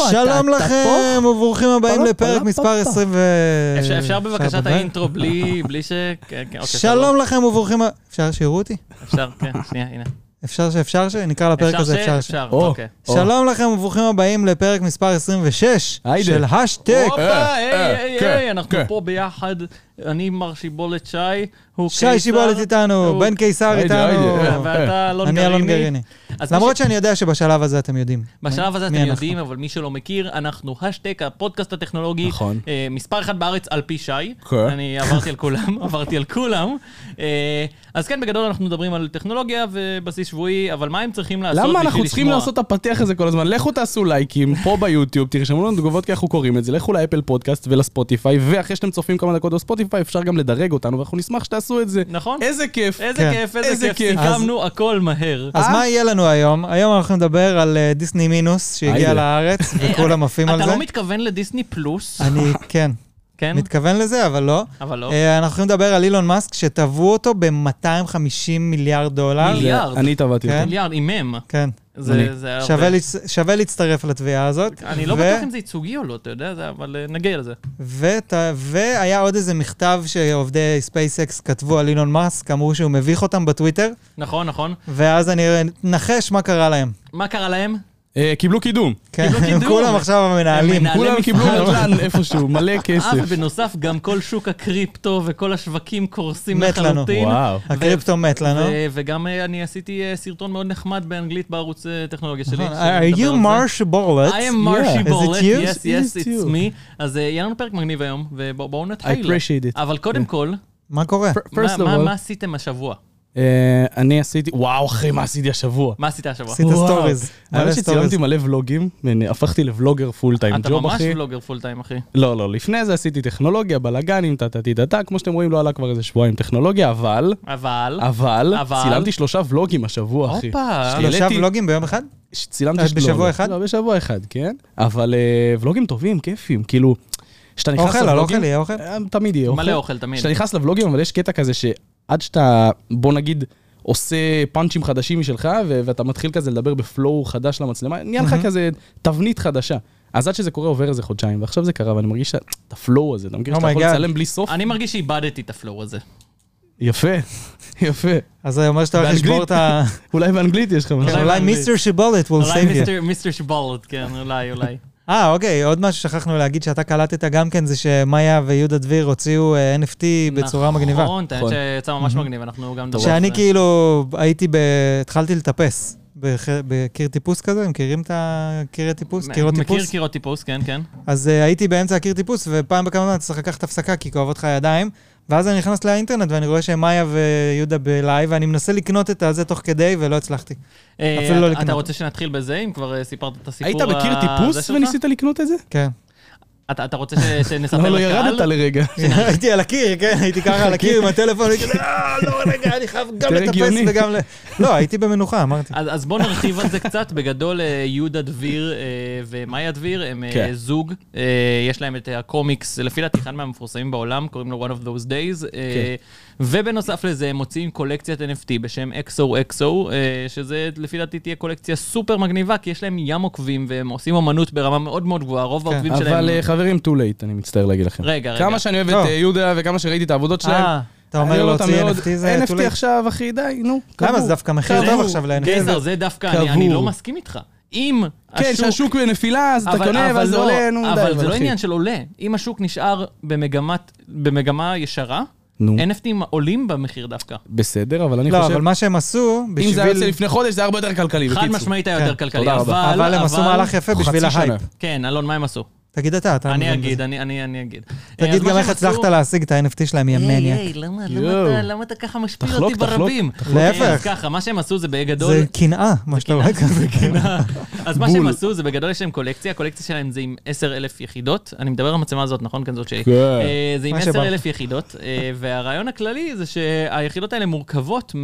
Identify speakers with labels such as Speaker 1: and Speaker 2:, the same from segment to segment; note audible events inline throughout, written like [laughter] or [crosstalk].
Speaker 1: אתה?
Speaker 2: שלום
Speaker 1: אתה
Speaker 2: לכם וברוכים הבאים
Speaker 1: פלה,
Speaker 2: לפרק
Speaker 1: פלה,
Speaker 2: מספר
Speaker 1: פלה.
Speaker 2: 20 ו... אה,
Speaker 3: אפשר- אפשר בבקשה את
Speaker 2: בבית?
Speaker 3: האינטרו
Speaker 2: [laughs]
Speaker 3: בלי בלי ש... כן, כן, אוקיי,
Speaker 2: שלום לכם וברוכים ה... אפשר שיראו אותי?
Speaker 3: אפשר, כן, שנייה,
Speaker 2: [laughs]
Speaker 3: הנה.
Speaker 2: אפשר שאפשר ש... נקרא לפרק
Speaker 3: אפשר ש...
Speaker 2: הזה אפשר ש...
Speaker 3: אפשר,
Speaker 1: או,
Speaker 3: אוקיי.
Speaker 1: או.
Speaker 2: שלום לכם וברוכים הבאים לפרק מספר 26
Speaker 1: היידה.
Speaker 2: של השטק.
Speaker 3: הופה,
Speaker 1: אה,
Speaker 3: היי,
Speaker 1: אה,
Speaker 3: היי,
Speaker 1: כן,
Speaker 3: היי, אנחנו
Speaker 1: כן.
Speaker 3: פה ביחד, אני מר שיבולת שי, הוא קיסר.
Speaker 2: שי שיבולת איתנו,
Speaker 3: הוא-
Speaker 2: בן קיסר
Speaker 1: היידה,
Speaker 2: איתנו,
Speaker 1: היידה, אה.
Speaker 3: ואתה אלון
Speaker 2: אני אלון
Speaker 3: גרעיני.
Speaker 2: גרעיני.
Speaker 3: אז מי
Speaker 2: למרות שאני יודע שבשלב הזה אתם יודעים.
Speaker 3: בשלב הזה
Speaker 2: מי
Speaker 3: אתם
Speaker 2: אנחנו?
Speaker 3: יודעים, אבל מי שלא מכיר, אנחנו השטק, הפודקאסט הטכנולוגי,
Speaker 1: נכון.
Speaker 3: אה, מספר אחד בארץ על פי שי.
Speaker 1: כן.
Speaker 3: אני עברתי על כולם, [laughs] עברתי על כולם. אה, אז כן, בגדול אנחנו מדברים על טכנולוגיה ובסיס שבועי, אבל מה הם צריכים לעשות בשביל
Speaker 4: למה
Speaker 3: לשמוע?
Speaker 4: אנחנו צריכים לעשות את הפתיח הזה כל הזמן? לכו תעשו לייקים פה ביוטיוב, תרשמו לנו תגובות כי אנחנו קוראים את זה, לכו לאפל פודקאסט ולספוטיפיי, ואחרי שאתם צופים כמה דקות בספוטיפיי אפשר גם לדרג אותנו, ואנחנו נשמח שתעשו את זה.
Speaker 3: נכון.
Speaker 4: איזה כיף.
Speaker 3: איזה
Speaker 2: כן.
Speaker 3: כיף, איזה
Speaker 4: איזה
Speaker 3: כיף,
Speaker 4: כיף.
Speaker 3: סיכמנו הכל מהר.
Speaker 2: אז מה יהיה לנו היום? היום אנחנו נדבר על אה, דיסני מינוס שהגיע
Speaker 4: היידה.
Speaker 2: לארץ וכולם עפים על
Speaker 3: אה, אתה
Speaker 2: זה.
Speaker 3: לא מתכוון לדיסני פלוס,
Speaker 2: אני כן,
Speaker 3: כן?
Speaker 2: מתכוון לזה, אבל לא.
Speaker 3: אבל לא.
Speaker 2: אה, אנחנו הולכים לדבר על אילון מאסק, שטבעו אותו ב-250 מיליארד דולר.
Speaker 3: מיליארד.
Speaker 4: אני טבעתי
Speaker 2: כן.
Speaker 4: אותו.
Speaker 3: מיליארד עם מם.
Speaker 2: כן.
Speaker 3: זה זה הרבה.
Speaker 2: שווה להצ- שווה להצטרף לתביעה הזאת.
Speaker 3: אני לא
Speaker 2: ו-
Speaker 3: בטוח אם זה ייצוגי או לא, אתה יודע, זה- אבל אה, נגיע לזה.
Speaker 2: ות- והיה עוד איזה מכתב שעובדי ספייסקס כתבו על אילון מאסק, אמרו שהוא מביך אותם בטוויטר,
Speaker 3: נכון, נכון.
Speaker 2: ואז אני נחש מה קרה להם.
Speaker 3: מה קרה להם?
Speaker 4: אה, קיבלו קידום.
Speaker 2: כן,
Speaker 3: קידום.
Speaker 2: כולם עכשיו המנהלים.
Speaker 3: מנהל-
Speaker 4: כולם
Speaker 3: מפעל. [laughs]
Speaker 4: קיבלו נדל"ן איפשהו, מלא
Speaker 3: אה,
Speaker 4: כסף.
Speaker 3: ובנוסף, גם כל שוק הקריפטו וכל השווקים קורסים
Speaker 2: מת לנו.
Speaker 3: לחלוטין.
Speaker 4: וואו.
Speaker 2: [laughs] הקריפטו מת לנו.
Speaker 3: ו- וגם אה, אני עשיתי אה, סרטון מאוד נחמד באנגלית בערוץ אה, טכנולוגיה שלי.
Speaker 2: נכון.
Speaker 3: שמדבר
Speaker 2: Are
Speaker 3: על
Speaker 2: you
Speaker 3: זה.
Speaker 2: מרש בורלט?
Speaker 3: I am מרשי
Speaker 2: Is it
Speaker 3: בורלט,
Speaker 2: you?
Speaker 3: yes, yes,
Speaker 4: It is
Speaker 3: it's
Speaker 4: you.
Speaker 3: me. אז אה, יהיה לנו פרק מגניב היום, ובואו
Speaker 4: I
Speaker 3: נתחיל.
Speaker 4: appreciate it.
Speaker 3: אבל קודם כל,
Speaker 2: מה קורה?
Speaker 4: First
Speaker 3: מה-
Speaker 4: of
Speaker 3: מה-
Speaker 4: all,
Speaker 3: מה עשיתם השבוע?
Speaker 4: אה, אני עשיתי, וואו אחי, מה עשיתי השבוע?
Speaker 3: מה עשית השבוע?
Speaker 2: עשית
Speaker 4: וואו.
Speaker 2: סטוריז. מלא
Speaker 4: האמת
Speaker 2: סטוריז.
Speaker 4: שצילמתי מלא ולוגים, אני הפכתי לבלוגר פול טיים
Speaker 3: אתה
Speaker 4: ג'וב,
Speaker 3: ממש
Speaker 4: אחי.
Speaker 3: ולוגר פול טיים, אחי.
Speaker 4: לא, לא, לפני זה עשיתי טכנולוגיה, בלאגנים, טה-טה-טה-טה, כמו שאתם רואים, לא עלה כבר איזה שבועיים טכנולוגיה, אבל,
Speaker 3: אבל...
Speaker 4: אבל,
Speaker 3: אבל?
Speaker 4: צילמתי שלושה ולוגים השבוע, אחי.
Speaker 3: הופה. לא
Speaker 4: שלי-
Speaker 2: שלושה
Speaker 4: העליתי-
Speaker 2: ולוגים ביום אחד?
Speaker 4: ש- צילמתי
Speaker 2: אה,
Speaker 4: ש-
Speaker 2: בשבוע
Speaker 4: לא, לא,
Speaker 2: אחד?
Speaker 4: לא, בשבוע אחד, כן. אבל אה, ולוגים טובים, כיפים, כאילו, כשאתה נכנס
Speaker 2: אוכל, על אוכל יהיה אוכל?
Speaker 4: אה, תמיד יהיה אוכל.
Speaker 3: מלא אוכל תמיד.
Speaker 4: כשאתה נכנס לבלוגים, אבל יש קטע כזה שעד שאתה, בוא נגיד, עושה פאנצ'ים חדשים משלך, ו- ואתה מתחיל כזה לדבר בפלואו חדש למצלמה, נהיה לך כזה תבנית חדשה. אז עד שזה קורה עובר איזה חודשיים, ועכשיו זה קרה, ואני מרגיש ש- את הפלואו הזה, אתה מכיר
Speaker 2: Oh
Speaker 4: שאתה
Speaker 2: my
Speaker 4: יכול
Speaker 2: God.
Speaker 4: לצלם בלי סוף?
Speaker 3: אני מרגיש שאיבדתי את הפלואו הזה.
Speaker 4: יפה, [laughs] יפה.
Speaker 2: אז זה אומר שאתה הולך
Speaker 4: באנגלית.
Speaker 2: לשבור את ה...
Speaker 4: אולי באנגלית יש לך משהו.
Speaker 3: כן, אולי
Speaker 2: אולי
Speaker 3: באנגלית.
Speaker 2: מיסטר שיבולת will
Speaker 3: אולי
Speaker 2: save you.
Speaker 3: מיסטר- מיסטר שבולד, כן, אולי, אולי.
Speaker 2: אה, אוקיי, עוד משהו ששכחנו להגיד שאתה קלטת גם כן, זה שמאיה ויהודה דביר הוציאו אה, NFT בצורה מגניבה.
Speaker 3: נכון, אוקיי. אתה יודע
Speaker 4: נכון.
Speaker 3: שיצא ממש מגניב, אנחנו גם נדבר על
Speaker 2: שאני
Speaker 3: זה.
Speaker 2: כאילו הייתי ב... התחלתי לטפס בח- בקיר טיפוס כזה, מכירים את הקיר טיפוס? קירות
Speaker 3: מכיר
Speaker 2: טיפוס?
Speaker 3: קירות טיפוס, כן, כן.
Speaker 2: אז אה, הייתי באמצע הקיר טיפוס, ופעם בכמה זמן אתה צריך לקחת הפסקה כי כואבות לך הידיים, ואז אני נכנס לאינטרנט ואני רואה שמאיה ויהודה בלייב, ואני מנסה לקנות את הזה תוך כדי, ולא הצלחתי.
Speaker 3: אה,
Speaker 2: אפילו לא
Speaker 3: אתה-
Speaker 2: לקנות.
Speaker 3: אתה רוצה שנתחיל בזה, אם כבר אה, סיפרת את
Speaker 4: היית
Speaker 3: הסיפור
Speaker 4: בקיר
Speaker 3: ה- זה
Speaker 4: טיפוס
Speaker 3: שלך?
Speaker 4: וניסית לקנות את זה?
Speaker 3: [laughs]
Speaker 2: כן.
Speaker 3: אתה אתה רוצה ש- שנספר
Speaker 4: לא,
Speaker 3: לקהל?
Speaker 4: לא ירדת
Speaker 3: [laughs]
Speaker 4: לרגע.
Speaker 2: הייתי על הקיר, כן, הייתי ככה על הקיר עם הטלפון, הייתי כזה, אה, לא, רגע, אני חייב גם
Speaker 4: יותר
Speaker 2: לטפס
Speaker 4: הגיוני.
Speaker 2: וגם ל... לא, הייתי במנוחה, אמרתי.
Speaker 3: אז, אז בואו נרחיב על זה קצת. בגדול, אה, יהודה דביר אה, ומאיה דביר הם כן.
Speaker 4: כן.
Speaker 3: זוג. אה, יש להם את הקומיקס, לפי דעתי, אחד מהמפורסמים בעולם, קוראים לו One of Those Days. אה, ובנוסף לזה, הם מוציאים קולקציית NFT בשם XOXO, אה, שזה לפי דעתי תהיה קולקציה סופר מגניבה, כי יש להם ים עוקבים, והם עושים אמנות ברמה מאוד מאוד גבוהה. רוב
Speaker 2: כן.
Speaker 3: העוקבים שלהם...
Speaker 4: אבל אה, חברים, too late, אני מצטער להגיד לכם.
Speaker 3: רגע, רגע.
Speaker 4: כמה שאני אוהב
Speaker 2: טוב.
Speaker 4: את אה, יהודה וכמה שראיתי את העבודות שלהם,
Speaker 2: אה, אתה
Speaker 4: אני
Speaker 2: אומר
Speaker 4: אוהב אותם
Speaker 2: להוציא
Speaker 4: מאוד.
Speaker 2: NFT זה... too
Speaker 4: NFT
Speaker 2: late?
Speaker 4: עכשיו, אחי, די, נו.
Speaker 2: למה?
Speaker 4: קבור.
Speaker 2: זה דווקא מחיר
Speaker 4: קבור.
Speaker 2: טוב עכשיו ל-NFT.
Speaker 3: גייזר, זה דווקא, אני,
Speaker 4: קבור.
Speaker 3: אני לא מסכים איתך. אם
Speaker 4: כן, שהשוק בנפילה, אז אתה קונה, ואז זה
Speaker 3: לא,
Speaker 4: עולה, נו, די.
Speaker 3: אבל זה לא
Speaker 4: אחי.
Speaker 3: עניין של עולה. אם השוק נשאר במגמת, במגמה ישרה,
Speaker 4: נו,
Speaker 3: NFTים עולים במחיר דווקא.
Speaker 4: בסדר, אבל אני
Speaker 2: לא,
Speaker 4: חושב...
Speaker 2: אבל מה שהם עשו, בשביל...
Speaker 4: אם זה היה יוצא לפני חודש, זה היה הרבה יותר כלכלי,
Speaker 3: חד
Speaker 4: בקיצור.
Speaker 3: משמעית היה יותר
Speaker 2: כן,
Speaker 3: כלכלי,
Speaker 4: תודה רבה.
Speaker 3: אבל...
Speaker 2: אבל הם עשו מהלך יפה
Speaker 4: חצי
Speaker 2: בשביל
Speaker 4: שנה.
Speaker 2: ההייפ.
Speaker 3: כן, אלון, מה הם עשו?
Speaker 2: תגיד אתה, אתה...
Speaker 3: אני
Speaker 2: מבין
Speaker 3: אגיד,
Speaker 2: בזה.
Speaker 3: אני- אני אני אגיד. אז
Speaker 2: תגיד
Speaker 3: מה
Speaker 2: גם איך
Speaker 3: שהם עשו-
Speaker 2: הצלחת להשיג את ה-NFT שלהם, יא
Speaker 3: היי,
Speaker 2: מניאק.
Speaker 3: היי, למה למה
Speaker 4: יואו.
Speaker 3: אתה- למה אתה ככה משפיל
Speaker 4: תחלוק,
Speaker 3: אותי
Speaker 4: תחלוק,
Speaker 3: ברבים?
Speaker 4: תחלוק.
Speaker 3: כן, אז
Speaker 2: להפך.
Speaker 3: ככה, מה שהם עשו זה בגדול...
Speaker 2: זה קנאה, מה שאתה רואה כזה.
Speaker 3: [laughs] אז מה שהם
Speaker 4: בול.
Speaker 3: עשו זה בגדול יש להם קולקציה, הקולקציה שלהם זה עם 10,000 יחידות, אני מדבר על המצלמה הזאת, נכון? כן, זאת שהיא.
Speaker 4: כן.
Speaker 3: אה, זה עם
Speaker 2: מה שבא.
Speaker 3: 10,000 יחידות, אה, והרעיון הכללי זה שהיחידות האלה מורכבות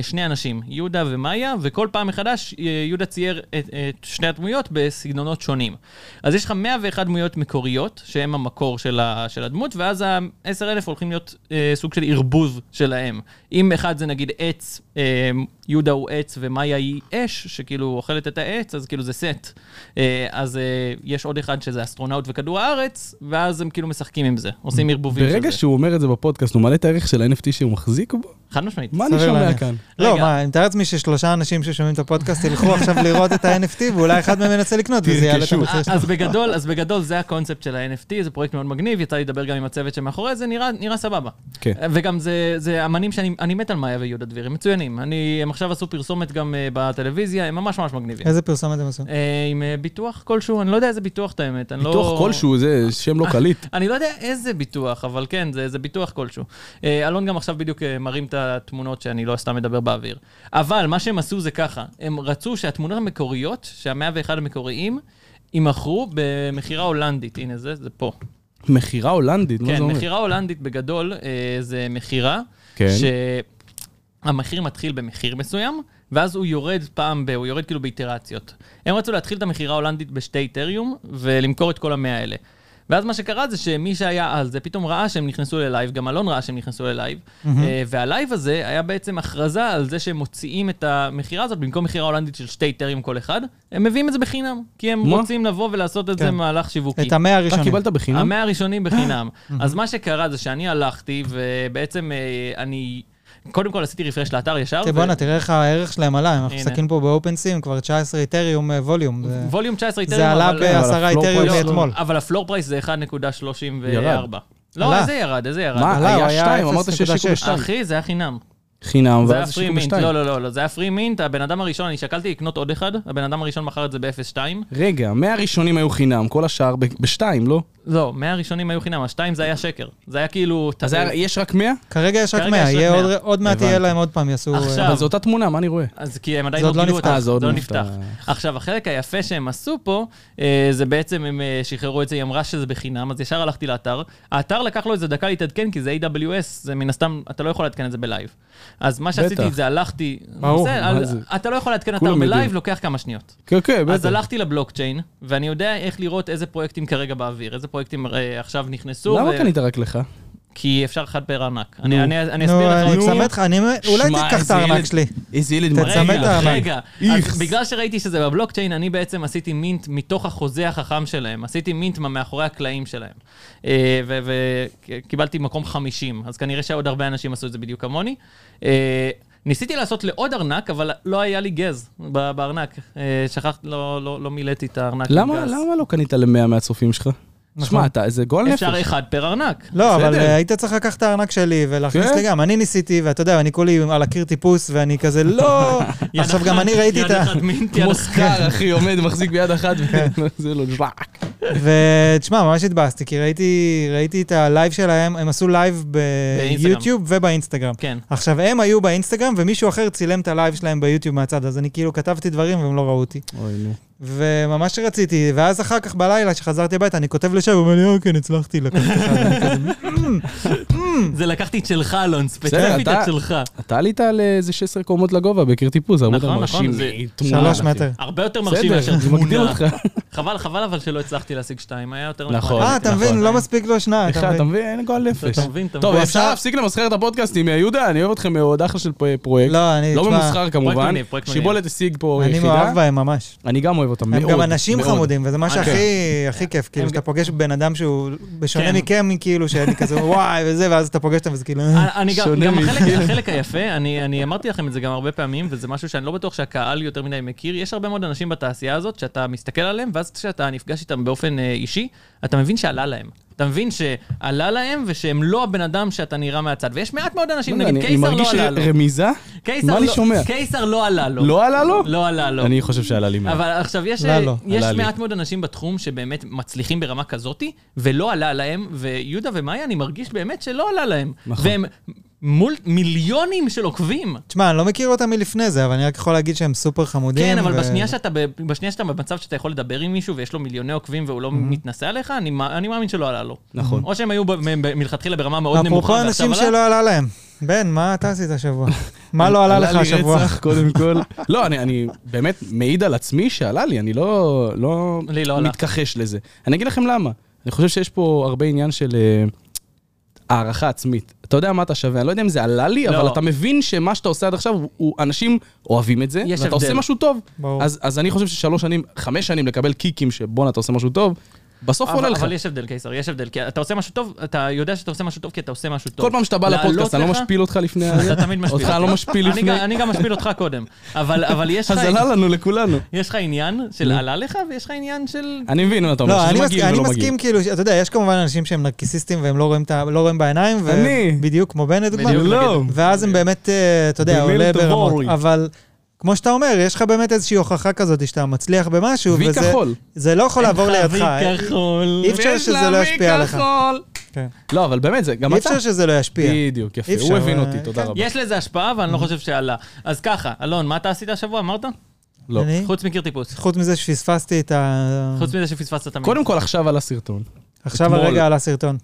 Speaker 3: משני אנשים, יהודה ומאיה, וכל פעם מחדש אה, יהודה צייר את, את שני הדמויות בסגנונות שונים. אז יש לך 101 דמויות מקוריות, שהן המקור של, ה, של הדמות, ואז ה-10,000 הולכים להיות אה, סוג של ערבוב שלהם. אם אחד זה נגיד עץ, אה, אה, יהודה הוא עץ ומאיה היא אש, שכאילו אוכלת את העץ, אז כאילו זה סט. אה, אז אה, יש עוד אחד שזה אסטרונאוט וכדור הארץ, ואז הם כאילו משחקים עם זה, עושים ערבובים של זה.
Speaker 4: ברגע שהוא אומר את זה בפודקאסט, הוא מעלה את הערך של ה-NFT שהוא מחזיק בו?
Speaker 3: חד משמעית.
Speaker 4: מה
Speaker 2: סביר
Speaker 4: אני שומע
Speaker 2: להניח.
Speaker 4: כאן?
Speaker 2: לא,
Speaker 3: רגע.
Speaker 2: מה, אני מתאר לעצמי ששלושה אנשים ששומעים את הפודקאסט ילכו עכשיו לראות את ה-NFT, ואולי אחד מהם ינסה לקנות, וזה יעלה את
Speaker 4: תרכשו.
Speaker 2: המחיר שלו.
Speaker 3: אה, אז בגדול, אז בגדול זה הקונספט של ה-NFT, זה פרויקט מאוד מגניב, יצא לי לדבר גם עם הצוות שמאחורי זה, נראה, נראה סבבה.
Speaker 4: כן.
Speaker 3: וגם זה, זה אמנים שאני אני מת על מאיה ויהודה דביר, הם מצוינים. אני, הם עכשיו עשו פרסומת גם אה, בטלוויזיה, הם ממש ממש מגניבים.
Speaker 2: איזה פרסומת הם עשו?
Speaker 3: אה, עם אה, ביטוח כלשהו, אני לא יודע איזה ביטוח את האמת, אני לא...
Speaker 4: ביטוח כלשהו, זה שם לא קליט.
Speaker 3: אני לא יודע איזה ביטוח, אבל כן, זה, זה ביטוח כלשהו. אה, אלון גם עכשיו בדיוק אה, מרים את התמונות שאני לא סתם מדבר באוויר. אבל מה שהם עשו זה ככה, הם רצו שהתמונות המקוריות, שה-101 המקוריים, יימכרו במכירה הולנדית. הנה זה, זה פה.
Speaker 4: מכירה הולנדית, מה
Speaker 3: כן,
Speaker 4: זה אומר?
Speaker 3: מכירה הולנדית בגדול אה, זה מכירה,
Speaker 4: כן.
Speaker 3: שהמחיר מתחיל במחיר מסוים, ואז הוא יורד פעם ב... הוא יורד כאילו באיטרציות. הם רצו להתחיל את המכירה ההולנדית בשתי איתריום, ולמכור את כל המאה האלה. ואז מה שקרה זה שמי שהיה על זה פתאום ראה שהם נכנסו ללייב, גם אלון ראה שהם נכנסו ללייב, אה, והלייב הזה היה בעצם הכרזה על זה שהם מוציאים את המכירה הזאת, במקום מכירה הולנדית של שתי איתריום כל אחד, הם מביאים את זה בחינם, כי הם
Speaker 4: מה?
Speaker 3: רוצים לבוא ולעשות את
Speaker 2: כן.
Speaker 3: זה מהלך שיווקי.
Speaker 2: את המאה
Speaker 4: אתה
Speaker 2: הראשונים.
Speaker 4: קיבלת בחינם?
Speaker 3: המאה הראשונים בחינם.
Speaker 2: [laughs]
Speaker 3: אז מה שקרה זה שאני הלכתי, ובעצם אה, אני... קודם כל עשיתי רפרש לאתר ישר.
Speaker 2: תראה,
Speaker 3: ו-
Speaker 2: כן, בואנה, תראה איך הערך שלהם עלה, אנחנו
Speaker 3: הנה.
Speaker 2: מסתכלים פה באופן סים, כבר 19 איתריום אה, ווליום. זה-
Speaker 3: ווליום 19 איתרים,
Speaker 2: זה עלה
Speaker 3: אבל- לא,
Speaker 4: אבל
Speaker 2: בעשרה
Speaker 4: הפלואו פה
Speaker 2: איתריום
Speaker 4: יש לו-
Speaker 2: מאתמול.
Speaker 3: אבל הפלור פרייס זה 1.34.
Speaker 4: ירד.
Speaker 3: לא,
Speaker 2: עלה.
Speaker 3: איזה ירד, איזה ירד.
Speaker 4: מה,
Speaker 2: עלה, הוא
Speaker 4: היה
Speaker 2: היה
Speaker 4: שתיים, אמרת
Speaker 2: 0.6.
Speaker 4: שהשיקו בשתיים.
Speaker 3: אחי, זה היה חינם.
Speaker 4: חינם,
Speaker 3: זה היה
Speaker 4: ואז
Speaker 3: פרי
Speaker 4: השיקו
Speaker 3: מינט.
Speaker 4: בשתיים.
Speaker 3: לא, לא, לא, לא, זה היה פרי מינט. הבן אדם הראשון, אני שקלתי לקנות עוד אחד, הבן אדם הראשון מכר את זה ב-0.2.
Speaker 4: רגע, 100 הראשונים היו חינם, כל השאר ב- בשתיים, לא?
Speaker 3: לא, 100 הראשונים היו חינם, השתיים זה היה שקר. זה היה כאילו...
Speaker 4: אז היה- יש רק 100?
Speaker 2: כרגע יש רק
Speaker 3: כרגע
Speaker 2: 100,
Speaker 3: יש רק
Speaker 2: יהיה עוד-
Speaker 3: מאה.
Speaker 2: עוד מעט יהיה
Speaker 4: הבנתי.
Speaker 2: להם עוד פעם, יעשו...
Speaker 3: עכשיו,
Speaker 4: אבל זו אותה תמונה, מה אני רואה?
Speaker 3: אז כי הם עדיין
Speaker 2: זה
Speaker 3: לא
Speaker 2: עוד לא
Speaker 3: גילו
Speaker 2: נפתח,
Speaker 3: אותה,
Speaker 4: זה עוד
Speaker 3: זה לא
Speaker 4: נפתח.
Speaker 3: נפתח. עכשיו, החלק היפה שהם עשו פה, אה, זה בעצם הם אה, שחררו את זה, היא אמרה שזה בחינם, אז ישר הלכתי לאתר. האתר לקח לו איזה דקה להתעדכן, כי זה AWS, זה מן הסתם, אתה לא יכול לעדכן את זה בלייב. אז מה שעשיתי
Speaker 4: בטח.
Speaker 3: זה הלכתי...
Speaker 4: ברור,
Speaker 3: זה,
Speaker 4: מה
Speaker 3: על-
Speaker 4: זה?
Speaker 3: אתה לא יכול לעדכן אתר
Speaker 4: כולם יודעים.
Speaker 3: בלייב, לוקח כמה שניות.
Speaker 4: כן, כן,
Speaker 3: אז
Speaker 4: בטח.
Speaker 3: הלכתי לבלוקצ'יין, ואני יודע איך לראות איזה פרויקטים כרגע באוויר, איזה פרויקטים אה, עכשיו נכנסו.
Speaker 4: למה
Speaker 3: ו-
Speaker 4: קנית רק לך?
Speaker 3: כי אפשר חד פער ענק. אני- אני אני
Speaker 2: נו,
Speaker 3: אסביר לך
Speaker 2: אני
Speaker 3: עוד שנייה.
Speaker 2: מצמד לך, אני... אולי
Speaker 4: שמע,
Speaker 2: תיקח את
Speaker 4: איזה
Speaker 2: הארנק
Speaker 4: ילד.
Speaker 2: שלי.
Speaker 4: איזה ילד
Speaker 2: תצמד
Speaker 4: מדהים.
Speaker 2: את הארנק.
Speaker 3: רגע,
Speaker 4: איכס.
Speaker 3: אז בגלל שראיתי שזה בבלוקצ'יין, אני בעצם עשיתי מינט מתוך החוזה החכם שלהם. עשיתי מינט מה- מאחורי הקלעים שלהם. אה, וקיבלתי מקום 50, אז כנראה שעוד הרבה אנשים עשו את זה בדיוק כמוני. אה, ניסיתי לעשות לעוד ארנק, אבל לא היה לי גז ב- בארנק. אה, שכחת, לא, לא, לא מילאתי את הארנק. עם
Speaker 4: למה
Speaker 3: גז.
Speaker 4: למה לא קנית ל-100 מהצופים שלך?
Speaker 2: נכון.
Speaker 4: שמע, אתה- זה גועל נפש.
Speaker 3: אפשר אחד פר ארנק.
Speaker 2: לא, אבל
Speaker 4: בסדר.
Speaker 2: אה, היית צריך לקחת את הארנק שלי ולהכניס
Speaker 4: כן.
Speaker 2: לי גם. אני ניסיתי, ואתה יודע, אני כולי על הקיר טיפוס, ואני כזה,
Speaker 3: [laughs]
Speaker 2: לא... [laughs]
Speaker 3: יד
Speaker 2: עכשיו,
Speaker 3: אחת-
Speaker 2: גם אני ראיתי את
Speaker 3: יד
Speaker 2: ה...
Speaker 3: אחת מינט, יד
Speaker 4: כמו
Speaker 3: אחת-
Speaker 4: סקר, אחי, עומד, מחזיק ביד אחת,
Speaker 2: כן.
Speaker 4: [laughs] וזה לא ז'אק.
Speaker 2: ותשמע, ממש התבאסתי, כי ראיתי, ראיתי את הלייב שלהם, הם עשו לייב
Speaker 3: באינסטגרם.
Speaker 2: ביוטיוב ובאינסטגרם.
Speaker 3: כן.
Speaker 2: עכשיו, הם היו באינסטגרם, ומישהו אחר צילם את הלייב שלהם ביוטיוב מהצד, אז אני כאילו כתבתי דברים והם לא ראו אותי.
Speaker 4: אוי, נו.
Speaker 2: וממש רציתי, ואז אחר כך בלילה, כשחזרתי הביתה, אני כותב לשם, הוא אומר לי, "אה, כן, הצלחתי לקחת אחד. אני כזה,
Speaker 3: זה לקחתי את שלך, אלון, ספציפית
Speaker 4: בסדר,
Speaker 3: את
Speaker 4: אתה-
Speaker 3: שלך.
Speaker 4: אתה עלית על אה, איזה 16 קומות לגובה בקיר טיפוס, עמוד
Speaker 3: נכון, נכון,
Speaker 4: המרשים.
Speaker 3: זה-
Speaker 4: תמונה,
Speaker 2: שלוש
Speaker 3: נכון.
Speaker 4: אחי.
Speaker 2: מטר.
Speaker 3: הרבה יותר מרשים
Speaker 4: בסדר,
Speaker 3: מאשר
Speaker 4: זה מגדיל
Speaker 3: תמונה.
Speaker 4: אותך.
Speaker 3: חבל, חבל אבל שלא הצלחתי להשיג שתיים, היה יותר
Speaker 4: נכון.
Speaker 3: נחמד.
Speaker 2: אה, אתה
Speaker 4: נכון.
Speaker 2: מבין, לא מספיק לו שניים,
Speaker 4: אחד,
Speaker 2: אתה
Speaker 4: אתה
Speaker 2: מבין?
Speaker 4: מבין? אין גועל נפש.
Speaker 3: אתה מבין, אתה
Speaker 4: טוב,
Speaker 3: מבין.
Speaker 4: אפשר להפסיק למסחר את הפודקאסטים, אה, יהודה, אני אוהב אתכם מאוד, אחלה של פ- פרויקט.
Speaker 2: לא, אני,
Speaker 4: לא
Speaker 2: תשמע,
Speaker 4: ממוסחר כמובן.
Speaker 3: מגניב, פרויקט מגניב.
Speaker 4: שיבולת השיג פה
Speaker 2: אני
Speaker 4: יחידה.
Speaker 2: מאוהב בהם ממש.
Speaker 4: אני גם אוהב אותה מאוד.
Speaker 2: הם גם אנשים
Speaker 4: מאוד.
Speaker 2: חמודים, וזה מה
Speaker 3: אוקיי.
Speaker 2: שהכי הכי כיף, כאילו,
Speaker 3: הם
Speaker 2: שאתה
Speaker 3: גם-
Speaker 2: פוגש בן אדם שהוא, בשונה
Speaker 3: כן.
Speaker 2: מכם, כאילו, שאני כזה, וואי, וזה, ואז אתה פוגש אותם, וזה כאילו... "אה".
Speaker 3: אני גם,
Speaker 4: שונה
Speaker 3: גם
Speaker 4: מ-
Speaker 3: החלק, החלק היפה, אני, אני אמרתי לכם את זה גם הרבה פעמים, וזה משהו שאני לא בטוח שהקהל יותר מדי מכיר. יש הרבה מאוד אנשים בתעשייה הזאת שאתה מסתכל עליהם, ואז כשאתה נפגש איתם באופן אה, אישי, אתה מבין שעלה להם. אתה מבין שעלה להם ושהם לא הבן אדם שאתה נראה מהצד. ויש מעט מאוד אנשים,
Speaker 4: לא,
Speaker 3: נגיד
Speaker 4: אני אני
Speaker 3: קיסר לא
Speaker 4: מרגיש
Speaker 3: עלה לו.
Speaker 4: רמיזה.
Speaker 3: קיסר
Speaker 4: מה אני
Speaker 3: לא-
Speaker 4: שומע?
Speaker 3: קיסר לא עלה לו.
Speaker 4: לא עלה לו?
Speaker 3: לא אה, עלה לו.
Speaker 4: אני חושב שעלה לי מאוד.
Speaker 3: אבל עכשיו, יש, אה,
Speaker 2: לא, לא.
Speaker 3: יש
Speaker 4: עלה לי.
Speaker 3: מעט מאוד אנשים בתחום שבאמת מצליחים ברמה כזאתי, ולא עלה להם, ויהודה ומאיה, אני מרגיש באמת שלא עלה להם.
Speaker 4: נכון.
Speaker 3: והם מול מיליונים של עוקבים.
Speaker 2: תשמע, אני לא מכיר אותם מלפני זה, אבל אני רק יכול להגיד שהם סופר חמודים.
Speaker 3: כן, אבל
Speaker 2: ו-
Speaker 3: בשנייה שאתה ב- בשנייה שאתה במצב שאתה יכול לדבר עם מישהו ויש לו מיליוני עוקבים והוא לא מתנשא עליך, אני מא- אני מאמין שלא עלה לו.
Speaker 4: נכון.
Speaker 3: או שהם היו ב- מ- ב- מלכתחילה ברמה מאוד נמוכה,
Speaker 2: אפרופו אנשים שלא עלה להם. בן, מה אתה עשית השבוע? מה לא עלה לך
Speaker 4: לי
Speaker 2: השבוע? [laughs]
Speaker 4: רצח, קודם כל. לא, אני- אני באמת מעיד על עצמי שעלה לי, אני לא לא
Speaker 3: לי לא עלה.
Speaker 4: מתכחש לזה. אני אגיד לכם למה. אני חושב שיש פה הרבה עניין של... אה, הערכה עצמית. אתה יודע מה אתה שווה, אני לא יודע אם זה עלה לי,
Speaker 3: לא.
Speaker 4: אבל אתה מבין שמה שאתה עושה עד עכשיו, הוא- הוא, אנשים אוהבים את זה,
Speaker 3: יש
Speaker 4: ואתה
Speaker 3: הבדל.
Speaker 4: עושה משהו טוב.
Speaker 2: ברור.
Speaker 4: אז, אז אני חושב ששלוש שנים, חמש שנים לקבל קיקים שבואנה, אתה עושה משהו טוב, בסוף עולה
Speaker 3: אבל,
Speaker 4: לך.
Speaker 3: אבל יש הבדל, קיסר, יש הבדל. כי אתה עושה משהו טוב, אתה יודע שאתה עושה משהו טוב כי אתה עושה משהו טוב.
Speaker 4: כל פעם שאתה בא
Speaker 3: לעלות
Speaker 4: לפודקאסט, אני לא
Speaker 3: לך-
Speaker 4: משפיל אותך לפני... הזה.
Speaker 3: [laughs] אתה תמיד משפיל
Speaker 4: אותך אני לא משפיל
Speaker 3: אני
Speaker 4: לפני...
Speaker 3: גם- אני גם משפיל אותך קודם. אבל אבל יש לך...
Speaker 4: אז לא- עלה לנו, לכולנו.
Speaker 3: יש לך עניין של עלה לך, ויש לך עניין של...
Speaker 4: אני מבין מה אתה אומר,
Speaker 2: לא, אני
Speaker 4: שזה
Speaker 2: מסכים,
Speaker 4: מגעיל
Speaker 2: אני
Speaker 4: ולא מגעיל.
Speaker 2: מסכים, כאילו, ש- אתה יודע, יש כמובן אנשים שהם נרקיסיסטים והם לא רואים את ה- לא רואים בעיניים, ו-
Speaker 4: אני.
Speaker 2: בדיוק כמו בנט, לדוגמה.
Speaker 3: בדיוק,
Speaker 4: לא.
Speaker 3: נגיד.
Speaker 2: ואז הם באמת, אה, אתה יודע,
Speaker 4: במיל
Speaker 2: עולה ברמות.
Speaker 4: תבורי.
Speaker 2: אבל כמו שאתה אומר, יש לך באמת איזושהי הוכחה כזאת שאתה מצליח במשהו,
Speaker 4: וי
Speaker 2: וזה
Speaker 4: כחול.
Speaker 2: זה לא יכול לעבור
Speaker 3: אין לך
Speaker 2: לידך.
Speaker 3: אבי כחול.
Speaker 2: אי אפשר
Speaker 4: ויש
Speaker 2: שזה
Speaker 4: לה
Speaker 2: לא
Speaker 4: מי
Speaker 2: ישפיע עליך.
Speaker 4: כחול.
Speaker 2: כן.
Speaker 4: לא, אבל באמת, זה גם
Speaker 2: אי
Speaker 4: אתה.
Speaker 2: אפשר שזה לא ישפיע.
Speaker 4: בדיוק, יפה.
Speaker 2: אי אפשר,
Speaker 4: הוא הבין
Speaker 2: אה,
Speaker 4: אותי, תודה
Speaker 2: כן.
Speaker 4: רבה.
Speaker 3: יש לזה השפעה, ואני לא חושב שעלה. אז ככה, אלון, מה אתה עשית השבוע, אמרת?
Speaker 2: אה?
Speaker 4: לא.
Speaker 2: אני-
Speaker 3: חוץ מקיר טיפוס.
Speaker 2: חוץ מזה שפספסתי את ה...
Speaker 3: חוץ מזה שפספסת את המין.
Speaker 4: קודם כל, עכשיו עלה סרטון.
Speaker 2: כן, עכשיו
Speaker 4: אתמול.
Speaker 2: הרגע על הסרטון.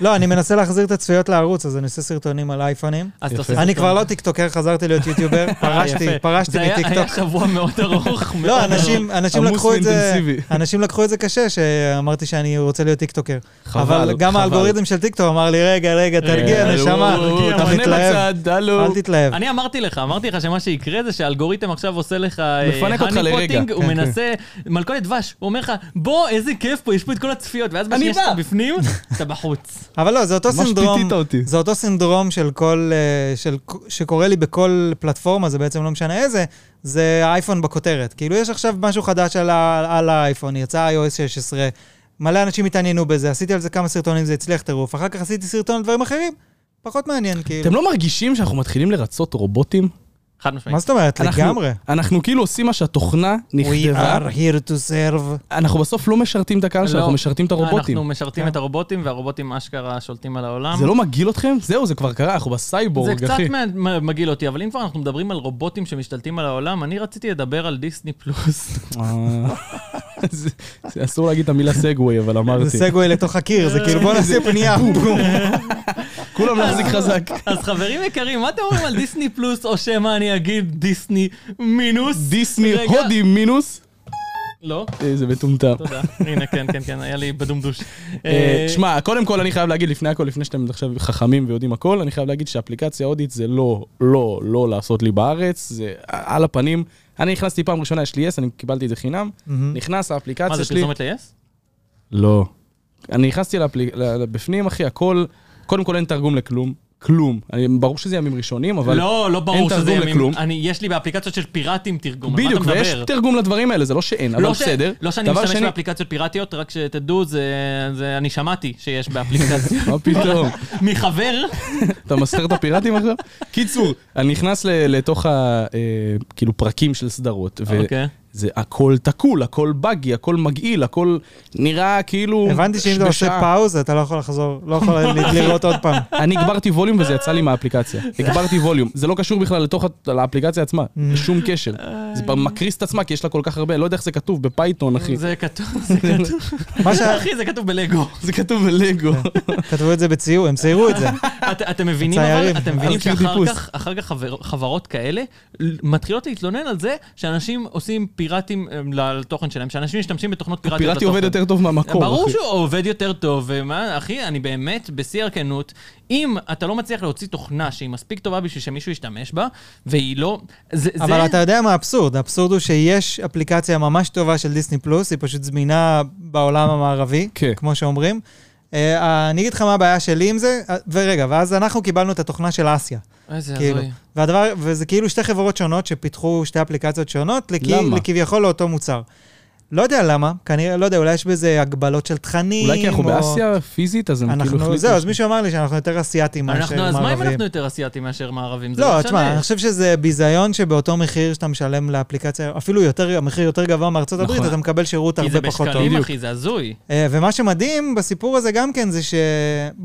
Speaker 2: לא, אני מנסה להחזיר את הצפיות לערוץ, אז אני עושה סרטונים על אייפונים.
Speaker 3: אז אתה
Speaker 4: יפה.
Speaker 3: עושה
Speaker 2: אני
Speaker 3: סרטון.
Speaker 2: כבר לא טיקטוקר, חזרתי להיות יוטיובר, פרשתי,
Speaker 3: יפה.
Speaker 2: פרשתי
Speaker 3: זה היה- היה
Speaker 2: מטיקטוק.
Speaker 3: שבוע מאוד ארוך.
Speaker 2: [laughs]
Speaker 3: מאוד
Speaker 2: לא,
Speaker 3: ארוך.
Speaker 2: אנשים, אנשים
Speaker 4: עמוס
Speaker 2: לקחו את זה,
Speaker 4: ואינטנסיבי.
Speaker 2: אנשים לקחו את זה קשה, שאמרתי שאני רוצה להיות טיקטוקר.
Speaker 4: חבל,
Speaker 2: אבל גם
Speaker 4: חבל.
Speaker 2: האלגוריתם של טיקטוק אמר לי, רגע, רגע, תרגיע,
Speaker 4: כן.
Speaker 3: רגע,
Speaker 2: כן, נשמה,
Speaker 3: לא, תרגיע,
Speaker 2: אתה
Speaker 3: מנה
Speaker 2: מתלהב,
Speaker 4: בצד, הלו.
Speaker 2: אל תתלהב.
Speaker 3: אני אמרתי לך, אמרתי לך שמה שיקרה זה שהאלגוריתם עכשיו עושה לך... אה,
Speaker 4: מפנק אותך
Speaker 3: honey
Speaker 4: לרגע.
Speaker 3: potting, הוא
Speaker 2: כן,
Speaker 3: מנסה, מלכודת דבש, הוא אומר לך, בוא, איזה כיף פה, יש פה את כל הצפיות, ואז
Speaker 4: אני
Speaker 3: בשנייה
Speaker 4: בא.
Speaker 3: שאתה בפנים, אתה בחוץ.
Speaker 2: אבל לא, זה אותו
Speaker 4: ממש
Speaker 2: סינדרום,
Speaker 4: פיתית אותי.
Speaker 2: זה אותו סינדרום של כל, אה, של, שקורה לי בכל פלטפורמה, זה בעצם לא משנה איזה, זה האייפון בכותרת. כאילו, יש עכשיו משהו חדש על, ה, על האייפון, יצא iOS 16, מלא אנשים התעניינו בזה, עשיתי על זה כמה סרטונים, זה הצליח טירוף, אחר כך עשיתי סרטון על דברים אחרים, פחות מעניין, כאילו.
Speaker 4: אתם לא מרגישים שאנחנו מתחילים לרצות רובוטים?
Speaker 3: חד
Speaker 2: מה
Speaker 3: משמעית.
Speaker 2: זאת אומרת?
Speaker 4: אנחנו-
Speaker 2: לגמרי.
Speaker 4: אנחנו כאילו עושים מה שהתוכנה
Speaker 2: We
Speaker 4: נכתבה.
Speaker 2: are here to serve.
Speaker 4: אנחנו בסוף לא משרתים את הקהל שלנו, אנחנו משרתים את הרובוטים.
Speaker 3: אנחנו משרתים את הרובוטים, והרובוטים אשכרה שולטים על העולם.
Speaker 4: זה לא מגעיל אתכם? זהו, זה כבר קרה, אנחנו
Speaker 3: זה
Speaker 4: בסייבורג,
Speaker 3: קצת
Speaker 4: אחי.
Speaker 3: מה- מה- מגעיל אותי, אבל אם כבר אנחנו מדברים על רובוטים שמשתלטים על העולם, אני רציתי לדבר על דיסני פלוס.
Speaker 4: [laughs] אה, זה- זה אסור להגיד את המילה סגווי, אבל אמרתי.
Speaker 2: זה סגווי לתוך הקיר, זה כאילו בוא נעשה פנייה, בום.
Speaker 4: כולם
Speaker 3: אה.
Speaker 4: להחזיק חזק.
Speaker 3: אז חברים יקרים, מה אתם אומרים על דיסני פלוס, או שמא אני אגיד דיסני מינוס?
Speaker 4: דיסני
Speaker 3: רגע.
Speaker 4: הודי מינוס.
Speaker 3: לא?
Speaker 4: אה, זה מטומטם.
Speaker 3: תודה. הנה, כן, כן, כן, היה לי בדומדוש.
Speaker 4: אה,
Speaker 3: אה,
Speaker 4: שמע, קודם כל אני חייב להגיד, לפני הכל, לפני שאתם עכשיו חכמים ויודעים הכל, אני חייב להגיד שהאפליקציה ההודית זה לא, לא, לא לעשות לי בארץ, זה על הפנים. אני נכנסתי פעם ראשונה, יש לי יס, אני קיבלתי את זה חינם. נכנס
Speaker 3: מה
Speaker 4: האפליקציה
Speaker 3: זה,
Speaker 4: שלי...
Speaker 3: פרסומת ל-yes?
Speaker 4: לא. אני נכנסתי לאפליק- ל- ל- בפנים, אחי, הכל... קודם כל אין תרגום לכלום. כלום. אני- ברור שזה ימים ראשונים, אבל...
Speaker 3: לא, לא ברור
Speaker 4: אין
Speaker 3: שזה
Speaker 4: תרגום
Speaker 3: ימים.
Speaker 4: לכלום.
Speaker 3: אני- יש לי באפליקציות של פיראטים תרגום, על מה אתה
Speaker 4: בדיוק,
Speaker 3: מדבר?
Speaker 4: ויש תרגום לדברים האלה, זה לא שאין, אבל
Speaker 3: לא ש-
Speaker 4: בסדר.
Speaker 3: לא שאני
Speaker 4: דבר
Speaker 3: משתמש
Speaker 4: שני-
Speaker 3: באפליקציות פיראטיות, רק שתדעו, זה- זה- אני שמעתי שיש באפליקציות.
Speaker 4: [laughs] מה פתאום?
Speaker 3: [laughs] מחבר?
Speaker 4: אתה מסתר את הפיראטים עכשיו? קיצור, אני נכנס ל- לתוך ה... אה, כאילו פרקים של סדרות,
Speaker 3: אוקיי.
Speaker 4: וזה הכל תקול, הכל באגי, הכל מגעיל, הכל נראה כאילו...
Speaker 2: הבנתי שאם אתה עושה
Speaker 4: בשעה.
Speaker 2: פאוזה, אתה לא יכול לחזור, לא יכול ל- לראות עוד פעם.
Speaker 4: אני הגברתי ווליום וזה יצא לי מהאפליקציה.
Speaker 2: [laughs]
Speaker 4: הגברתי ווליום. זה לא קשור בכלל לתוך ה- לאפליקציה עצמה,
Speaker 2: Mm.
Speaker 4: שום קשר. זה פ- מקריס את עצמה, כי יש לה כל כך הרבה, לא יודע איך זה כתוב בפייתון, אחי.
Speaker 3: זה כתוב, זה כתוב.
Speaker 2: מה שה-
Speaker 3: [laughs] אחי, זה כתוב בלגו.
Speaker 4: זה כתוב
Speaker 2: [laughs]
Speaker 4: בלגו.
Speaker 2: כתבו את זה בציור, הם ציירו את זה.
Speaker 3: את- אתם מבינים
Speaker 2: הציירים.
Speaker 3: אבל, אתם מבינים
Speaker 4: אז כאילו
Speaker 3: שאחר
Speaker 4: טיפוס.
Speaker 3: כך, אחר כך חבר- חברות כאלה ל- מתחילות להתלונן על זה שאנשים עושים פיראטים אמ, ל- לתוכן שלהם, שאנשים משתמשים בתוכנות פיראטיות
Speaker 4: פיראטי
Speaker 3: לתוכן.
Speaker 4: עובד יותר טוב מהמקור,
Speaker 3: ברור
Speaker 4: אחי.
Speaker 3: שהוא עובד יותר טוב, ומה, אחי, אני באמת, בשיא הרקנות, אם אתה לא מצליח להוציא תוכנה שהיא מספיק טובה בשביל שמישהו ישתמש בה, והיא לא... זה,
Speaker 2: אבל
Speaker 3: זה...
Speaker 2: אתה יודע מה האבסורד? האבסורד הוא שיש אפליקציה ממש טובה של דיסני פלוס, היא פשוט זמינה בעולם המערבי,
Speaker 4: כן.
Speaker 2: כמו שאומרים. אה, אני אגיד לך מה הבעיה שלי עם זה, אה, ורגע, ואז אנחנו קיבלנו את התוכנה של אסיה.
Speaker 3: איזה
Speaker 2: כאילו.
Speaker 3: הזוי.
Speaker 2: והדבר, וזה כאילו שתי חברות שונות שפיתחו שתי אפליקציות שונות, לכי,
Speaker 4: למה?
Speaker 2: לכביכול לאותו מוצר. לא יודע למה, כנראה, לא יודע, אולי יש בזה הגבלות של תכנים,
Speaker 4: אולי כי אנחנו
Speaker 2: או-
Speaker 4: באסיה פיזית, אז הם כאילו
Speaker 2: אנחנו,
Speaker 4: החליטו...
Speaker 2: זהו, אז מישהו אמר לי שאנחנו יותר אסיאתים מאשר
Speaker 3: אנחנו,
Speaker 2: מערבים.
Speaker 3: אז מה אם אנחנו יותר אסיאתים מאשר מערבים? זה
Speaker 2: לא,
Speaker 3: משנה.
Speaker 2: תשמע, אני חושב שזה ביזיון שבאותו מחיר שאתה משלם לאפליקציה, אפילו יותר, המחיר יותר גבוה מארצות
Speaker 4: נכון.
Speaker 2: הברית, אתה מקבל שירות
Speaker 3: כי זה
Speaker 2: הרבה פחות טוב.
Speaker 3: בשקלים, אחי, זה הזוי.
Speaker 2: אה, ומה שמדהים בסיפור הזה גם כן זה ש...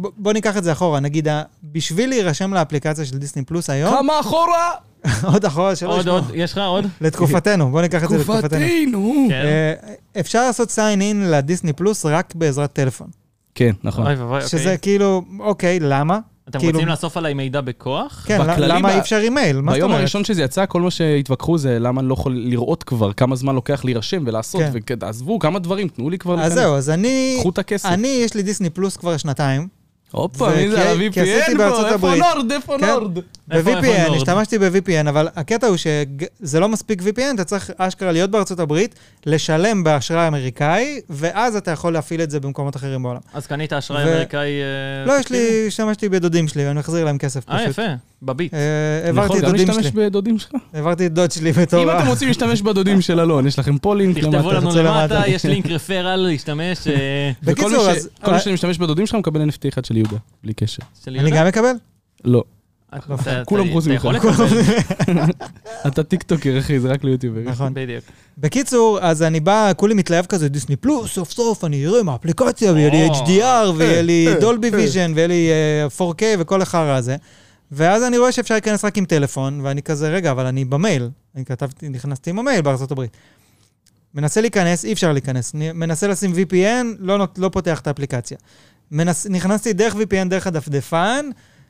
Speaker 2: ב- בוא ניקח את זה אחורה, נגיד, ה- בשביל להירשם לאפליקציה של דיסני פלוס היום,
Speaker 4: כמה אחורה?
Speaker 2: [laughs] עוד אחורה, שלא
Speaker 3: עוד,
Speaker 2: ישמעו,
Speaker 3: עוד, יש לך עוד?
Speaker 2: לתקופתנו, בוא ניקח את זה לתקופתנו.
Speaker 4: תקופתנו.
Speaker 3: כן.
Speaker 2: אה, אפשר לעשות sign in לדיסני פלוס רק בעזרת טלפון.
Speaker 4: כן, נכון.
Speaker 3: אוי ואבוי,
Speaker 2: שזה
Speaker 3: אוקיי.
Speaker 2: כאילו, אוקיי, למה?
Speaker 3: אתם
Speaker 2: כאילו-
Speaker 3: רוצים לאסוף עליי מידע בכוח?
Speaker 2: כן,
Speaker 4: בכללי
Speaker 2: למה
Speaker 4: ב-
Speaker 2: אי אפשר אימייל? מה זאת
Speaker 4: ביום
Speaker 2: אומרת?
Speaker 4: הראשון שזה יצא, כל מה שהתווכחו זה למה אני לא יכול לראות כבר, כמה זמן לוקח להירשם ולעשות,
Speaker 2: כן.
Speaker 4: ועזבו, כמה דברים, תנו לי כבר
Speaker 2: אז
Speaker 4: להיכנס.
Speaker 2: זהו, אז אני...
Speaker 4: קחו את הכסף.
Speaker 2: אני, יש לי דיסני פלוס כבר שנתיים,
Speaker 4: הופה, מי
Speaker 2: וכי-
Speaker 4: זה? על
Speaker 2: כי עשיתי
Speaker 4: ה-VPN
Speaker 2: בארצות
Speaker 4: פה? איפה
Speaker 2: הברית.
Speaker 4: נורד? איפה
Speaker 2: כן.
Speaker 4: נורד?
Speaker 3: איפה- לא, איפה
Speaker 2: ב-VPN,
Speaker 3: נורד?
Speaker 2: השתמשתי ב-VPN, אבל הקטע הוא שזה לא מספיק VPN, אתה צריך אשכרה להיות בארצות הברית, לשלם באשראי אמריקאי, ואז אתה יכול להפעיל את זה במקומות אחרים בעולם.
Speaker 3: אז קנית אשראי
Speaker 2: ו-
Speaker 3: אמריקאי... אה,
Speaker 2: לא, יש
Speaker 3: פיקטיבי?
Speaker 2: לי, השתמשתי בדודים שלי, ואני מחזיר להם כסף
Speaker 3: אה,
Speaker 2: פשוט.
Speaker 3: יפה, בביט.
Speaker 2: אה, העברתי
Speaker 4: נכון,
Speaker 2: את
Speaker 4: גם
Speaker 2: דודים
Speaker 4: להשתמש
Speaker 2: שלי,
Speaker 4: בדודים שלך.
Speaker 2: העברתי את דוד שלי בתור...
Speaker 4: אם אתם רוצים להשתמש בדודים של אלון, יש לכם פה לינק
Speaker 3: תכתבו
Speaker 4: למטה.
Speaker 3: לנו
Speaker 2: רוצה
Speaker 3: למטה,
Speaker 2: למטה.
Speaker 3: יש לינק רפרל להשתמש. אה,
Speaker 4: וכל מי
Speaker 2: בקיצור,
Speaker 4: ש-
Speaker 2: אז... אה-
Speaker 4: כל מי שמשתמש בדודים שלך מקבל NFT אחד של יהודה, בלי קשר.
Speaker 3: שלי
Speaker 2: אני
Speaker 3: יודע.
Speaker 2: גם
Speaker 4: [laughs]
Speaker 2: מקבל?
Speaker 4: לא.
Speaker 3: אתה- אתה-
Speaker 4: כולם
Speaker 3: אתה-
Speaker 4: חוץ
Speaker 3: אתה
Speaker 4: ממך.
Speaker 3: יכול לקבל,
Speaker 4: אתה טיקטוקר, אחי, זה רק ליוטיוברים.
Speaker 2: נכון.
Speaker 3: בדיוק.
Speaker 2: בקיצור, אז אני בא, כולי מתלהב כזה, דיסני פלוס, סוף סוף אני אראה עם האפליקציה, ויהיה לי
Speaker 3: או.
Speaker 2: HDR, ויהיה לי דולבי ויז'ן, ויהיה לי אה, 4K וכל החרא הזה. ואז אני רואה שאפשר להיכנס רק עם טלפון, ואני כזה, רגע, אבל אני במייל. אני כתבתי, נכנסתי עם המייל בארצות הברית. מנסה להיכנס, אי אפשר להיכנס. אני מנסה לשים VPN, לא, נות- לא פותח את האפליקציה. מנס, נכנסתי דרך VPN, דרך הדפדפן,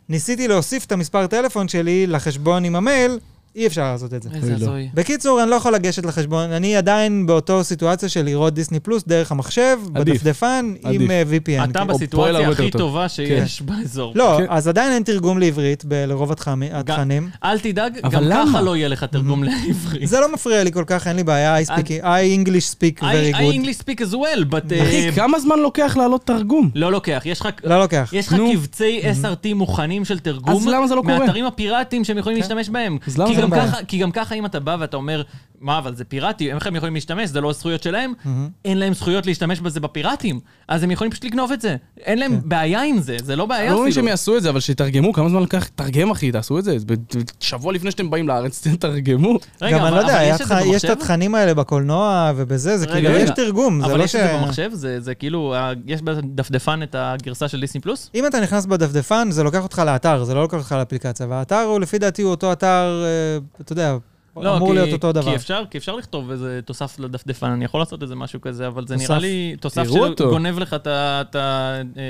Speaker 2: ניסיתי להוסיף את המספר טלפון שלי לחשבון עם המייל, אי אפשר לעשות את זה.
Speaker 3: איזה
Speaker 4: אוי, לא.
Speaker 3: הזוי.
Speaker 2: בקיצור, אני לא יכול לגשת לחשבון, אני עדיין באותו סיטואציה של לראות דיסני פלוס דרך המחשב,
Speaker 4: עדיף.
Speaker 2: בדפדפן,
Speaker 4: עדיף.
Speaker 2: עם אה, VPN. כן.
Speaker 3: אתה
Speaker 4: הוא פועל
Speaker 3: בסיטואציה
Speaker 4: הרבה
Speaker 3: הכי
Speaker 4: יותר טוב.
Speaker 3: טובה שיש באזור.
Speaker 2: לא,
Speaker 4: כן.
Speaker 2: אז עדיין אין תרגום לעברית ב- לרוב התכני- התכנים.
Speaker 3: אל תדאג,
Speaker 4: אבל
Speaker 3: גם
Speaker 4: למה?
Speaker 3: ככה לא יהיה לך תרגום לעברית.
Speaker 2: זה לא מפריע לי כל כך, אין לי בעיה, I speak, I English speak
Speaker 3: I
Speaker 2: very
Speaker 3: I
Speaker 2: good.
Speaker 3: English speak as well, but... אה,
Speaker 4: אחי, כמה זמן לוקח לעלות תרגום?
Speaker 3: לא לוקח, יש לך...
Speaker 2: לא לוקח.
Speaker 3: יש לך
Speaker 4: נו. Mhm.
Speaker 3: קבצי SRT מוכנים של תרגום,
Speaker 4: אז למה זה לא קורה? כן.
Speaker 3: מאתרים הפיראטיים שהם יכולים להשתמש בהם.
Speaker 4: אז למה
Speaker 3: כי
Speaker 4: זה לא
Speaker 3: גם
Speaker 2: בעיה?
Speaker 3: ככה- כי גם ככה אם אתה בא ואתה אומר, מה, אבל זה פיראטי, איך הם יכולים להשתמש, זה לא הזכויות שלהם,
Speaker 4: Mhm.
Speaker 3: אין להם זכויות להשתמש בזה בפיראטים, אז הם יכולים פשוט לגנוב את זה. אין להם בעיה עם זה, זה לא
Speaker 4: אני
Speaker 3: בעיה
Speaker 4: לא מבין שהם
Speaker 3: אפילו.
Speaker 4: יעשו את זה, כן. אבל שיתרגמו, כמה זמן לקח? תרגם, אחי, תעשו את זה. ב- שבוע לפני שאתם באים לארץ, [laughs] תתרגמו.
Speaker 3: רגע,
Speaker 2: גם אני
Speaker 3: אבל-
Speaker 2: לא יודע,
Speaker 3: אבל
Speaker 2: היה
Speaker 3: יש
Speaker 2: תכ-
Speaker 3: את זה
Speaker 2: יש את
Speaker 3: במחשב?
Speaker 2: התכנים האלה בקולנוע ובזה, זה
Speaker 3: רגע,
Speaker 2: כאילו,
Speaker 3: רגע.
Speaker 2: יש תרגום, זה
Speaker 3: אבל
Speaker 2: לא
Speaker 3: יש
Speaker 2: ש...
Speaker 3: את זה במחשב? זה זה כאילו, ה- יש בדפדפן את הגרסה של דיסני פלוס?
Speaker 2: אם אתה נכנס בדפדפן, זה לוקח אותך לאתר, זה לא לוקח אותך לאפליקציה, והאתר הוא לפי דעתי הוא אותו אתר, אה, אתה יודע,
Speaker 3: לא,
Speaker 2: אמור
Speaker 3: כי-
Speaker 2: להיות אותו
Speaker 3: כי
Speaker 2: דבר.
Speaker 3: אפשר, כי אפשר לכתוב איזה תוסף לדפדפן, אני יכול לעשות איזה משהו כזה, אבל זה
Speaker 2: תוסף.
Speaker 3: נראה לי תוסף
Speaker 4: תראו אותו.
Speaker 3: שגונב לך את ה- את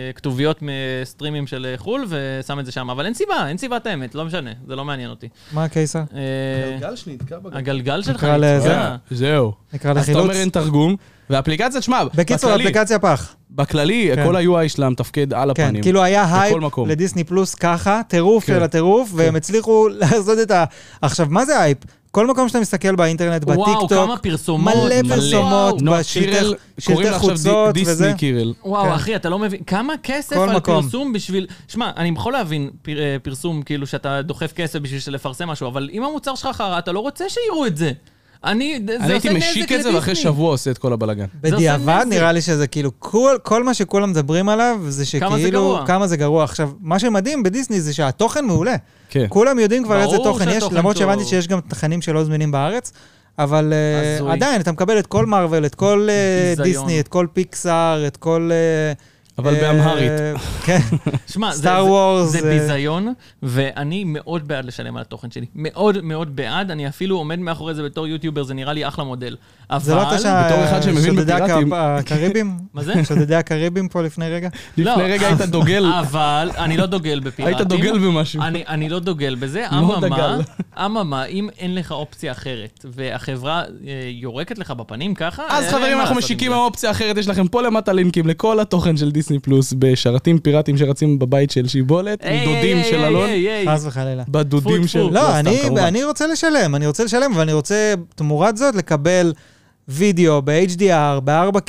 Speaker 3: הכתוביות מסטרימים של אה, חו"ל ושם את זה שם, אבל אין סיבה, אין סיבת האמת, לא משנה, זה לא מעניין אותי.
Speaker 2: מה קיסר?
Speaker 3: אה,
Speaker 1: שלי נתקע בגלגל.
Speaker 3: הגלגל שלך
Speaker 2: נקרא לזה.
Speaker 3: נתקע.
Speaker 4: כן, זהו.
Speaker 2: נקרא
Speaker 4: אז אתה
Speaker 2: לחילוץ?
Speaker 4: אומר אין תרגום, והאפליקציה, תשמע,
Speaker 2: בקיצור,
Speaker 4: בכללי-
Speaker 2: אפליקציה פח.
Speaker 4: בכללי,
Speaker 2: כן.
Speaker 4: כל ה-UI שלה מתפקד על
Speaker 2: כן,
Speaker 4: הפנים.
Speaker 2: כאילו היה הייפ
Speaker 4: מקום.
Speaker 2: לדיסני פלוס ככה, טירוף
Speaker 4: כן.
Speaker 2: של הטירוף, והם הצליחו [laughs] לעשות את ה... עכשיו, מה זה הייפ? כל מקום שאתה מסתכל באינטרנט,
Speaker 3: וואו,
Speaker 2: בטיקטוק,
Speaker 3: כמה פרסומות.
Speaker 2: מלא פרסומות,
Speaker 4: נו,
Speaker 2: בשלטי-
Speaker 4: קירל,
Speaker 2: שלטי
Speaker 4: קוראים לה עכשיו
Speaker 2: חוצות
Speaker 4: די-
Speaker 2: וזה.
Speaker 4: דיסני קירל.
Speaker 3: וואו,
Speaker 2: כן.
Speaker 3: אחי, אתה לא מבין, כמה כסף
Speaker 2: כל
Speaker 3: על
Speaker 2: מקום.
Speaker 3: פרסום בשביל... שמע, אני יכול להבין פר, אה, פרסום, כאילו, שאתה דוחף כסף בשביל לפרסם משהו, אבל אם המוצר שלך חרא, אתה לא רוצה שיראו את זה. אני, זה
Speaker 4: אני הייתי
Speaker 3: עושה נזק
Speaker 4: משיק את זה, ואחרי
Speaker 3: לדיסני.
Speaker 4: שבוע עושה את כל הבלגן.
Speaker 3: עושה
Speaker 2: בדיעבד
Speaker 3: נזק.
Speaker 2: נראה לי שזה כאילו, כל, כל מה שכולם מדברים עליו, זה שכאילו,
Speaker 3: כמה זה גרוע.
Speaker 2: כמה זה גרוע. עכשיו, מה שמדהים בדיסני זה שהתוכן מעולה.
Speaker 4: כן.
Speaker 2: כולם יודעים כבר
Speaker 3: ברור
Speaker 2: איזה תוכן יש,
Speaker 3: שהתוכן
Speaker 2: למרות
Speaker 3: טוב.
Speaker 2: שהבנתי שיש גם תכנים שלא זמינים בארץ, אבל אה,
Speaker 3: הזוי.
Speaker 2: עדיין, אתה מקבל את כל מארוול, את כל אה,
Speaker 3: ביזיון.
Speaker 2: דיסני, את כל פיקסאר, את כל... אה,
Speaker 4: אבל
Speaker 2: אה,
Speaker 4: באמהרית.
Speaker 3: [laughs]
Speaker 2: כן,
Speaker 3: שמע, זה-
Speaker 2: סטאר
Speaker 3: זה-
Speaker 2: וורס.
Speaker 3: זה
Speaker 4: אה,
Speaker 3: ביזיון, ואני מאוד בעד לשלם על התוכן שלי. מאוד מאוד בעד, אני אפילו עומד מאחורי זה בתור יוטיובר, זה נראה לי אחלה מודל. אבל...
Speaker 2: זה לא אתה
Speaker 4: בתור אחד שמבין
Speaker 2: שודדי
Speaker 4: בפיראטים.
Speaker 2: הק- הקריבים?
Speaker 3: [laughs] מה זה?
Speaker 2: שודדי הקריבים פה לפני רגע?
Speaker 3: לא.
Speaker 4: לפני רגע
Speaker 3: [laughs]
Speaker 4: היית דוגל,
Speaker 3: אבל אני לא דוגל בפיראטים.
Speaker 4: היית דוגל במשהו.
Speaker 3: אני, אני לא דוגל בזה,
Speaker 4: לא
Speaker 3: אממה,
Speaker 4: דגל.
Speaker 3: אממה, אם אין לך אופציה אחרת, והחברה אה, יורקת לך בפנים ככה,
Speaker 4: אז
Speaker 3: אין
Speaker 4: חברים,
Speaker 3: מה
Speaker 4: אנחנו
Speaker 3: לעשות
Speaker 4: משיקים
Speaker 3: עם זה.
Speaker 4: עם אופציה אחרת, יש לכם פה למטה לינקים לכל התוכן של דיסני פלוס בשרתים פיראטיים שרצים בבית של שיבולת,
Speaker 3: היי,
Speaker 4: דודים
Speaker 3: היי,
Speaker 4: של
Speaker 3: היי,
Speaker 4: אלון,
Speaker 3: היי, היי.
Speaker 2: חס וחלילה.
Speaker 4: בדודים
Speaker 3: טפו,
Speaker 4: של...
Speaker 3: טפו.
Speaker 2: לא,
Speaker 4: סתם,
Speaker 2: אני,
Speaker 4: כמובן.
Speaker 2: אני רוצה לשלם, אני רוצה לשלם, ואני רוצה תמורת זאת לקבל וידאו ב-HDR, ב-4K,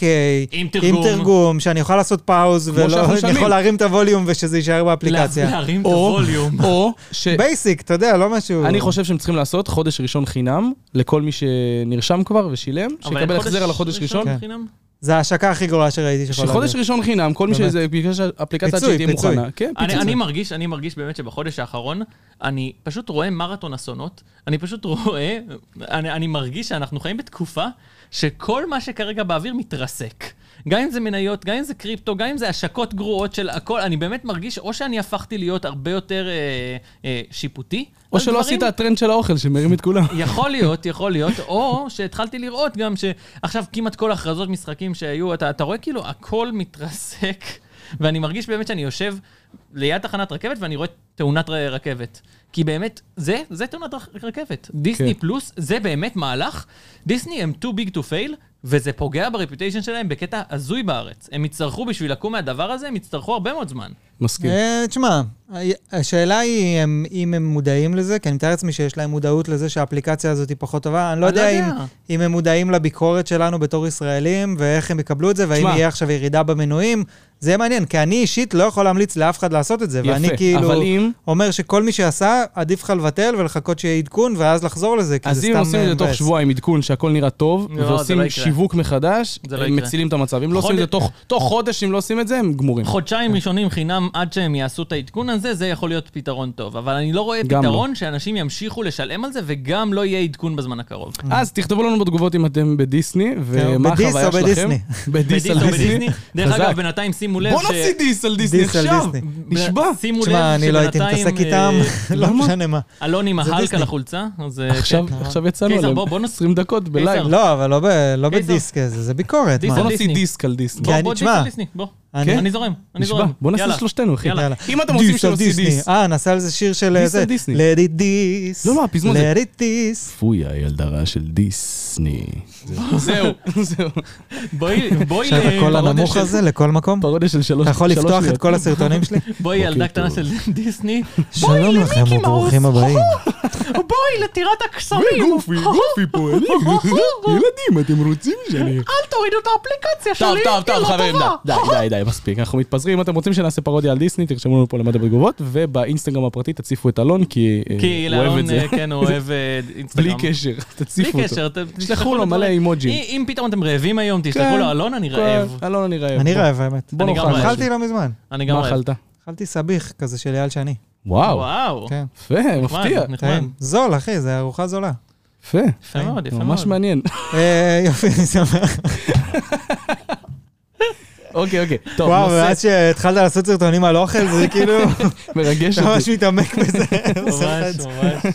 Speaker 3: עם תרגום.
Speaker 2: עם תרגום, שאני אוכל לעשות פאוז,
Speaker 4: שאנחנו
Speaker 2: ולא [laughs] אני
Speaker 4: משלמים.
Speaker 2: יכול להרים את הווליום ושזה יישאר באפליקציה.
Speaker 3: להרים את
Speaker 4: או,
Speaker 3: הווליום.
Speaker 4: או ש...
Speaker 2: בייסיק, אתה יודע, לא משהו...
Speaker 4: אני חושב שהם צריכים לעשות חודש ראשון חינם לכל מי שנרשם כבר ושילם, [laughs]
Speaker 3: אבל
Speaker 4: שיקבל
Speaker 3: חודש
Speaker 4: החזר על החודש ראשון.
Speaker 2: כן.
Speaker 3: חינם?
Speaker 2: זה ההשקה הכי גרועה שראיתי שיכולה
Speaker 4: שחודש
Speaker 2: להיות.
Speaker 4: ראשון חינם, כל מי
Speaker 2: באמת.
Speaker 4: שזה ביקש אפליקציה
Speaker 2: פיצוי,
Speaker 4: שתהיה
Speaker 2: פיצוי.
Speaker 4: מוכנה. כן,
Speaker 3: אני,
Speaker 4: פיצוי.
Speaker 3: אני מרגיש, אני מרגיש באמת שבחודש האחרון, אני פשוט רואה מרתון אסונות, אני פשוט רואה, אני, אני מרגיש שאנחנו חיים בתקופה שכל מה שכרגע באוויר מתרסק. גם אם זה מניות, גם אם זה קריפטו, גם אם זה השקות גרועות של הכל, אני באמת מרגיש או שאני הפכתי להיות הרבה יותר אה, אה, שיפוטי.
Speaker 4: או
Speaker 3: על
Speaker 4: שלא
Speaker 3: דברים,
Speaker 4: עשית הטרנד של האוכל שמרים את
Speaker 3: [laughs]
Speaker 4: כולם.
Speaker 3: יכול להיות, יכול להיות, או שהתחלתי לראות גם שעכשיו כמעט כל הכרזות משחקים שהיו, אתה, אתה רואה כאילו הכל מתרסק, ואני מרגיש באמת שאני יושב ליד תחנת רכבת ואני רואה תאונת ר- רכבת. כי באמת, זה, זה תאונת רכ- רכבת. דיסני
Speaker 4: כן.
Speaker 3: פלוס, זה באמת מהלך. דיסני הם too big to fail, וזה פוגע ברפיוטיישן שלהם בקטע הזוי בארץ. הם יצטרכו, בשביל לקום מהדבר הזה, הם יצטרכו הרבה מאוד זמן.
Speaker 4: מסכים.
Speaker 2: אה, תשמע, השאלה היא הם- אם הם מודעים לזה, כי אני מתאר לעצמי שיש להם מודעות לזה שהאפליקציה הזאת היא פחות טובה. אני לא
Speaker 3: אני
Speaker 2: יודע אם- אם הם מודעים לביקורת שלנו בתור ישראלים, ואיך הם יקבלו את זה, והאם
Speaker 4: תשמע.
Speaker 2: יהיה עכשיו ירידה במנויים. זה יהיה מעניין, כי אני אישית לא יכול להמליץ לאף אחד לעשות את זה, ואני כאילו
Speaker 4: אבל אם,
Speaker 2: אומר שכל מי שעשה, עדיף לך לבטל ולחכות שיהיה עדכון, ואז לחזור לזה, כי זה
Speaker 4: אז
Speaker 2: סתם
Speaker 4: אם
Speaker 2: אה,
Speaker 4: עושים את זה תוך
Speaker 2: מבאס.
Speaker 4: שבועיים עדכון שהכל נראה טוב,
Speaker 3: לא, זה
Speaker 4: ועושים
Speaker 3: לא יקרה.
Speaker 4: שיווק מחדש,
Speaker 3: זה לא
Speaker 4: הם
Speaker 3: יקרה.
Speaker 4: מצילים את המצב. אם לא עושים את
Speaker 3: חודש-
Speaker 4: זה תוך תוך חודש, אם לא עושים את זה, הם גמורים.
Speaker 3: חודשיים ראשונים חינם עד שהם יעשו את העדכון הזה, זה יכול להיות פתרון טוב. אבל אני לא רואה
Speaker 4: גם
Speaker 3: פתרון שאנשים ימשיכו לשלם על זה, וגם לא יהיה עדכון בזמן הקרוב.
Speaker 4: Mm-hmm. אז תכתבו לנו בתגובות אם אתם בדיסני, ומה
Speaker 2: בדיס
Speaker 4: החוויה
Speaker 2: או
Speaker 4: שלכם.
Speaker 2: בדיסני?
Speaker 4: בדיס על
Speaker 3: בדיס או
Speaker 4: דיסני. [laughs]
Speaker 3: בדיסני. דרך
Speaker 4: חזק.
Speaker 3: אגב, בינתיים שימו לב
Speaker 4: בוא
Speaker 3: ש...
Speaker 4: נעשה דיס על דיסני
Speaker 2: דיס על
Speaker 4: עכשיו,
Speaker 2: דיסני.
Speaker 4: נשבע.
Speaker 3: שימו
Speaker 2: תשמע,
Speaker 3: לב
Speaker 2: אני לא הייתי
Speaker 3: שבינתיים...
Speaker 2: מתעסק איתם, [laughs]
Speaker 3: אה,
Speaker 2: לא משנה מה.
Speaker 3: אלון עם
Speaker 2: זה
Speaker 3: ההלק
Speaker 2: דיסני.
Speaker 3: על החולצה, אז... אה,
Speaker 4: עכשיו
Speaker 2: כן.
Speaker 4: עכשיו יצאנו
Speaker 3: קיסר,
Speaker 4: עליהם
Speaker 3: בוא- בוא נס-
Speaker 4: 20 דקות בלייב.
Speaker 3: קיסר,
Speaker 2: לא, אבל לא ב- לא
Speaker 3: קיסר.
Speaker 2: בדיסק איזה, זה ביקורת,
Speaker 3: דיס
Speaker 2: מה.
Speaker 4: בוא
Speaker 3: על
Speaker 4: נעשה
Speaker 3: דיסני.
Speaker 4: דיסק לא על דיסני.
Speaker 3: בוא,
Speaker 2: כן,
Speaker 3: בוא,
Speaker 2: תשמע.
Speaker 3: דיס על דיסני, בוא.
Speaker 2: אני-
Speaker 3: אני זורם, אני
Speaker 4: נשבע,
Speaker 3: זורם.
Speaker 4: בוא נעשה
Speaker 3: יאללה. [laughs]
Speaker 4: לשלושתנו, אחי.
Speaker 3: יאללה.
Speaker 4: אם אתם רוצים שלא נעשה דיס.
Speaker 2: אה, נעשה על זה שיר של
Speaker 4: דיס
Speaker 2: זה.
Speaker 4: על דיסני.
Speaker 2: Let it diss.
Speaker 4: לא, לא, הפזמון זה-
Speaker 2: Let it diss.
Speaker 4: פוי, הילד הרע של דיסני. זהו, זהו.
Speaker 3: בואי, בואי,
Speaker 2: עכשיו
Speaker 3: אה,
Speaker 2: הקול
Speaker 4: פרודיה
Speaker 2: הנמוך
Speaker 4: של-
Speaker 2: הזה לכל מקום.
Speaker 4: פרודיה של שלוש
Speaker 2: אתה יכול
Speaker 4: שלוש
Speaker 2: לפתוח את
Speaker 4: שניות.
Speaker 2: כל הסרטונים
Speaker 4: [laughs]
Speaker 2: שלי?
Speaker 3: בואי
Speaker 4: אוקיי,
Speaker 3: ילדה קטנה
Speaker 4: טוב.
Speaker 3: של [laughs] דיסני.
Speaker 2: שלום לכם
Speaker 3: למיקי
Speaker 2: וברוכים
Speaker 4: [laughs]
Speaker 3: מאוס.
Speaker 2: הבאים. [laughs]
Speaker 3: בואי לטירת
Speaker 4: היי,
Speaker 3: הקסמים.
Speaker 4: אה, גופי,
Speaker 2: [laughs]
Speaker 4: גופי פה, אני. ילדים, אתם רוצים שאני...
Speaker 3: אל תורידו את האפליקציה שלי,
Speaker 4: טוב,
Speaker 3: היא
Speaker 4: טוב, טוב,
Speaker 3: לא
Speaker 4: חברים,
Speaker 3: טובה.
Speaker 4: די, די, די, מספיק. אנחנו מתפזרים. אם אתם רוצים שנעשה פרודיה על דיסני, תרשמו לנו פה למטה בתגובות, ובאינסטגרם הפרטי תציפו את אלון, כי אה,
Speaker 3: כי
Speaker 4: הוא אוהב את
Speaker 3: אלון,
Speaker 4: זה.
Speaker 3: אה,
Speaker 2: [laughs]
Speaker 3: כן, הוא אוהב אה,
Speaker 4: [laughs] בלי
Speaker 3: אינסטגרם.
Speaker 4: קשר,
Speaker 3: בלי
Speaker 4: תציפו אותו.
Speaker 3: קשר, אתם-
Speaker 4: תשלחו לו
Speaker 3: דברים.
Speaker 4: מלא אימוג'ים.
Speaker 3: אם אם פתאום אתם רעבים היום, תשלחו
Speaker 4: כן.
Speaker 3: לו, אלון, אני רעב.
Speaker 4: כל- אלון, אני רעב.
Speaker 2: אני
Speaker 4: בוא.
Speaker 2: רעב, האמת.
Speaker 4: בוא
Speaker 3: אני גם
Speaker 4: נאכל.
Speaker 3: רעב.
Speaker 2: אכלתי לא מזמן.
Speaker 3: אני גם
Speaker 4: מה
Speaker 3: רעב.
Speaker 4: אכלת?
Speaker 2: אכלתי סביח כזה של אייל שני.
Speaker 4: וואו,
Speaker 3: וואו.
Speaker 2: כן.
Speaker 4: יפה,
Speaker 3: נחמד,
Speaker 4: מפתיע. כן.
Speaker 3: נחמד.
Speaker 2: טעים. זול, אחי, זה ארוחה זולה.
Speaker 4: יפה,
Speaker 3: יפה מאוד, יפה מאוד.
Speaker 4: כן. ממש
Speaker 3: [laughs]
Speaker 4: מעניין.
Speaker 2: אה, [laughs] יופי, אני שמח.
Speaker 4: אוקיי, אוקיי. טוב,
Speaker 2: וואו,
Speaker 4: נושא
Speaker 2: ואז שהתחלת לעשות סרטונים על אוכל,
Speaker 4: [laughs]
Speaker 2: זה כאילו,
Speaker 4: מרגש
Speaker 2: אתה ממש
Speaker 4: אותי.
Speaker 2: מתעמק
Speaker 4: [laughs]
Speaker 2: בזה.
Speaker 3: ממש, ממש.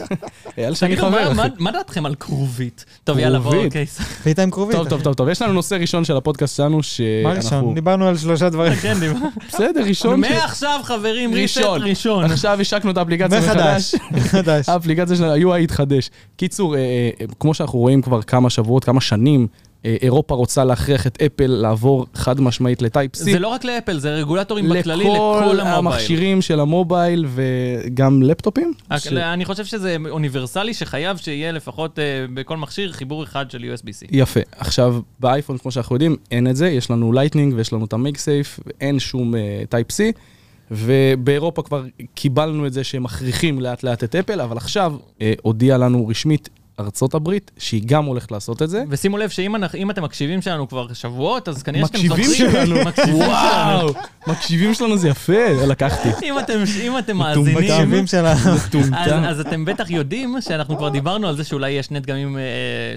Speaker 4: אייל שאני
Speaker 3: תגידו,
Speaker 4: חבר.
Speaker 3: מה-
Speaker 4: אחי.
Speaker 3: מה- מה דעתכם על כרובית? טוב, יאללה, בואו, אוקיי,
Speaker 4: כרובית?
Speaker 3: קייס.
Speaker 2: פיתה עם כרובית.
Speaker 4: טוב,
Speaker 2: אחי.
Speaker 4: טוב, אה, טוב, טוב. יש לנו נושא ראשון של הפודקאסט שלנו,
Speaker 2: מה
Speaker 4: שאנחנו...
Speaker 2: ראשון? דיברנו על שלושה
Speaker 4: [laughs]
Speaker 2: דברים.
Speaker 3: כן, דיבר.
Speaker 4: בסדר, ראשון. ש-
Speaker 3: מעכשיו, חברים, ריסט
Speaker 4: ראשון.
Speaker 3: ראשון.
Speaker 4: עכשיו השקנו את האפליקציה מחדש.
Speaker 2: מחדש. [laughs] מחדש.
Speaker 4: האפליקציה של ה-UI התחדש. קיצור, אה, אה, אה, כמו שאנחנו רואים כבר כמה שבועות, כמה שנים, אה, אירופה רוצה להכריח את אפל לעבור חד משמעית לטייפ-C.
Speaker 3: זה לא רק לאפל, זה רגולטורים בכללי לכל המובייל.
Speaker 4: המכשירים של המובייל וגם לפטופים.
Speaker 3: הכ-
Speaker 4: ש-
Speaker 3: אני חושב שזה אוניברסלי, שחייב שיהיה לפחות אה, בכל מכשיר חיבור אחד של USB-C.
Speaker 4: יפה. עכשיו, באייפון, כמו שאנחנו יודעים, אין את זה, יש לנו לייטנינג ויש לנו את המייק סייף, אין שום טייפ-C, ובאירופה כבר קיבלנו את זה שהם מכריחים לאט לאט את אפל, אבל עכשיו אה, הודיעה לנו רשמית ארצות הברית, שהיא גם הולכת לעשות את זה.
Speaker 3: ושימו לב שאם אנחנו- אם אתם מקשיבים שלנו כבר שבועות, אז כנראה שאתם זוכרים.
Speaker 4: מקשיבים שלנו,
Speaker 3: מקשיבים שלנו.
Speaker 4: וואו, מקשיבים שלנו זה יפה, לקחתי.
Speaker 3: אם אתם- אם אתם מאזינים,
Speaker 2: בקרבים שלנו.
Speaker 4: [laughs]
Speaker 3: אז,
Speaker 4: מטומטם.
Speaker 3: אז אתם בטח יודעים שאנחנו כבר דיברנו על זה שאולי יש שני דגמים, אה,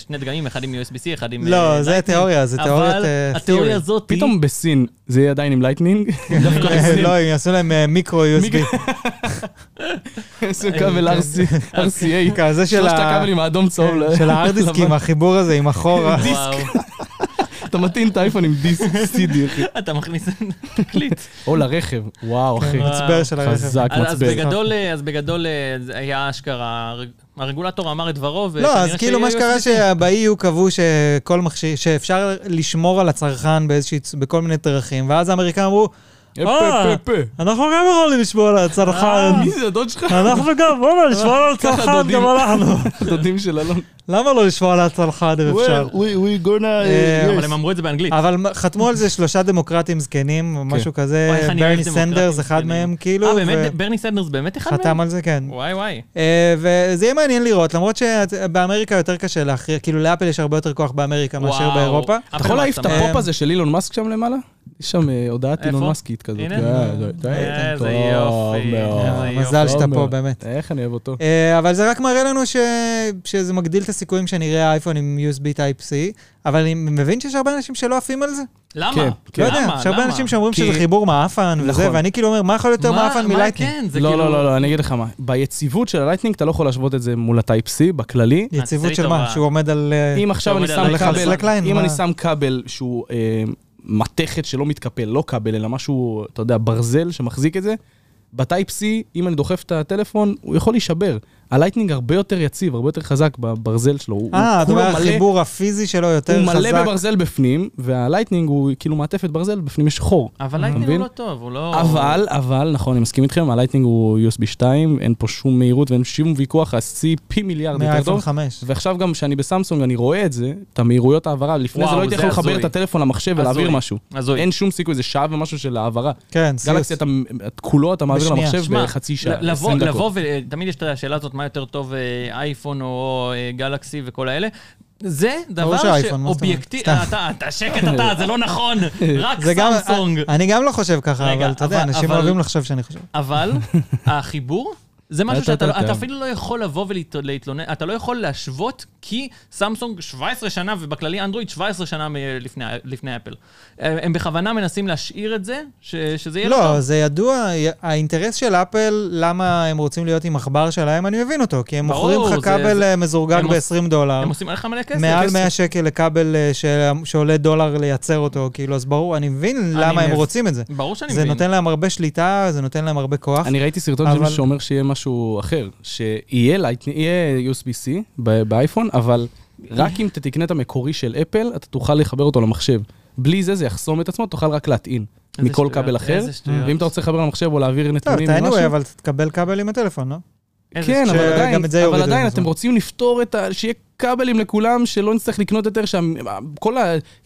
Speaker 3: שני דגמים, אחד עם USB-C, אחד
Speaker 2: [laughs]
Speaker 3: עם...
Speaker 2: לא,
Speaker 3: אה,
Speaker 2: זה
Speaker 3: Lightning.
Speaker 2: תיאוריה, זה תיאוריית... אה,
Speaker 3: אבל התיאוריה
Speaker 2: theory.
Speaker 3: הזאת היא...
Speaker 4: פתאום בסין זה יהיה עדיין עם לייטנינג,
Speaker 3: דווקא [laughs] בסין.
Speaker 2: [laughs] לא, הם יעשו להם אה, מיקרו USB.
Speaker 4: איזה כבל RC, RCA,
Speaker 2: כזה של
Speaker 4: שלושת
Speaker 2: ה... כן,
Speaker 4: הכבלים האדום צהוב. ל-
Speaker 2: של [laughs] הארדיסקים,
Speaker 4: לבן.
Speaker 2: החיבור הזה עם אחורה.
Speaker 3: וואו,
Speaker 2: [laughs]
Speaker 4: אתה מטעין את האייפון עם דיסק CD, אחי.
Speaker 3: אתה מכניס
Speaker 2: [laughs]
Speaker 3: תקליט.
Speaker 4: או לרכב, וואו, אחי.
Speaker 2: מצבר של הרכב.
Speaker 4: חזק,
Speaker 3: אז אז
Speaker 4: מצבר.
Speaker 3: בגדול, אה, אז בגדול אה, זה היה אשכרה, הרג- הרגולטור אמר את דברו,
Speaker 2: לא,
Speaker 3: וכנראה
Speaker 2: אז כאילו מה
Speaker 3: שיהיה
Speaker 2: שקרה
Speaker 3: USB-C.
Speaker 2: שב-EU קבעו שכל מכשיר, שאפשר לשמור על הצרכן באיזושהי, צ- בכל מיני דרכים, ואז האמריקאים אמרו, אה.
Speaker 4: פה, פה, פה.
Speaker 2: אנחנו גם יכולים לשמור על הצרכן.
Speaker 4: אה, מי זה, הדוד שלך?
Speaker 2: אנחנו גם, בוא'נה, נשמור על
Speaker 4: ככה
Speaker 2: הצרכן,
Speaker 4: דודים.
Speaker 2: גם אנחנו.
Speaker 4: [laughs] הדודים של אלון.
Speaker 2: למה לא לשמור על הצרכן אם אפשר?
Speaker 4: we gonna... uh,
Speaker 2: אה,
Speaker 3: אבל הם אמרו את זה [laughs] באנגלית.
Speaker 2: אבל מ- חתמו על זה שלושה דמוקרטים זקנים, או משהו
Speaker 3: כן. וואי,
Speaker 2: כזה,
Speaker 3: איך אני אוהב
Speaker 2: ברני
Speaker 3: דמוקרטים
Speaker 2: סנדרס, אחד
Speaker 3: זקנים.
Speaker 2: מהם, כאילו,
Speaker 3: אה,
Speaker 2: ו-
Speaker 3: באמת? ברני סנדרס באמת אחד מהם?
Speaker 2: חתם על זה, כן.
Speaker 3: וואי וואי.
Speaker 2: אה, וזה יהיה מעניין לראות, למרות שבאמריקה יותר קשה להכריע, כאילו לאפל יש הרבה יותר כוח באמריקה מאשר
Speaker 3: וואו.
Speaker 2: באירופה.
Speaker 3: אפל
Speaker 4: אתה יכול להעיף את
Speaker 3: מעצמה.
Speaker 4: הפופ הזה של אילון מאסק שם למעלה? יש שם אה, הודעת
Speaker 3: איפה?
Speaker 4: אילון מאסקית כזאת.
Speaker 3: הנה.
Speaker 4: כן, זה- זה-
Speaker 3: איזה
Speaker 4: טוב לא,
Speaker 3: יופי, אה,
Speaker 4: מאוד.
Speaker 3: איזה יופי.
Speaker 2: מזל
Speaker 4: טוב
Speaker 2: שאתה פה,
Speaker 4: מאוד.
Speaker 2: באמת.
Speaker 4: איך אני אוהב אותו.
Speaker 2: אה, אבל זה רק מראה לנו ש... שזה מגדיל את הסיכויים שנראה אייפון עם USB Type-C, אבל אני מבין שיש הרבה אנשים שלא עפים על זה.
Speaker 3: למה?
Speaker 4: כן, כן.
Speaker 2: לא יודע,
Speaker 3: למה?
Speaker 2: יש הרבה
Speaker 3: למה?
Speaker 2: אנשים שאומרים
Speaker 4: כי-
Speaker 2: שזה חיבור מעפן וזה,
Speaker 4: נכון.
Speaker 2: ואני כאילו אומר, מה יכול להיות יותר
Speaker 3: מה-
Speaker 2: מעפן
Speaker 3: מה
Speaker 2: מלייטנינג?
Speaker 3: כן, זה
Speaker 4: לא,
Speaker 3: כאילו...
Speaker 4: לא, לא, לא, אני אגיד לך מה. ביציבות של הלייטנינג אתה לא יכול להשוות את זה מול הטייפ-C בכללי.
Speaker 2: יציבות
Speaker 3: תעשה
Speaker 2: של
Speaker 3: לי
Speaker 2: מה?
Speaker 3: טובה.
Speaker 2: שהוא עומד על... אה,
Speaker 4: אם עכשיו
Speaker 3: אתה
Speaker 4: אני
Speaker 3: עומד על
Speaker 4: שם
Speaker 2: הלחץ
Speaker 4: כבל,
Speaker 2: slackline,
Speaker 4: אם
Speaker 2: מה?
Speaker 4: אני שם כבל שהוא אה, מתכת שלא מתקפל, לא כבל, אלא משהו, אתה יודע, ברזל שמחזיק את זה, בטייפ-C, אם אני דוחף את הטלפון, הוא יכול להישבר. הלייטנינג הרבה יותר יציב, הרבה יותר חזק בברזל שלו. הוא-
Speaker 2: אה,
Speaker 4: הוא
Speaker 2: אתה אומר,
Speaker 4: כולו מלא-
Speaker 2: החיבור הפיזי שלו יותר
Speaker 4: הוא מלא
Speaker 2: חזק.
Speaker 4: בברזל בפנים, והלייטנינג הוא כאילו מעטפת ברזל, בפנים יש חור.
Speaker 3: אבל לייטנינג הוא
Speaker 4: מבין?
Speaker 3: לא טוב, הוא לא...
Speaker 4: אבל, אבל, נכון, אני מסכים איתכם, הלייטנינג הוא USB 2, אין פה שום מהירות ואין שום ויכוח, השיא פי מיליארד יותר
Speaker 2: מהאייפון
Speaker 3: לא?
Speaker 4: טוב.
Speaker 2: 5.
Speaker 4: ועכשיו גם כשאני בסמסונג אני רואה את זה, את המהירויות העברה, לפני זה
Speaker 3: וואו,
Speaker 4: לא הייתי
Speaker 3: זה
Speaker 4: יכול לחבר
Speaker 3: הזוי.
Speaker 4: את הטלפון למחשב ולהעביר
Speaker 3: הזוי.
Speaker 4: משהו.
Speaker 3: הזוי.
Speaker 4: אין שום סיכוי, זה שעה ומשהו של העברה.
Speaker 2: כן, סיוס.
Speaker 4: גלקסי, אתה, את כולו אתה מעביר
Speaker 2: בשנייה.
Speaker 4: למחשב
Speaker 3: שמע,
Speaker 4: בחצי שעה,
Speaker 3: ל- לבוא,
Speaker 4: 20 דקות.
Speaker 3: לבוא ותמיד יש את השאלה הזאת, מה יותר טוב, אה, אייפון או אה, גלקסי וכל האלה. זה דבר
Speaker 2: שהאייפון, מה זאת אומרת?
Speaker 3: שאובייקטיבי...
Speaker 2: סתם.
Speaker 3: אתה, אתה שקט אתה, זה לא
Speaker 2: [laughs]
Speaker 3: נכון, רק
Speaker 2: זה גם-
Speaker 3: סמסונג.
Speaker 2: אני גם לא חושב ככה,
Speaker 3: רגע,
Speaker 2: אבל אתה יודע,
Speaker 3: אבל-
Speaker 2: אנשים
Speaker 3: אבל-
Speaker 2: אוהבים לחשוב שאני חושב. [laughs]
Speaker 3: אבל החיבור... זה משהו
Speaker 4: אתה-
Speaker 3: שאתה
Speaker 4: אתה-
Speaker 3: לא- אתה
Speaker 4: אתה-
Speaker 3: אפילו לא יכול לבוא ולהתלונן, אתה לא יכול להשוות, כי סמסונג 17 שנה, ובכללי אנדרואיד 17 שנה מ- לפני- לפני אפל. אה, הם הם בכוונה מנסים להשאיר את זה, ש- שזה יהיה...
Speaker 2: לא,
Speaker 3: טוב.
Speaker 2: זה ידוע, האינטרס של אפל, למה הם רוצים להיות עם עכבר שלהם, אני מבין אותו, כי הם
Speaker 3: ברור,
Speaker 2: מוכרים לך
Speaker 3: זה-
Speaker 2: כבל
Speaker 3: זה-
Speaker 2: אה, מזורגג
Speaker 3: הם עוש-
Speaker 2: ב-20 דולר,
Speaker 3: הם עושים עליך מלא כסף.
Speaker 2: מעל
Speaker 3: כסף.
Speaker 2: 100 שקל לכבל אה, ש- שעולה דולר לייצר אותו, כאילו, אז ברור, אני מבין למה הם
Speaker 3: מבין.
Speaker 2: רוצים את זה.
Speaker 3: ברור שאני
Speaker 2: זה
Speaker 3: מבין.
Speaker 2: נותן להם הרבה שליטה, זה נותן להם הרבה כוח.
Speaker 3: אוקיי.
Speaker 4: אני ראיתי סרטון
Speaker 2: אבל-
Speaker 4: של מישהו שאומר שיהיה משהו אחר, שיהיה לייטנינג, יהיה USB-C ב- באייפון, אבל רק אם אתה תקנה את המקורי של אפל, אתה תוכל לחבר אותו למחשב. בלי זה, זה יחסום את עצמו, תוכל רק להטעין
Speaker 3: איזה
Speaker 4: מכל
Speaker 3: שטויות,
Speaker 4: כבל אחר.
Speaker 3: איזה שטויות.
Speaker 4: ואם אתה רוצה לחבר למחשב או להעביר
Speaker 2: לא,
Speaker 4: נתונים
Speaker 2: אתה
Speaker 4: או משהו,
Speaker 2: anyway, אבל תקבל כבל עם הטלפון, לא?
Speaker 3: איזה
Speaker 4: כן, אבל
Speaker 2: שגם
Speaker 4: עדיין,
Speaker 2: את זה יורידו
Speaker 4: אבל
Speaker 2: עם
Speaker 4: עדיין
Speaker 2: הזמן.
Speaker 4: אתם רוצים לפתור את ה... שיהיה כבלים לכולם, שלא נצטרך לקנות יותר, שכל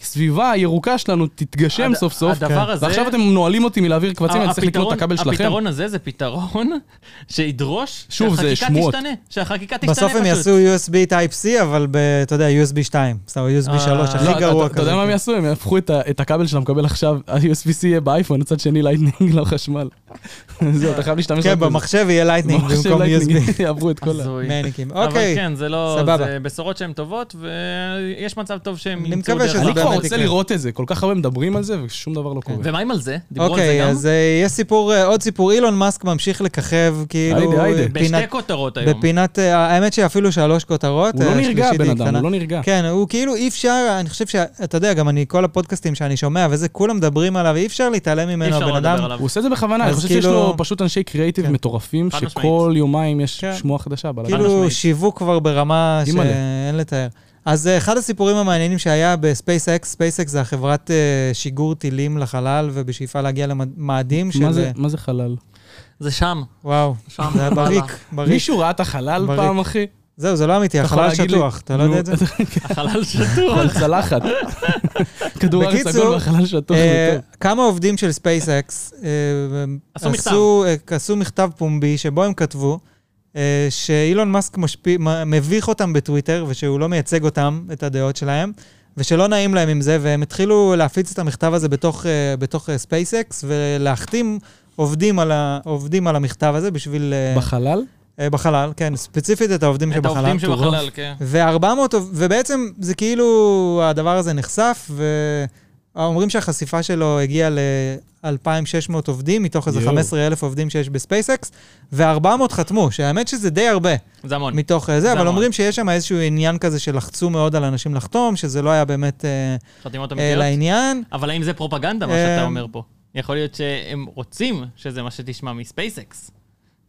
Speaker 4: הסביבה הירוקה שלנו תתגשם
Speaker 3: הד-
Speaker 4: סוף סוף.
Speaker 3: הדבר הזה-
Speaker 4: ועכשיו אתם נועלים אותי מלהעביר קבצים, אני צריך לקנות
Speaker 3: הפתרון-
Speaker 4: את הכבל שלכם.
Speaker 3: הפתרון הזה זה פתרון [laughs] שידרוש
Speaker 4: שוב, זה
Speaker 3: שהחקיקה
Speaker 4: שמועות.
Speaker 3: תשתנה, שהחקיקה תשתנה
Speaker 2: בסוף הם
Speaker 3: פשוט.
Speaker 2: יעשו USB Type-C, אבל ב- אתה יודע, USB 2, או USB
Speaker 3: אה,
Speaker 2: 3,
Speaker 3: לא,
Speaker 2: הכי
Speaker 4: אתה-
Speaker 2: גרוע כזה. כן.
Speaker 4: אתה- אתה יודע מה הם יעשו? הם יהפכו את ה- את הכבל של המקבל עכשיו, ה-USB-C יהיה באייפון, הצד שני [laughs] לייטנינג לחשמל. זהו, אתה חייב להשתמש רק
Speaker 2: כן,
Speaker 4: בזה. [laughs]
Speaker 2: במחשב יהיה לייטנינג
Speaker 4: במחשב
Speaker 2: במקום
Speaker 4: לייטנינג,
Speaker 2: USB.
Speaker 4: [laughs] יעברו את כל ה...
Speaker 3: הזוי.
Speaker 2: מניקים.
Speaker 3: אבל
Speaker 2: אוקיי,
Speaker 3: כן, זה לא...
Speaker 2: סבבה.
Speaker 3: זה בשורות שהן טובות, ויש מצב טוב שהם
Speaker 2: אני
Speaker 3: ימצאו
Speaker 2: מקווה
Speaker 3: דרך
Speaker 2: שזה
Speaker 4: אני
Speaker 2: באמת
Speaker 3: לעשות.
Speaker 4: כבר רוצה
Speaker 2: יקרה.
Speaker 4: לראות את זה, כל כך הרבה מדברים על זה ושום דבר לא קורה.
Speaker 3: ומה עם על זה? דיברו על זה
Speaker 2: אוקיי,
Speaker 3: גם?
Speaker 2: אז אה, יש סיפור, אה, עוד סיפור, אילון מאסק ממשיך לככב, כאילו,
Speaker 4: היידה, היידה.
Speaker 3: בשתי
Speaker 2: פינת-
Speaker 3: כותרות היום.
Speaker 2: בפינת, אה, האמת שאפילו שלוש כותרות.
Speaker 4: הוא לא
Speaker 2: אה,
Speaker 4: נרגע,
Speaker 2: השלישית
Speaker 4: בן
Speaker 2: היא
Speaker 4: אדם,
Speaker 2: קטנה.
Speaker 4: הוא לא נרגע.
Speaker 2: כן, הוא כאילו אי אפשר, אני חושב שאתה יודע, גם אני, כל הפודקאסטים שאני שומע וזה, כולם מדברים עליו, אי אפשר להתעלם
Speaker 3: אי
Speaker 2: ממנו,
Speaker 3: אפשר
Speaker 2: הבן
Speaker 3: לא לדבר
Speaker 2: אדם
Speaker 3: עליו.
Speaker 4: הוא עושה את זה בכוונה, אני
Speaker 2: אז
Speaker 4: חושב שיש
Speaker 2: כאילו-
Speaker 4: לו פשוט אנשי קריאיטיב
Speaker 2: כן.
Speaker 4: מטורפים,
Speaker 3: חד משמעית.
Speaker 4: שכל יומיים יש
Speaker 2: כן.
Speaker 4: שמועה חדשה. בלילה.
Speaker 3: חד
Speaker 2: כאילו
Speaker 3: משמעית.
Speaker 2: שיווק כבר ברמה
Speaker 4: אימא'לה.
Speaker 2: שאין לתאר. אז אה, אחד הסיפורים המעניינים שהיה בספייסקס, ספייסקס זה החברת אה, שיגור טילים לחלל ובשאיפה להגיע למאדים של...
Speaker 4: מה זה-
Speaker 2: אה,
Speaker 4: מה זה חלל?
Speaker 3: זה
Speaker 2: [laughs]
Speaker 3: שם.
Speaker 2: וואו,
Speaker 3: שם.
Speaker 2: זה היה
Speaker 3: וואלה.
Speaker 2: בריק, בריק.
Speaker 4: מישהו ראה את החלל
Speaker 2: בריק.
Speaker 4: פעם, אחי?
Speaker 2: זהו, זה לא אמיתי,
Speaker 4: אתה יכול
Speaker 2: החלל
Speaker 4: להגיד לי?
Speaker 2: שטוח, אתה לא יודע את
Speaker 4: [laughs]
Speaker 2: זה?
Speaker 4: נו,
Speaker 3: החלל שטוח.
Speaker 4: על
Speaker 2: [laughs]
Speaker 4: צלחת. כדור הארץ
Speaker 2: בקיצור,
Speaker 4: עגול והחלל שטוח. זה
Speaker 2: אה,
Speaker 4: טוב.
Speaker 2: כמה עובדים של ספייסקס
Speaker 3: עשו מכתב.
Speaker 2: עשו מכתב פומבי שבו הם כתבו אה, שאילון מאסק משפיע- מ- מביך אותם בטוויטר ושהוא לא מייצג אותם, את הדעות שלהם, ושלא נעים להם עם זה, והם התחילו להפיץ את המכתב הזה בתוך, אה, בתוך אה, ספייסקס ולהחתים עובדים על, ה, עובדים על המכתב הזה בשביל... אה,
Speaker 4: בחלל?
Speaker 2: אה, בחלל, כן, ספציפית את העובדים
Speaker 3: את
Speaker 2: שבחלל. לא?
Speaker 3: העובדים שבחלל,
Speaker 4: מטורף.
Speaker 3: כן.
Speaker 2: ו-400, ובעצם זה כאילו הדבר הזה נחשף, ואומרים שהחשיפה שלו הגיעה ל-2,600 עובדים, מתוך איזה
Speaker 4: יואו.
Speaker 2: 15,000 עובדים שיש בספייסקס, ו-400 חתמו, שהאמת שזה די הרבה
Speaker 3: זה המון.
Speaker 2: מתוך אה, זה, אבל
Speaker 3: המון.
Speaker 2: אומרים שיש שם איזשהו עניין כזה שלחצו מאוד על אנשים לחתום, שזה לא היה באמת אה,
Speaker 3: חתימות
Speaker 2: אה,
Speaker 3: אמיתיות.
Speaker 2: לעניין.
Speaker 3: אבל האם זה פרופגנדה, מה
Speaker 2: אה,
Speaker 3: שאתה אומר פה? יכול להיות שהם רוצים שזה מה שתשמע מספייסקס.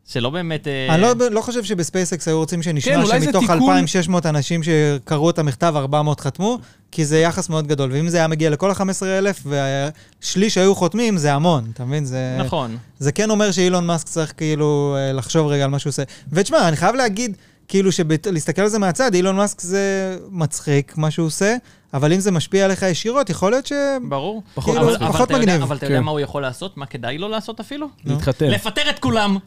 Speaker 3: שלא באמת... אה,
Speaker 2: אני לא, לא חושב שבספייסקס היו רוצים שנשמע
Speaker 4: כן, אולי זה
Speaker 2: שמתוך
Speaker 4: תיקון-
Speaker 2: 2,600 אנשים שקראו את המכתב, 400 חתמו, כי זה יחס מאוד גדול. ואם זה היה מגיע לכל ה-15,000 ושליש היו חותמים, זה המון, אתה מבין? זה,
Speaker 3: נכון.
Speaker 2: זה כן אומר שאילון מאסק צריך כאילו אה, לחשוב רגע על מה שהוא עושה. ותשמע, אני חייב להגיד, כאילו, שלהסתכל על זה מהצד, אילון מאסק זה מצחיק מה שהוא עושה, אבל אם זה משפיע עליך ישירות, יכול להיות ש...
Speaker 3: ברור.
Speaker 4: פחות-
Speaker 3: אבל-
Speaker 2: פחות
Speaker 3: אבל אתה יודע-
Speaker 2: מגניב.
Speaker 3: אבל אתה יודע
Speaker 4: כן.
Speaker 3: מה הוא יכול לעשות? מה כדאי לו לעשות אפילו?
Speaker 4: להתחתן.
Speaker 3: לפטר את כולם.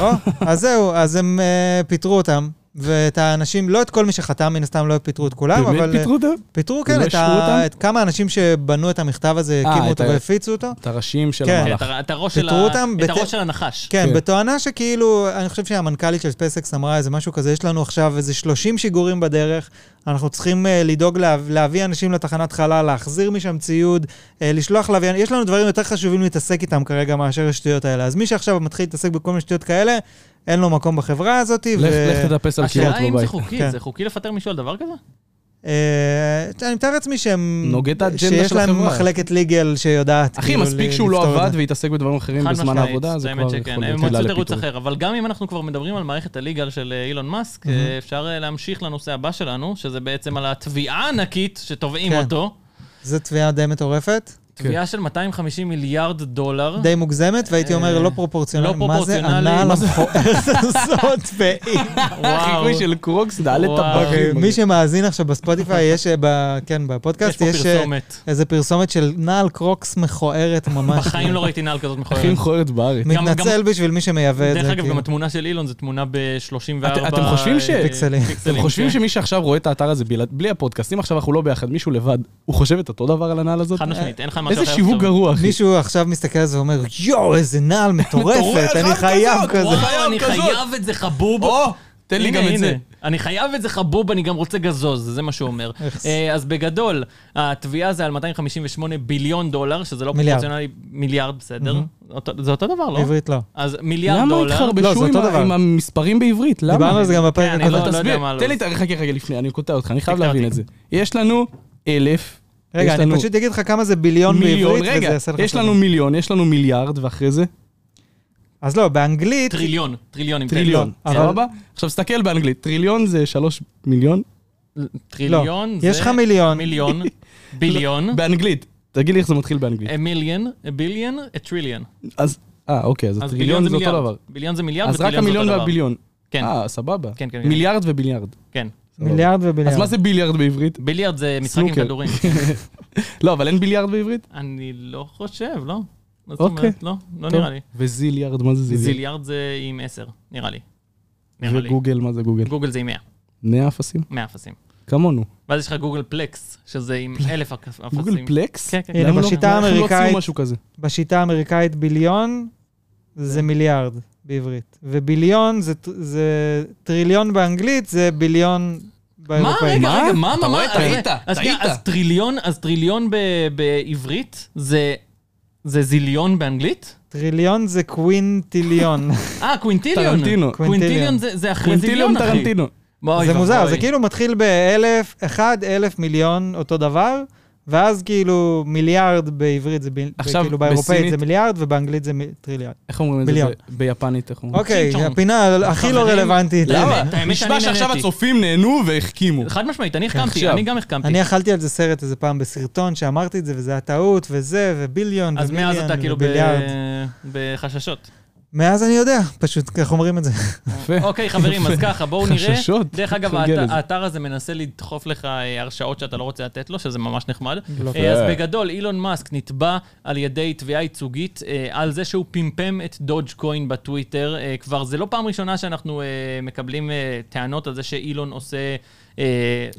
Speaker 2: או, אז זהו, אז הם אה, פיטרו אותם. ואת האנשים, לא את כל מי שחתם, מן הסתם לא פיטרו את כולם, אבל...
Speaker 4: באמת
Speaker 2: אה,
Speaker 4: פיטרו אותם?
Speaker 2: פיטרו,
Speaker 4: הם
Speaker 2: כן,
Speaker 4: לא
Speaker 2: את,
Speaker 4: אישרו
Speaker 2: ה...
Speaker 4: אותם?
Speaker 2: את כמה אנשים שבנו את המכתב הזה,
Speaker 4: אה,
Speaker 2: הקימו
Speaker 4: את
Speaker 2: אותו
Speaker 4: ה-
Speaker 2: והפיצו אותו.
Speaker 4: את הראשים של
Speaker 2: כן.
Speaker 3: כן,
Speaker 4: המהלך.
Speaker 3: את הר- את הראש של
Speaker 2: פיטרו
Speaker 3: ה-
Speaker 2: אותם
Speaker 3: את
Speaker 2: בת-
Speaker 3: הראש של הנחש.
Speaker 2: כן,
Speaker 4: כן.
Speaker 2: בתואנה שכאילו, אני חושב שהמנכ"לית של ספייסקס אמרה איזה משהו כזה, יש לנו עכשיו איזה 30 שיגורים בדרך, אנחנו צריכים uh, לדאוג לה, להביא אנשים לתחנת חלל, להחזיר משם ציוד, uh, לשלוח לוויין, יש לנו דברים יותר חשובים להתעסק איתם כרגע מאשר השטויות האלה. אז מי שעכשיו מתחיל להתעסק בכל מיני שטויות כאלה, אין לו מקום בחברה הזאת.
Speaker 4: לך לך תטפס על קירות
Speaker 3: השאלה אם זה
Speaker 4: בבית.
Speaker 3: חוקי,
Speaker 2: כן.
Speaker 3: זה חוקי לפטר מישהו על דבר כזה?
Speaker 2: אה, אני מתאר לעצמי שהם...
Speaker 4: נוגד את האג'נדה
Speaker 2: שיש
Speaker 4: של
Speaker 2: להם
Speaker 4: החברה.
Speaker 2: מחלקת ליגל שיודעת
Speaker 4: אחי,
Speaker 2: כאילו
Speaker 4: מספיק
Speaker 2: ל-
Speaker 4: שהוא לא
Speaker 2: לפתור את
Speaker 4: עבד
Speaker 2: זה.
Speaker 4: והתעסק בדברים אחרים כן, בזמן העבודה, זה
Speaker 3: האמת
Speaker 4: כבר
Speaker 3: שכן,
Speaker 4: יכול
Speaker 3: הם
Speaker 4: להיות
Speaker 3: מצאו
Speaker 4: עילה
Speaker 3: תירוץ
Speaker 4: לפיטורים.
Speaker 3: אחר. אבל גם אם אנחנו כבר מדברים על מערכת הליגה של אה, אילון מאסק, אה, אפשר אה, להמשיך לנושא הבא שלנו, שזה בעצם על התביעה הענקית שתובעים
Speaker 2: כן.
Speaker 3: אותו.
Speaker 2: זו תביעה די מטורפת,
Speaker 4: כן.
Speaker 3: תביעה של 250 מיליארד דולר.
Speaker 2: די מוגזמת, והייתי אומר
Speaker 3: אה,
Speaker 2: לא פרופורציונלי.
Speaker 3: לא
Speaker 2: מה
Speaker 3: פרופורציונלי,
Speaker 2: זה הנעל
Speaker 3: מה זה- אה,
Speaker 2: המכוערת
Speaker 3: [laughs]
Speaker 2: הזאת? ואי-
Speaker 4: החיקוי של קרוקס, דעלי
Speaker 3: וואו.
Speaker 4: טבק.
Speaker 2: אוקיי, מי שמאזין עכשיו בספוטיפיי, יש, אה, ב- כן,
Speaker 3: יש
Speaker 2: בפודקאסט,
Speaker 3: פה
Speaker 2: יש אה,
Speaker 3: פרסומת.
Speaker 2: איזה פרסומת של נעל קרוקס מכוערת ממש.
Speaker 3: בחיים לא ראיתי נעל כזאת
Speaker 4: הכי
Speaker 3: מכוערת.
Speaker 4: מכוערת בארץ.
Speaker 3: גם-
Speaker 2: מתנצל בשביל מי שמייבא את זה.
Speaker 3: דרך אגב,
Speaker 2: כאילו.
Speaker 3: גם התמונה של אילון זו תמונה אה, ב-34...
Speaker 4: את- אתם חושבים ש-
Speaker 2: פיקסלים.
Speaker 4: אתם
Speaker 3: כן.
Speaker 4: חושבים שמי שעכשיו רואה את האתר הזה בלי- בלי הפודקאסט, אם עכשיו אנחנו לא ביחד, מישהו לבד, הוא חושב את אותו דבר על הנעל הזאת?
Speaker 3: חד משמעית, אין לך משהו אחר.
Speaker 4: איזה שיווק
Speaker 3: לחשוב.
Speaker 4: גרוע, אחי.
Speaker 2: מישהו עכשיו מסתכל על זה ואומר, יואו, איזה נעל מטורפת,
Speaker 4: מטורף,
Speaker 2: אני
Speaker 4: נעל
Speaker 2: חייב
Speaker 4: כזאת,
Speaker 2: כזה.
Speaker 3: וואו, אני
Speaker 4: כזאת.
Speaker 3: חייב את זה חבוב.
Speaker 4: או, תן לי
Speaker 3: הנה,
Speaker 4: גם את זה.
Speaker 3: הנה. אני חייב את זה חבוב, אני גם רוצה גזוז, זה מה שהוא אומר.
Speaker 2: איכס.
Speaker 3: אה, אז בגדול, התביעה זה על 258 ביליון דולר, שזה לא
Speaker 2: מיליארד.
Speaker 3: פרופורציונלי, מיליארד, בסדר? אותו- זה אותו דבר, לא?
Speaker 2: בעברית לא.
Speaker 3: אז מיליארד
Speaker 4: למה
Speaker 3: דולר.
Speaker 2: לא, זה
Speaker 4: התחרבשו עם
Speaker 2: אותו
Speaker 4: ה-
Speaker 2: דבר.
Speaker 4: עם המספרים בעברית? למה?
Speaker 2: דיברנו על זה גם בפרק
Speaker 3: כן, אני
Speaker 2: הקודם.
Speaker 3: לא-
Speaker 4: תסביר,
Speaker 3: יודע מה לא.
Speaker 4: תן לי את... חכה, חכה, לפני, אני קוטע אותך, אני חייב
Speaker 3: תקטע
Speaker 4: להבין
Speaker 3: אותי.
Speaker 4: את זה. יש לנו אלף,
Speaker 3: לא-
Speaker 2: רגע,
Speaker 4: יש
Speaker 2: אני
Speaker 4: לנו
Speaker 2: פשוט אגיד לך כמה זה ביליון
Speaker 4: מיליון,
Speaker 2: בעברית,
Speaker 4: רגע,
Speaker 2: וזה יעשה לך...
Speaker 4: יש
Speaker 2: סדר.
Speaker 4: לנו מיליון, יש לנו מיליארד, ואחרי
Speaker 3: כן,
Speaker 4: זה
Speaker 2: אז לא, באנגלית...
Speaker 3: טריליון, טריליון כן. עם
Speaker 4: טריליון,
Speaker 2: אבל-
Speaker 4: סבבה? עכשיו, תסתכל באנגלית, טריליון זה שלוש מיליון?
Speaker 3: טל.
Speaker 2: לא.
Speaker 3: טריליון זה...
Speaker 2: יש לך מיליון.
Speaker 3: מיליון,
Speaker 4: [laughs]
Speaker 3: ביליון,
Speaker 4: באנגלית, תגיד לי איך זה מתחיל באנגלית.
Speaker 3: a million, a billion, a trillion.
Speaker 4: אז, אה, אוקיי, אז
Speaker 3: אז
Speaker 4: טריליון זה אותו
Speaker 3: מיליארד.
Speaker 4: דבר.
Speaker 3: ביליון זה מיליארד
Speaker 4: אז רק
Speaker 3: וטריליון זה אותו
Speaker 4: המיליון
Speaker 3: דבר.
Speaker 4: והביליון.
Speaker 3: כן,
Speaker 4: אה, סבבה.
Speaker 3: כן, כן, כן.
Speaker 4: מיליארד וביליארד.
Speaker 3: כן.
Speaker 2: מיליארד וביליארד.
Speaker 4: אז מה זה ביליארד בעברית?
Speaker 3: ביליארד זה משחק עם
Speaker 4: סנוקר. [laughs]
Speaker 3: כדורים.
Speaker 4: לא, אבל אין ביליארד בעברית?
Speaker 3: אני לא חושב, לא. מה זאת
Speaker 4: אוקיי.
Speaker 3: אומרת? לא, לא נראה לי.
Speaker 4: וזיליארד, מה זה זיליארד?
Speaker 3: זיליארד זה עם 10, נראה לי. נראה לי.
Speaker 4: וגוגל, מה זה גוגל?
Speaker 3: גוגל זה עם 100,
Speaker 4: מאה אפסים?
Speaker 3: 100 אפסים.
Speaker 4: כמונו.
Speaker 3: ואז יש לך גוגל פלקס, שזה עם 1,000 אפסים.
Speaker 4: גוגל פלקס?
Speaker 3: כן, כן,
Speaker 2: הנה,
Speaker 3: כן.
Speaker 4: למה לא?
Speaker 2: בשיטה
Speaker 4: אנחנו לא עשינו
Speaker 2: האמריקאית-
Speaker 4: משהו כזה.
Speaker 2: בשיטה האמריקאית ביליון זה מיליארד בעברית, וביליון זה ט- זה טריליון באנגלית, זה ביליון
Speaker 3: מה?
Speaker 2: באירופאית.
Speaker 3: רגע, רגע, מה?
Speaker 4: אתה
Speaker 3: מה?
Speaker 4: רואה?
Speaker 3: מה?
Speaker 4: טעית,
Speaker 3: אז- אז-
Speaker 4: טעית.
Speaker 3: אז טריליון, אז טריליון ב- בעברית זה... זה זיליון באנגלית?
Speaker 2: טריליון זה קווינטיליון.
Speaker 3: אה, קווינטיליון.
Speaker 4: טרנטינו.
Speaker 3: קווינטיליון זה זה אחרי
Speaker 4: קווינטיליון
Speaker 3: זיליון, אחי.
Speaker 4: טרנטינו.
Speaker 3: וואי
Speaker 2: זה מוזר,
Speaker 3: ואבוי.
Speaker 2: זה כאילו מתחיל באלף, אחד אלף מיליון אותו דבר, ואז כאילו מיליארד בעברית זה ב-
Speaker 4: עכשיו,
Speaker 2: כאילו באירופאית זה
Speaker 4: בסינית-
Speaker 2: מיליארד, ובאנגלית זה מ- טריליון.
Speaker 4: איך אומרים את זה
Speaker 2: ביליארד.
Speaker 4: ב- ביפנית? איך אומרים?
Speaker 2: אוקיי,
Speaker 3: צ'ינצ'ון.
Speaker 2: הפינה הכי לא
Speaker 3: חברים,
Speaker 2: רלוונטית.
Speaker 3: למה? האמת שאני
Speaker 4: נשמע שעכשיו
Speaker 3: נהניתי.
Speaker 4: הצופים נהנו והחכימו.
Speaker 3: חד משמעית, אני החכמתי,
Speaker 4: כן, עכשיו.
Speaker 3: אני גם החכמתי.
Speaker 2: אני אכלתי על זה סרט איזה פעם בסרטון, שאמרתי את זה, וזה היה טעות, וזה, וביליון,
Speaker 3: אז מאז
Speaker 2: ומיליאן,
Speaker 3: אתה כאילו ב-
Speaker 2: וביליארד.
Speaker 3: בחששות.
Speaker 2: מאז אני יודע, פשוט כך אומרים
Speaker 3: [laughs]
Speaker 2: את זה.
Speaker 4: יפה.
Speaker 3: אוקיי, חברים, אז ככה, בואו נראה.
Speaker 4: חששות.
Speaker 3: דרך אגב,
Speaker 4: נגיע
Speaker 3: האתר-
Speaker 4: לזה.
Speaker 3: האתר הזה מנסה לדחוף לך אה, הרשאות שאתה לא רוצה לתת לו, שזה ממש נחמד.
Speaker 2: לא.
Speaker 3: אה, אז בגדול, אילון מאסק נתבע על ידי תביעה ייצוגית אה, על זה שהוא פמפם את דודג' קוין בטוויטר. אה, כבר זה לא פעם ראשונה שאנחנו אה, מקבלים אה, טענות על זה שאילון עושה אה,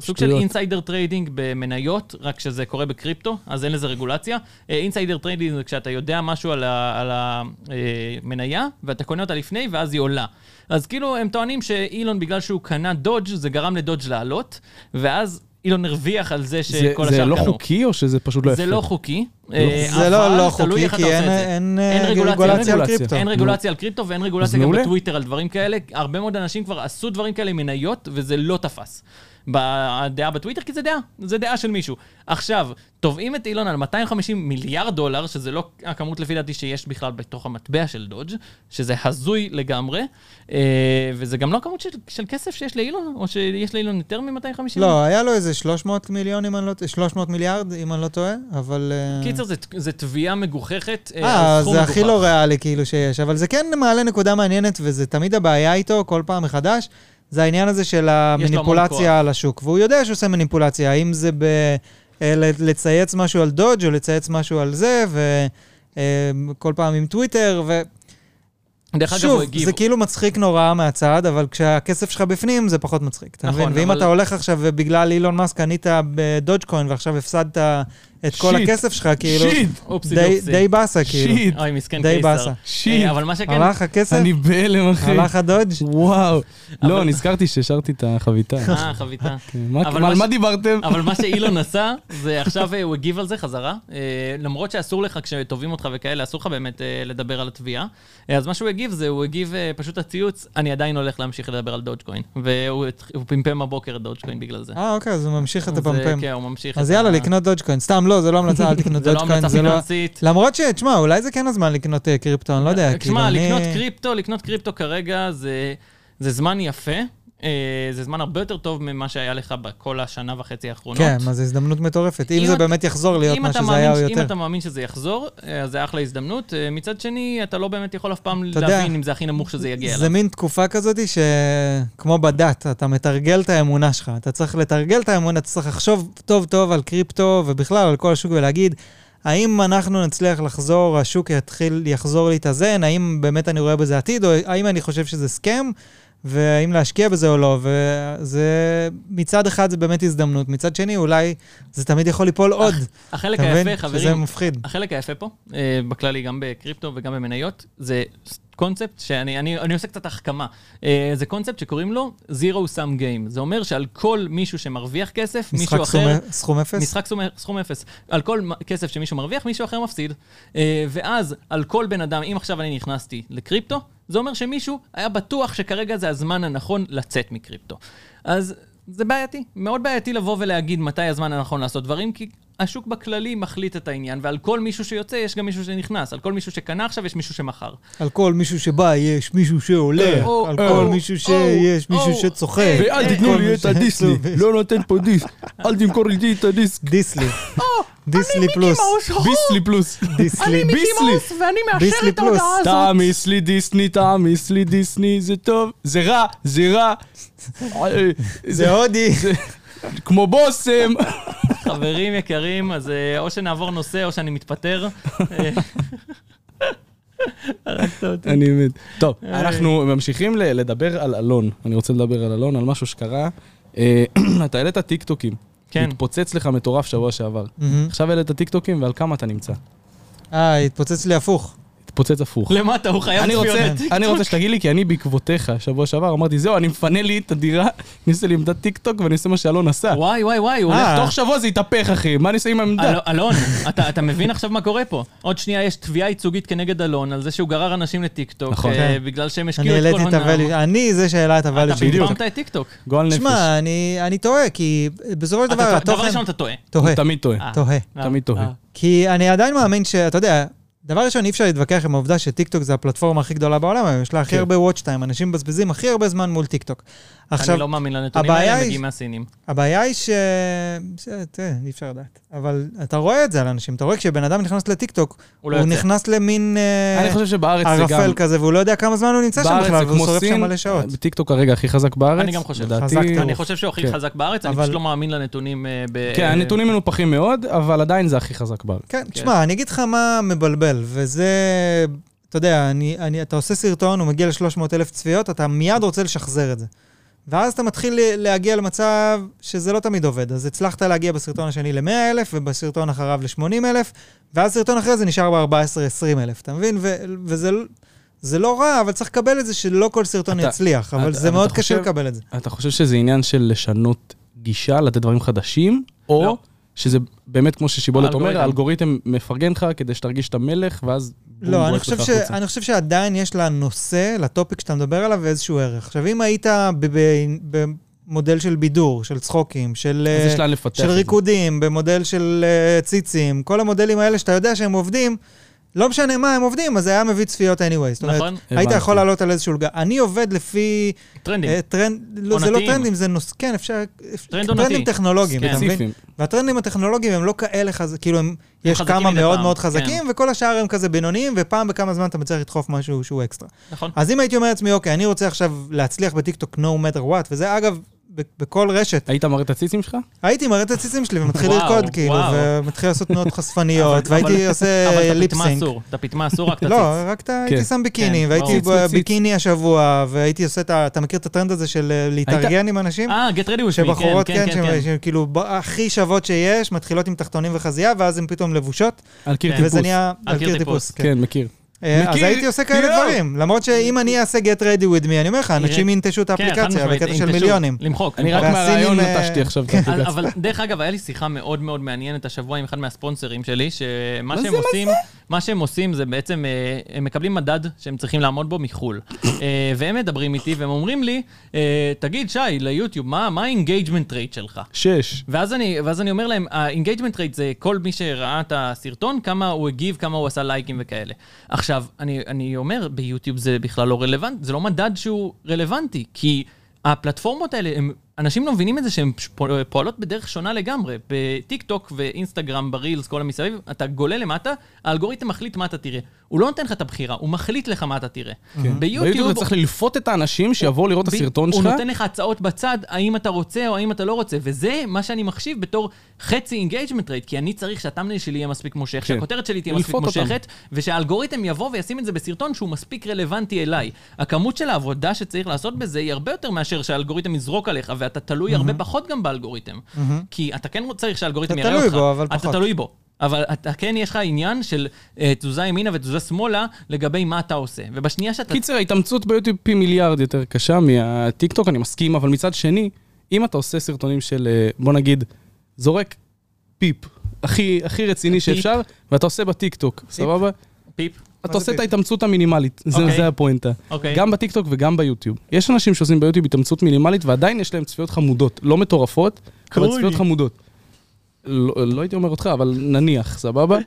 Speaker 3: סוג של
Speaker 4: שטויות.
Speaker 3: אינסיידר טריידינג במניות, רק שזה קורה בקריפטו, אז אין לזה רגולציה. אינסיידר טריידינג זה כשאתה יודע משהו על ה- על המניה, ואתה קונה אותה לפני, ואז היא עולה. אז כאילו, הם טוענים שאילון, בגלל שהוא קנה דודג', זה גרם לדודג' לעלות, ואז... אילון הרוויח על זה
Speaker 4: זה-
Speaker 3: שכל השאר קנו.
Speaker 4: זה לא חוקי או שזה פשוט לא יפה?
Speaker 3: זה לא חוקי.
Speaker 2: זה לא לא חוקי, כי אין- אין אה, רגולציה על
Speaker 4: רגולציה.
Speaker 2: קריפטו.
Speaker 3: אין רגולציה על קריפטו ואין רגולציה גם
Speaker 4: מעולה.
Speaker 3: בטוויטר על דברים כאלה. הרבה מאוד אנשים כבר עשו דברים כאלה עם מניות, וזה לא תפס. הדעה בטוויטר, כי זה דעה, זה דעה של מישהו. עכשיו, תובעים את אילון על 250 מיליארד דולר, שזה לא הכמות לפי דעתי שיש בכלל בתוך המטבע של דודג', שזה הזוי לגמרי, אה, וזה גם לא הכמות של, של כסף שיש לאילון, או שיש לאילון יותר מ-250
Speaker 2: לא, היה לו איזה 300 מיליון, אם אני לא טועה, 300 מיליארד, אם אני לא טועה, אבל... אה,
Speaker 3: קיצר, זה- זה תביעה מגוחכת.
Speaker 2: אה,
Speaker 3: על סכום
Speaker 2: זה הכי
Speaker 3: מגוחך.
Speaker 2: לא ריאלי כאילו שיש, אבל זה כן מעלה נקודה מעניינת, וזה תמיד הבעיה איתו, כל פעם מחדש, זה העניין הזה של המניפולציה על השוק. והוא יודע שהוא עושה מניפולציה, האם זה ב... אה, ל- לצייץ משהו על דודג' או לצייץ משהו על זה, וכל פעם עם טוויטר, ו...
Speaker 3: דרך אגב, הוא
Speaker 2: שוב,
Speaker 3: הגיב.
Speaker 2: זה כאילו מצחיק נורא מהצד, אבל כשהכסף שלך בפנים, זה פחות מצחיק, אתה
Speaker 3: נכון,
Speaker 2: מבין? ואם
Speaker 3: אבל-
Speaker 2: אתה הולך עכשיו ובגלל אילון מאסק קנית בדודג'קוין ועכשיו הפסדת את כל
Speaker 4: שיט.
Speaker 2: הכסף שלך, כאילו,
Speaker 4: שיט,
Speaker 3: אופסי
Speaker 2: די-
Speaker 3: דופסי.
Speaker 2: די באסה, כאילו.
Speaker 4: שיט,
Speaker 3: אוי, מסכן
Speaker 2: די
Speaker 3: קיסר.
Speaker 2: באסה.
Speaker 4: שיט.
Speaker 3: אה, אבל מה שכן,
Speaker 2: הלך הכסף?
Speaker 4: אני בהלם, אחי.
Speaker 2: הלך
Speaker 3: [laughs]
Speaker 2: הדודג'?
Speaker 4: וואו. לא,
Speaker 3: אבל-
Speaker 4: נזכרתי שהשארתי את החביתה.
Speaker 3: אה, חביתה.
Speaker 4: כן, מה-
Speaker 3: אבל
Speaker 4: מה-
Speaker 3: מה
Speaker 4: על
Speaker 3: ש-
Speaker 4: מה דיברתם?
Speaker 3: אבל מה שאילון עשה, זה עכשיו אה, הוא הגיב על זה חזרה. אה, למרות שאסור לך, כשתובעים אותך וכאלה, אסור לך באמת אה, לדבר על התביעה. אה, אז מה שהוא הגיב זה, הוא הגיב אה, פשוט הציוץ, אני עדיין הולך להמשיך לדבר על דודג'קוין. והוא התח- הוא פמפם הבוקר את דודג'קוין בגלל זה.
Speaker 2: אה, אוקיי, אז הוא ממשיך את
Speaker 3: אז, אה,
Speaker 2: הפמפם.
Speaker 3: כן, הוא ממשיך.
Speaker 2: אז
Speaker 3: את
Speaker 2: יאללה,
Speaker 3: ה-
Speaker 2: לקנות דודג'קוין. סתם, לא, זה לא
Speaker 3: [laughs]
Speaker 2: המלצה, אל תקנות
Speaker 3: זה לא
Speaker 2: דודג'קוין.
Speaker 3: המלצה פיננסית.
Speaker 2: למרות ש... תשמע, אולי זה כן הזמן לקנות אה, קריפטו, אני לא יודע, כאילו,
Speaker 3: תשמע,
Speaker 2: אני...
Speaker 3: לקנות קריפטו, לקנות קריפטו כרגע זה, זה זמן יפה. אה, זה זמן הרבה יותר טוב ממה שהיה לך בכל השנה וחצי האחרונות.
Speaker 2: כן, מה זה הזדמנות מטורפת. אם
Speaker 3: לא? אם
Speaker 2: זה
Speaker 3: אתה-
Speaker 2: באמת יחזור להיות
Speaker 3: אם
Speaker 2: מה
Speaker 3: אתה
Speaker 2: שזה
Speaker 3: מאמין
Speaker 2: היה
Speaker 3: ש-
Speaker 2: או
Speaker 3: אם
Speaker 2: יותר.
Speaker 3: אתה מאמין שזה יחזור, אה, אז זה אחלה הזדמנות. אה, מצד שני, אתה לא באמת יכול אף פעם
Speaker 2: אתה יודע,
Speaker 3: להבין אם זה הכי נמוך שזה יגיע
Speaker 2: זה
Speaker 3: אליו.
Speaker 2: מין תקופה כזאת שכמו בדת, אתה מתרגל את האמונה שלך. אתה צריך לתרגל את האמונה, אתה צריך לחשוב טוב טוב על קריפטו ובכלל על כל השוק ולהגיד, האם אנחנו נצליח לחזור, השוק יתחיל, יחזור להתאזן, האם באמת אני רואה בזה עתיד, או האם אני חושב שזה סכם, והאם להשקיע בזה או לא. וזה, מצד אחד זה באמת הזדמנות, מצד שני אולי זה תמיד יכול ליפול עוד.
Speaker 3: החלק
Speaker 2: אתה מבין?
Speaker 3: אה, היפה,
Speaker 2: שזה
Speaker 3: חברים,
Speaker 2: מפחיד.
Speaker 3: החלק היפה פה, אה, בכללי גם בקריפטו וגם במניות, זה קונספט שאני אני, אני עושה קצת החכמה. אה, זה קונספט שקוראים לו Zero Sum Game. זה אומר שעל כל מישהו שמרוויח כסף,
Speaker 2: משחק
Speaker 3: מישהו
Speaker 2: סכום-
Speaker 3: אחר...
Speaker 2: סכום אפס?
Speaker 3: משחק סכום, סכום אפס. על כל מ- כסף שמישהו מרוויח, מישהו אחר מפסיד. אה, ואז על כל בן אדם, אם עכשיו אני נכנסתי לקריפטו, זה אומר שמישהו היה בטוח שכרגע זה הזמן הנכון לצאת מקריפטו. אז זה בעייתי, מאוד בעייתי לבוא ולהגיד מתי הזמן הנכון לעשות דברים, כי השוק בכללי מחליט את העניין, ועל כל מישהו שיוצא יש גם מישהו שנכנס, על כל מישהו שקנה עכשיו יש מישהו שמכר.
Speaker 2: על כל מישהו שבא יש מישהו שעולה,
Speaker 3: או,
Speaker 2: על
Speaker 3: או,
Speaker 2: כל
Speaker 3: או,
Speaker 2: מישהו שיש
Speaker 3: או,
Speaker 2: מישהו
Speaker 3: או.
Speaker 2: שצוחק.
Speaker 4: אה, ואל
Speaker 2: על
Speaker 4: תיתנו
Speaker 2: כל
Speaker 4: לי את
Speaker 2: מישהו [laughs]
Speaker 4: הדיסלי,
Speaker 2: שעצוב.
Speaker 4: לא נותן פה דיס. אל תמכור לי את הדיסק.
Speaker 2: דיסלי. דיסלי פלוס.
Speaker 4: ביסלי
Speaker 3: [laughs]
Speaker 4: פלוס.
Speaker 2: דיסלי.
Speaker 4: מיקי ביסלי. מאוס,
Speaker 3: ואני
Speaker 2: מאשר ביסלי את ההודעה פלוס.
Speaker 4: תעמיס לי דיסני, תעמיס לי דיסני, זה טוב, זה רע, זה רע. אה,
Speaker 2: זה הודי.
Speaker 4: כמו בושם.
Speaker 3: חברים יקרים, אז אה, או שנעבור נושא או שאני מתפטר. אה, [laughs] הרגת אותי.
Speaker 4: אני מת. טוב, אנחנו ממשיכים ל- לדבר על אלון. אני רוצה לדבר על אלון, על משהו שקרה. אה, [clears throat] אתה העלית טיקטוקים.
Speaker 3: כן.
Speaker 4: התפוצץ לך מטורף שבוע שעבר.
Speaker 2: מהמם.
Speaker 4: עכשיו העלית טיקטוקים ועל כמה אתה נמצא.
Speaker 2: אה, התפוצץ לי הפוך.
Speaker 4: התפוצץ הפוך.
Speaker 3: למטה, הוא חייב
Speaker 4: אני
Speaker 3: צפיות
Speaker 4: רוצה,
Speaker 3: לטיקטוק.
Speaker 4: אני רוצה שתגיד לי, כי אני בעקבותיך, שבוע שעבר אמרתי, זהו, אני מפנה לי את הדירה, [laughs] אני עושה לי עמדת טיקטוק ואני עושה מה שאלון עשה.
Speaker 3: וואי, וואי, וואי, הוא
Speaker 2: אה,
Speaker 3: הולך...
Speaker 4: תוך שבוע זה יתהפך, אחי, מה אני עושה עם העמדה?
Speaker 3: אל- אלון, אתה- אתה מבין עכשיו מה קורה פה? עוד שנייה יש תביעה ייצוגית כנגד אלון על זה שהוא גרר אנשים לטיקטוק,
Speaker 4: נכון.
Speaker 3: אה,
Speaker 2: כן.
Speaker 3: בגלל שהם
Speaker 2: אני
Speaker 3: השקיעו את כל
Speaker 2: העליתי את
Speaker 3: הונם.
Speaker 2: הוואלי, אני זה שהעלה את הוואלי
Speaker 3: אתה
Speaker 2: שלי.
Speaker 3: פמפמת את טיקטוק.
Speaker 4: גועל נפש.
Speaker 2: תשמע, אני- אני טועה, כי בסופו של
Speaker 3: אתה
Speaker 2: דבר
Speaker 3: טועה- דבר
Speaker 2: התוכן...
Speaker 3: ראשון אתה טועה.
Speaker 2: טועה.
Speaker 4: הוא תמיד טועה.
Speaker 3: אה.
Speaker 2: תוהה.
Speaker 4: תמיד טועה.
Speaker 3: אה.
Speaker 2: כי אני עדיין מאמין שאתה יודע, דבר ראשון, אי אפשר להתווכח עם העובדה שטיקטוק זה הפלטפורמה הכי גדולה בעולם, היום יש לה הכי
Speaker 4: כן.
Speaker 2: הרבה וואץ' טיים, אנשים מבזבזים הכי הרבה זמן מול טיקטוק. עכשיו,
Speaker 3: אני לא מאמין לנתונים
Speaker 2: הבעיה
Speaker 3: האלה, הם
Speaker 2: היא-
Speaker 3: מגיעים מהסינים.
Speaker 2: הבעיה היא ש... ש- תראה, אי אפשר לדעת. אבל אתה רואה את זה על אנשים, אתה רואה כשבן אדם נכנס לטיקטוק,
Speaker 3: הוא
Speaker 2: הוא,
Speaker 3: לא
Speaker 2: הוא
Speaker 3: יוצא.
Speaker 2: נכנס למין אה,
Speaker 4: אני חושב שבארץ זה גם...
Speaker 2: ערפל כזה, והוא לא יודע כמה זמן הוא נמצא שם
Speaker 4: בארץ זה
Speaker 2: בכלל, והוא
Speaker 4: כמו
Speaker 2: שורף שם
Speaker 4: סין,
Speaker 2: מלא שעות.
Speaker 4: טיקטוק הרגע הכי חזק בארץ.
Speaker 3: אני גם חושב.
Speaker 4: לדעתי...
Speaker 2: חזק טירוף.
Speaker 3: אני חושב שהוא הכי
Speaker 4: כן.
Speaker 3: חזק בארץ, אני
Speaker 2: אבל-
Speaker 3: פשוט לא מאמין לנתונים אה, ב...
Speaker 4: כן, הנתונים מנופחים מאוד, אבל עדיין זה הכי חזק בארץ.
Speaker 2: כן, תשמע, אני אגיד לך מה מבלבל, וזה... אתה יודע, אני, אני, אתה עושה סרטון, הוא מגיע ל-300 אלף צפיות, אתה מיד רוצה לשחזר את זה. ואז אתה מתחיל ל- להגיע למצב שזה לא תמיד עובד. אז הצלחת להגיע בסרטון השני ל-100 אלף, ובסרטון אחריו ל-80 אלף, ואז סרטון אחרי זה נשאר ב-14-20 אלף, אתה מבין? ו- וזה ל- זה לא רע, אבל צריך לקבל את זה שלא כל סרטון
Speaker 4: אתה-
Speaker 2: יצליח, אבל
Speaker 4: אתה-
Speaker 2: זה
Speaker 4: אבל
Speaker 2: מאוד
Speaker 4: אתה
Speaker 2: קשה
Speaker 4: חושב-
Speaker 2: לקבל את זה.
Speaker 4: אתה חושב שזה עניין של לשנות גישה, לתת דברים חדשים, או
Speaker 3: לא.
Speaker 4: שזה באמת, כמו ששיבולת אומר,
Speaker 3: האלגוריתם.
Speaker 4: האלגוריתם מפרגן לך כדי שתרגיש את המלך, ואז בום,
Speaker 2: לא, אני
Speaker 4: בועט
Speaker 2: חושב,
Speaker 4: לך
Speaker 2: ש...
Speaker 4: החוצה.
Speaker 2: אני חושב שעדיין יש לנושא, לטופיק שאתה מדבר עליו, איזשהו ערך. עכשיו, אם היית ב- ב- במודל של בידור, של צחוקים, של,
Speaker 4: אז
Speaker 2: אה,
Speaker 4: יש לאן לפתח את
Speaker 2: של
Speaker 4: זה.
Speaker 2: ריקודים, במודל של אה, ציצים, כל המודלים האלה שאתה יודע שהם עובדים, לא משנה מה הם עובדים, אז זה היה מביא צפיות anyway. זאת אומרת,
Speaker 3: נכון.
Speaker 2: היית
Speaker 4: הבנתי.
Speaker 2: יכול לעלות על איזשהו... גל. אני עובד לפי
Speaker 3: טרנדים.
Speaker 2: אה, טרנד... לא, זה לא
Speaker 3: עונתיים.
Speaker 2: טרנדים, זה נוס... כן, אפשר...
Speaker 3: עונתי.
Speaker 2: טרנדים טכנולוגיים,
Speaker 4: כן.
Speaker 2: אתה מבין?
Speaker 4: ספציפיים.
Speaker 2: והטרנדים הטכנולוגיים הם לא כאלה חז... כאילו, הם... יש
Speaker 3: חזקים
Speaker 2: כמה
Speaker 3: מדי
Speaker 2: מאוד
Speaker 3: פעם,
Speaker 2: מאוד
Speaker 3: כן.
Speaker 2: חזקים, וכל השאר הם כזה בינוניים, ופעם בכמה זמן אתה מצליח לדחוף משהו שהוא אקסטרה.
Speaker 3: נכון.
Speaker 2: אז אם הייתי אומר לעצמי, אוקיי, אני רוצה עכשיו להצליח בטיקטוק no matter what, וזה אגב ב- בכל רשת.
Speaker 4: היית מראה את הציצים שלך?
Speaker 2: הייתי מראה את הציצים שלי ומתחיל
Speaker 3: וואו,
Speaker 2: לרקוד, כאילו,
Speaker 3: וואו.
Speaker 2: ומתחיל לעשות
Speaker 3: [laughs]
Speaker 2: תנועות חשפניות,
Speaker 3: אבל-
Speaker 2: והייתי עושה
Speaker 3: אבל את הפיטמה
Speaker 2: ליפסינק.
Speaker 3: אסור, את הפיטמה אסור, רק את הציץ.
Speaker 2: לא, רק את ה- הייתי
Speaker 4: כן.
Speaker 2: שם ביקיני,
Speaker 3: כן,
Speaker 2: והייתי
Speaker 4: ברור. ציץ, ציץ.
Speaker 2: ביקיני השבוע, והייתי עושה את ה... אתה מכיר את הטרנד הזה של אה, להתארגן עם אנשים?
Speaker 3: אה, גט רדי ושמי, כן,
Speaker 2: שבחורות,
Speaker 3: כן, כן, כן.
Speaker 2: שהן כאילו ב- הכי שוות שיש, מתחילות עם תחתונים וחזייה, ואז הן פתאום לבושות,
Speaker 4: על קיר
Speaker 3: כן.
Speaker 4: טיפוס.
Speaker 2: וזה נהיה
Speaker 3: על
Speaker 2: על
Speaker 3: קיר
Speaker 2: קיר
Speaker 3: טיפוס.
Speaker 2: טיפוס. כן.
Speaker 4: כן, מכיר.
Speaker 2: אה, אז
Speaker 4: מכיר- לא.
Speaker 2: הייתי עושה כאלה
Speaker 4: יואו.
Speaker 2: דברים, למרות שאם אני אעשה get ready with me, אני אומר לך, אנשים ינטשו את
Speaker 3: כן, חד
Speaker 2: האפליקציה
Speaker 3: משמעית,
Speaker 2: בקטע
Speaker 3: אם
Speaker 2: של
Speaker 3: תשוב,
Speaker 2: מיליונים.
Speaker 3: למחוק.
Speaker 4: אני רק
Speaker 3: למחוק.
Speaker 2: והסינים,
Speaker 4: מהרעיון
Speaker 2: אה,
Speaker 4: נטשתי עכשיו את
Speaker 2: כן.
Speaker 3: אז-
Speaker 4: האפליקציה.
Speaker 3: אבל דרך אגב, היה לי שיחה מאוד מאוד מעניינת השבוע עם אחד מהספונסרים שלי, שמה
Speaker 4: מה
Speaker 3: שהם
Speaker 4: זה, מה
Speaker 3: עושים, מה שהם עושים זה בעצם, אה, הם מקבלים מדד שהם צריכים לעמוד בו מחו"ל. אה, והם מדברים איתי והם אומרים לי, אה, תגיד, שי, ליוטיוב, מה מה ה-engagement rate שלך?
Speaker 4: שש.
Speaker 3: ואז אני, ואז אני אומר להם, ה-engagement rate זה כל מי שראה את הסרטון, כמה הוא הגיב, כמה הוא עשה לייקים וכאלה. עכשיו, אני, אני אומר, ביוטיוב זה בכלל לא רלוונטי, זה לא מדד שהוא רלוונטי, כי הפלטפורמות האלה, הם, אנשים לא מבינים את זה שהן פוע- פועלות בדרך שונה לגמרי. בטיק טוק ואינסטגרם, ברילס, כל המסביב, אתה גולה למטה, האלגוריתם מחליט מה אתה תראה. הוא לא נותן לך את הבחירה, הוא מחליט לך מה אתה תראה.
Speaker 4: ביוטיוב אתה צריך ללפות את האנשים שיבואו לראות את
Speaker 3: ב-
Speaker 4: הסרטון
Speaker 3: הוא
Speaker 4: שלך.
Speaker 3: נותן לך הצעות בצד, האם אתה רוצה או האם אתה לא רוצה, וזה מה שאני מחשיב בתור חצי אינגייג'מנט רייט, כי אני צריך שהטאמנל שלי יהיה מספיק מושך,
Speaker 4: כן.
Speaker 3: שהכותרת שלי תהיה מספיק
Speaker 4: ללפות אותם.
Speaker 3: מושכת, ושהאלגוריתם יבוא וישים את זה בסרטון שהוא מספיק רלוונטי אליי. הכמות של העבודה שצריך לעשות בזה היא הרבה יותר מאשר שהאלגוריתם יזרוק עליך, ואתה תלוי הרבה פחות גם באלגוריתם. כי אתה כן צריך שהאלגוריתם
Speaker 2: Mhm. אתה
Speaker 3: יראה אותך.
Speaker 2: תלוי בו, אבל
Speaker 3: אתה
Speaker 2: פחות.
Speaker 3: תלוי בו. אבל אתה כן יש לך עניין של אה, תזוזה ימינה ותזוזה שמאלה לגבי מה אתה עושה. ובשנייה שאתה
Speaker 4: קיצר, ההתאמצות ביוטיוב פי מיליארד יותר קשה מהטיקטוק, אני מסכים, אבל מצד שני, אם אתה עושה סרטונים של, אה, בוא נגיד, זורק פיפ, הכי, הכי רציני שאפשר, ואתה עושה בטיקטוק, סבבה?
Speaker 3: פיפ,
Speaker 2: מה
Speaker 4: אתה
Speaker 2: זה
Speaker 4: עושה את
Speaker 2: פיפ?
Speaker 4: ההתאמצות המינימלית, זה,
Speaker 3: אוקיי.
Speaker 4: זה הפואנטה.
Speaker 3: אוקיי.
Speaker 4: גם בטיקטוק וגם ביוטיוב. יש אנשים שעושים ביוטיוב התאמצות מינימלית, ועדיין יש להם צפיות חמודות, לא מטורפות, אבל
Speaker 3: כמוני.
Speaker 4: צפיות חמודות. לא, לא הייתי אומר אותך, אבל נניח,
Speaker 3: [laughs]
Speaker 4: סבבה?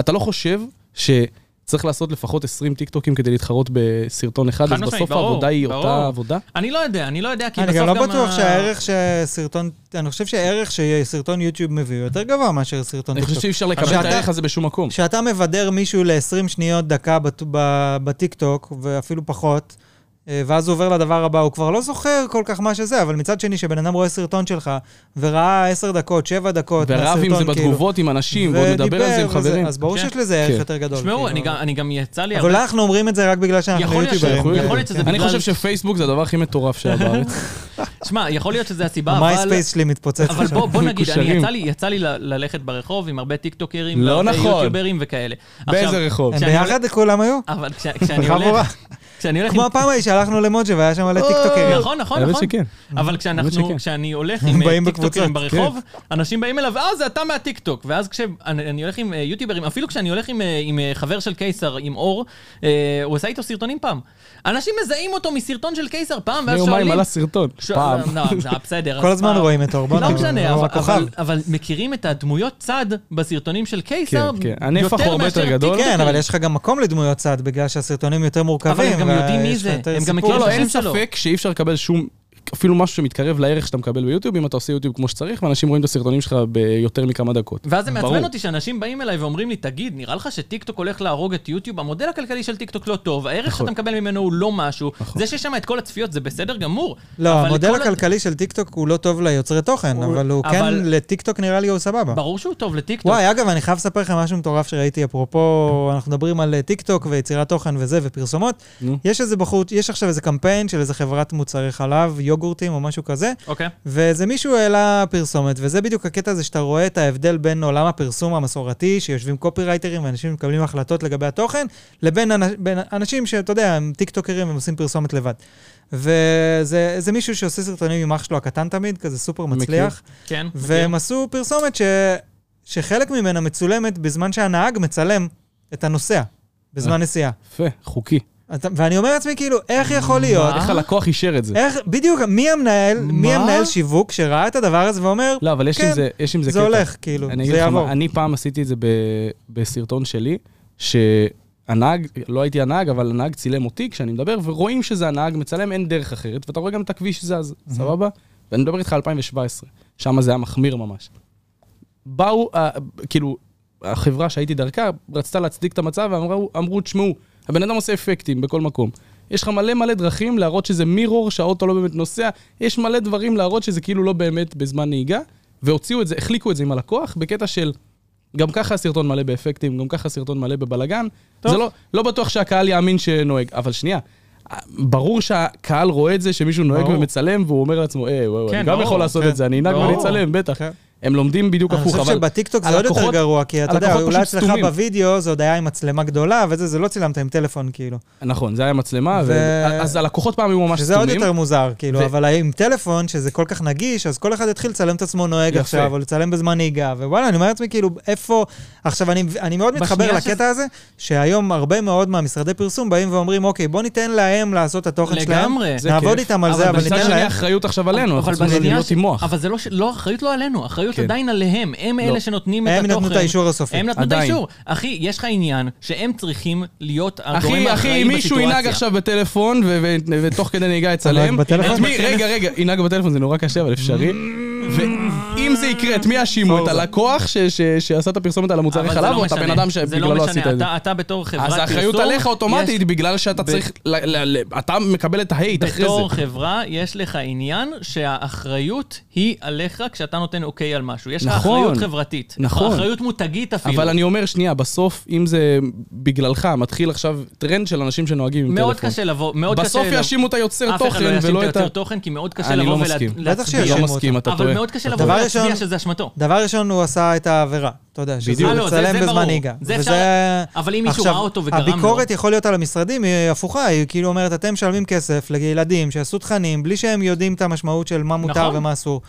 Speaker 4: אתה לא חושב שצריך לעשות לפחות 20 טיקטוקים כדי להתחרות בסרטון אחד,
Speaker 3: חד
Speaker 4: אז
Speaker 3: משמעית,
Speaker 4: בסוף
Speaker 3: ברור,
Speaker 4: העבודה היא
Speaker 3: ברור.
Speaker 4: אותה עבודה?
Speaker 3: אני לא יודע, אני לא יודע, כי
Speaker 2: אני
Speaker 3: בסוף
Speaker 2: גם
Speaker 3: גם...
Speaker 2: לא בטוח
Speaker 3: ה-
Speaker 2: שהערך שסרטון, אני חושב שהערך שסרטון יוטיוב מביא הוא יותר גבוה מאשר סרטון
Speaker 4: אני חושב
Speaker 2: טיקטוק.
Speaker 4: שאי אפשר לקבל את
Speaker 2: שאתה-
Speaker 4: הערך הזה בשום מקום.
Speaker 2: כשאתה מבדר מישהו ל-20 שניות, דקה בט- ב- בטיקטוק, ואפילו פחות, אה, ואז הוא עובר לדבר הבא, הוא כבר לא זוכר כל כך מה שזה, אבל מצד שני, כשבן אדם רואה סרטון שלך, וראה 10 דקות, 7 דקות
Speaker 4: ורב עם זה
Speaker 2: מהסרטון, כאילו,
Speaker 4: בתגובות עם אנשים, ועוד מדבר על זה עם
Speaker 2: ודיבר, וזה-
Speaker 4: חברים.
Speaker 2: אז ברור
Speaker 3: כן.
Speaker 2: שיש לזה ערך
Speaker 4: כן.
Speaker 2: יותר גדול.
Speaker 3: תשמעו,
Speaker 2: כאילו.
Speaker 3: אני גם- אני גם יצא לי...
Speaker 2: אבל
Speaker 3: הרבה-
Speaker 2: אולי אנחנו אומרים את זה רק בגלל שאנחנו
Speaker 3: יכול להיות
Speaker 2: יוטיוברים.
Speaker 3: שאנחנו-
Speaker 2: כן,
Speaker 3: יכול להיות
Speaker 2: כן.
Speaker 3: שזה
Speaker 4: אני
Speaker 3: בגלל-
Speaker 4: חושב שפייסבוק זה הדבר הכי מטורף שהיה בארץ.
Speaker 3: [laughs] שמע, יכול להיות שזה הסיבה, אה, אבל...
Speaker 2: המייספייס שלי מתפוצץ.
Speaker 3: אבל בוא, בוא נגיד, אני
Speaker 4: מקושרים.
Speaker 3: יצא לי, יצא לי ל- ללכת ברחוב עם הרבה טיקטוקרים,
Speaker 4: לא
Speaker 3: והרבה
Speaker 4: נכון.
Speaker 3: יוטיוברים וכאלה.
Speaker 4: באיזה
Speaker 3: עכשיו,
Speaker 4: רחוב?
Speaker 2: הם
Speaker 3: כשאני הולך-
Speaker 2: ביחד כולם היו?
Speaker 3: אבל כש- כשאני
Speaker 2: חבורה.
Speaker 3: הולך... כשאני הולך... עם-
Speaker 2: כמו הפעם ההיא שהלכנו למוג'ה והיה שם מלא טיקטוקרים.
Speaker 3: כן. נכון, נכון,
Speaker 4: האמת
Speaker 3: נכון.
Speaker 4: שכן.
Speaker 3: אבל כשאנחנו,
Speaker 4: שכן.
Speaker 3: כשאני הולך
Speaker 2: הם
Speaker 3: עם אה,
Speaker 2: באים
Speaker 3: טיקטוקרים
Speaker 2: בקבוצות,
Speaker 4: כן.
Speaker 3: ברחוב, אנשים באים אליו, אה, זה אתה מהטיקטוק. ואז כשאני אני הולך עם אה, יוטיוברים, אפילו כשאני הולך עם, אה, עם אה, חבר של קיסר, עם אור, אה, הוא עשה איתו סרטונים פעם. אנשים מזהים אותו מסרטון של קיסר פעם, ואז
Speaker 4: יומיים
Speaker 3: שואלים...
Speaker 4: עלה סרטון.
Speaker 3: ש-
Speaker 4: פעם.
Speaker 3: לא, זה היה
Speaker 4: [laughs]
Speaker 3: בסדר.
Speaker 2: כל
Speaker 3: אז
Speaker 2: הזמן
Speaker 3: פעם.
Speaker 2: רואים את אור, בוא
Speaker 3: לא
Speaker 2: נגיד,
Speaker 3: משנה,
Speaker 2: הוא
Speaker 3: אבל-
Speaker 2: הכוכב.
Speaker 3: אבל- אבל מכירים את הדמויות צד בסרטונים של קיסר,
Speaker 4: כן, כן. הנפח הוא הרבה
Speaker 3: מאשר
Speaker 4: יותר גדול.
Speaker 3: הטיקטוקרים.
Speaker 2: כן, אבל יש לך גם מקום לדמויות צד, בגלל שהסרטונים יותר מורכבים.
Speaker 3: אבל הם גם יודעים מי
Speaker 2: ויש לך
Speaker 3: זה,
Speaker 2: יותר
Speaker 3: הם גם
Speaker 2: סיפור.
Speaker 3: מכירים
Speaker 4: לא, לא,
Speaker 3: את השם
Speaker 4: אין
Speaker 3: שלו.
Speaker 4: ספק שאי אפשר לקבל שום, אפילו משהו שמתקרב לערך שאתה מקבל ביוטיוב, אם אתה עושה יוטיוב כמו שצריך, ואנשים רואים את הסרטונים שלך ביותר מכמה דקות.
Speaker 3: ואז זה מעצבן
Speaker 4: ברור.
Speaker 3: אותי שאנשים באים אליי ואומרים לי, תגיד, נראה לך שטיקטוק הולך להרוג את יוטיוב? המודל הכלכלי של טיקטוק לא טוב, הערך
Speaker 4: נכון.
Speaker 3: שאתה מקבל ממנו הוא לא משהו.
Speaker 4: נכון.
Speaker 3: זה שיש שם את כל הצפיות זה בסדר גמור.
Speaker 2: לא,
Speaker 3: אבל
Speaker 2: המודל
Speaker 3: כל ה-
Speaker 2: הכלכלי של טיקטוק הוא לא טוב ליוצרי תוכן,
Speaker 3: הוא-
Speaker 2: אבל הוא כן,
Speaker 3: אבל-
Speaker 2: לטיקטוק נראה לי הוא סבבה.
Speaker 3: ברור שהוא טוב לטיקטוק.
Speaker 2: וואי, אגב, אני חייב לספר לכם משהו מטורף שראיתי, אפרופו, אנחנו מדברים על אה, טיקטוק ויצירת תוכן וזה, ופרסומות.
Speaker 4: נו.
Speaker 2: יש איזה בחור, יש עכשיו איזה קמפיין של איזה חברת מוצרי חלב, יוגורטים או משהו כזה,
Speaker 3: אוקיי.
Speaker 2: ואיזה מישהו העלה פרסומת, וזה בדיוק הקטע הזה שאתה רואה את ההבדל בין עולם הפרסום המסורתי, שיושבים קופירייטרים ואנשים מקבלים החלטות לגבי התוכן, לבין אנ... בין אנשים שאתה יודע, הם טיקטוקרים, הם עושים פרסומת לבד. וזה זה מישהו שעושה סרטונים עם אח שלו הקטן תמיד, כזה סופר מצליח,
Speaker 3: כן. מכיר.
Speaker 2: והם עשו פרסומת ש... שחלק ממנה מצולמת בזמן שהנהג מצלם את הנוסע,
Speaker 4: אה.
Speaker 2: בזמן נסיעה.
Speaker 4: יפה, חוקי.
Speaker 2: אתה- ואני אומר לעצמי, כאילו, איך יכול להיות?
Speaker 3: מה?
Speaker 4: איך הלקוח אישר את זה?
Speaker 2: איך, בדיוק, מי המנהל, מי
Speaker 3: מה?
Speaker 2: המנהל שיווק שראה את הדבר הזה ואומר,
Speaker 4: לא, אבל יש
Speaker 2: כן,
Speaker 4: עם זה, יש עם זה
Speaker 2: זה,
Speaker 4: קטע.
Speaker 2: הולך, כאילו,
Speaker 4: אני
Speaker 2: זה
Speaker 4: אגיד לך
Speaker 2: יעבור.
Speaker 4: מה, אני פעם עשיתי את זה ב- בסרטון שלי, שהנהג, לא הייתי הנהג, אבל הנהג צילם אותי כשאני מדבר, ורואים שזה הנהג מצלם, אין דרך אחרת, ואתה רואה גם את הכביש זז, סבבה? ואני מדבר איתך על 2017, שם זה היה מחמיר ממש. באו, אה, כאילו, החברה שהייתי דרכה רצתה להצדיק את המצב, ואמרו, אמרו, תשמעו, הבן אדם עושה אפקטים בכל מקום. יש לך מלא מלא דרכים להראות שזה מירור, שהאוטו לא באמת נוסע, יש מלא דברים להראות שזה כאילו לא באמת בזמן נהיגה, והוציאו את זה, החליקו את זה עם הלקוח, בקטע של... גם ככה הסרטון מלא באפקטים, גם ככה הסרטון מלא בבלגן.
Speaker 3: טוב.
Speaker 4: זה לא, לא בטוח שהקהל יאמין שנוהג, אבל שנייה, אה, ברור שהקהל רואה את זה שמישהו נוהג
Speaker 3: ברור.
Speaker 4: ומצלם, והוא אומר לעצמו, היי, וואו,
Speaker 3: כן,
Speaker 4: אני גם
Speaker 3: ברור,
Speaker 4: יכול לעשות
Speaker 2: כן.
Speaker 4: את זה, אני אנהג
Speaker 3: ברור.
Speaker 4: ואני אצלם, בטח.
Speaker 2: כן.
Speaker 4: הם לומדים בדיוק
Speaker 2: אני
Speaker 4: הפוך,
Speaker 2: חושב
Speaker 4: אבל...
Speaker 2: שבטיקטוק זה עוד יותר
Speaker 4: הלקוחות-
Speaker 2: גרוע, כי אתה יודע,
Speaker 4: הלקוחות
Speaker 2: אולי
Speaker 4: פשוט
Speaker 2: אצלך
Speaker 4: סתומים.
Speaker 2: בווידאו זה עוד היה עם מצלמה גדולה, וזה, זה לא צילמת עם טלפון, כאילו.
Speaker 4: נכון, זה היה מצלמה, ו...
Speaker 2: ו-
Speaker 4: אז הלקוחות פעם היו ממש
Speaker 2: שזה עוד
Speaker 4: סתומים.
Speaker 2: יותר מוזר, כאילו,
Speaker 4: ו-
Speaker 2: אבל עם טלפון, שזה כל כך נגיש, אז כל אחד התחיל לצלם את עצמו נוהג
Speaker 4: יפה.
Speaker 2: עכשיו, או לצלם בזמן נהיגה, ווואלה, אני אומר לעצמי, כאילו, איפה... עכשיו, אני- אני מאוד מתחבר
Speaker 3: בשנייה שזה-
Speaker 2: לקטע הזה, שהיום הרבה מאוד מהמשרדי פרסום באים ואומרים, אוקיי, בוא ניתן להם לעשות את התוכן שלהם.
Speaker 3: לגמרי.
Speaker 4: זה
Speaker 2: נעבוד
Speaker 4: כיף.
Speaker 2: איתם על זה,
Speaker 3: אבל
Speaker 2: אבל
Speaker 4: מצד
Speaker 2: ניתן
Speaker 4: שני,
Speaker 2: להם...
Speaker 4: האחריות עכשיו עלינו, אנחנו
Speaker 3: אבל
Speaker 4: צריכים
Speaker 3: בשנייה
Speaker 4: להיות
Speaker 3: ש-
Speaker 4: עם מוח.
Speaker 3: אבל זה לא, ש- לא, האחריות לא עלינו, האחריות
Speaker 4: כן.
Speaker 3: עדיין עליהם. הם
Speaker 4: לא.
Speaker 3: אלה שנותנים את
Speaker 2: הם
Speaker 3: התוכן.
Speaker 2: נתנו את האישור הסופי.
Speaker 3: הם נתנו את
Speaker 4: עדיין.
Speaker 3: האישור. אחי, יש לך עניין שהם צריכים להיות הגורם האחראי
Speaker 4: אחי,
Speaker 3: בסיטואציה.
Speaker 4: אחי, אם מישהו ינהג עכשיו בטלפון, ו- ו- ותוך כדי נהיגה יצלם,
Speaker 2: אבל בטלפון?
Speaker 4: את מי, רגע, רגע, ינהג בטלפון זה נורא קשה, אבל אפשרי. ואם זה יקרה, את מי יאשימו? את הלקוח ש- ש- שעשה את הפרסומת על המוצרי
Speaker 3: אבל זה
Speaker 4: חלב,
Speaker 3: לא
Speaker 4: או את הבן
Speaker 3: משנה.
Speaker 4: אדם
Speaker 3: זה לא
Speaker 4: שבגללו עשית
Speaker 3: משנה,
Speaker 4: את זה?
Speaker 3: אתה- אתה בתור חברת
Speaker 4: אז
Speaker 3: פרסום...
Speaker 4: האחריות עליך
Speaker 3: יש-
Speaker 4: אוטומטית, בגלל שאתה
Speaker 3: ב-
Speaker 4: צריך... ל- ל- ל- אתה מקבל את ההייט אחרי
Speaker 3: בתור
Speaker 4: זה.
Speaker 3: חברה, יש לך עניין שהאחריות היא עליך כשאתה נותן אוקיי על משהו. יש לך
Speaker 4: נכון.
Speaker 3: אחריות חברתית.
Speaker 4: נכון.
Speaker 3: אחריות מותגית אפילו.
Speaker 4: אבל אני אומר, שנייה, בסוף, אם זה בגללך, מתחיל עכשיו טרנד של אנשים שנוהגים עם
Speaker 3: מאוד
Speaker 4: טלפון.
Speaker 3: קשה לבוא, מאוד קשה...
Speaker 4: בסוף
Speaker 3: לבוא-
Speaker 4: יאשימו את היוצר
Speaker 3: אף אחד לא
Speaker 4: תוכן
Speaker 3: יאשים
Speaker 4: ולא
Speaker 3: את
Speaker 4: את ה...
Speaker 3: היוצר תוכן, כי מאוד קשה
Speaker 4: אני
Speaker 3: לבוא
Speaker 4: לא
Speaker 3: ולה-
Speaker 4: מסכים.
Speaker 2: בטח
Speaker 3: להצביע.
Speaker 2: שיאשימו
Speaker 4: לא
Speaker 2: אותו.
Speaker 4: מסכים, אתה
Speaker 3: אבל
Speaker 4: טועה.
Speaker 3: מאוד קשה לבוא
Speaker 2: דבר
Speaker 3: ולהצביע
Speaker 2: ראשון-
Speaker 3: שזה אשמתו.
Speaker 2: דבר ראשון, הוא עשה את העבירה, אתה יודע, שזה
Speaker 4: בדיוק.
Speaker 3: אה, לא, זה-
Speaker 2: לצלם
Speaker 3: זה ברור.
Speaker 2: בזמן נהיגה.
Speaker 3: זה
Speaker 2: וזה-
Speaker 3: אפשר- אבל אם מישהו
Speaker 2: עכשיו,
Speaker 3: ראה אותו וגרם לו-
Speaker 2: הביקורת יכול להיות על המשרדים, היא הפוכה, היא כאילו אומרת, אתם משלמים כסף לילדים שעשו תכנים, בלי שהם יודעים את המשמעות של מה מותר
Speaker 3: נכון.
Speaker 2: ומה אסור.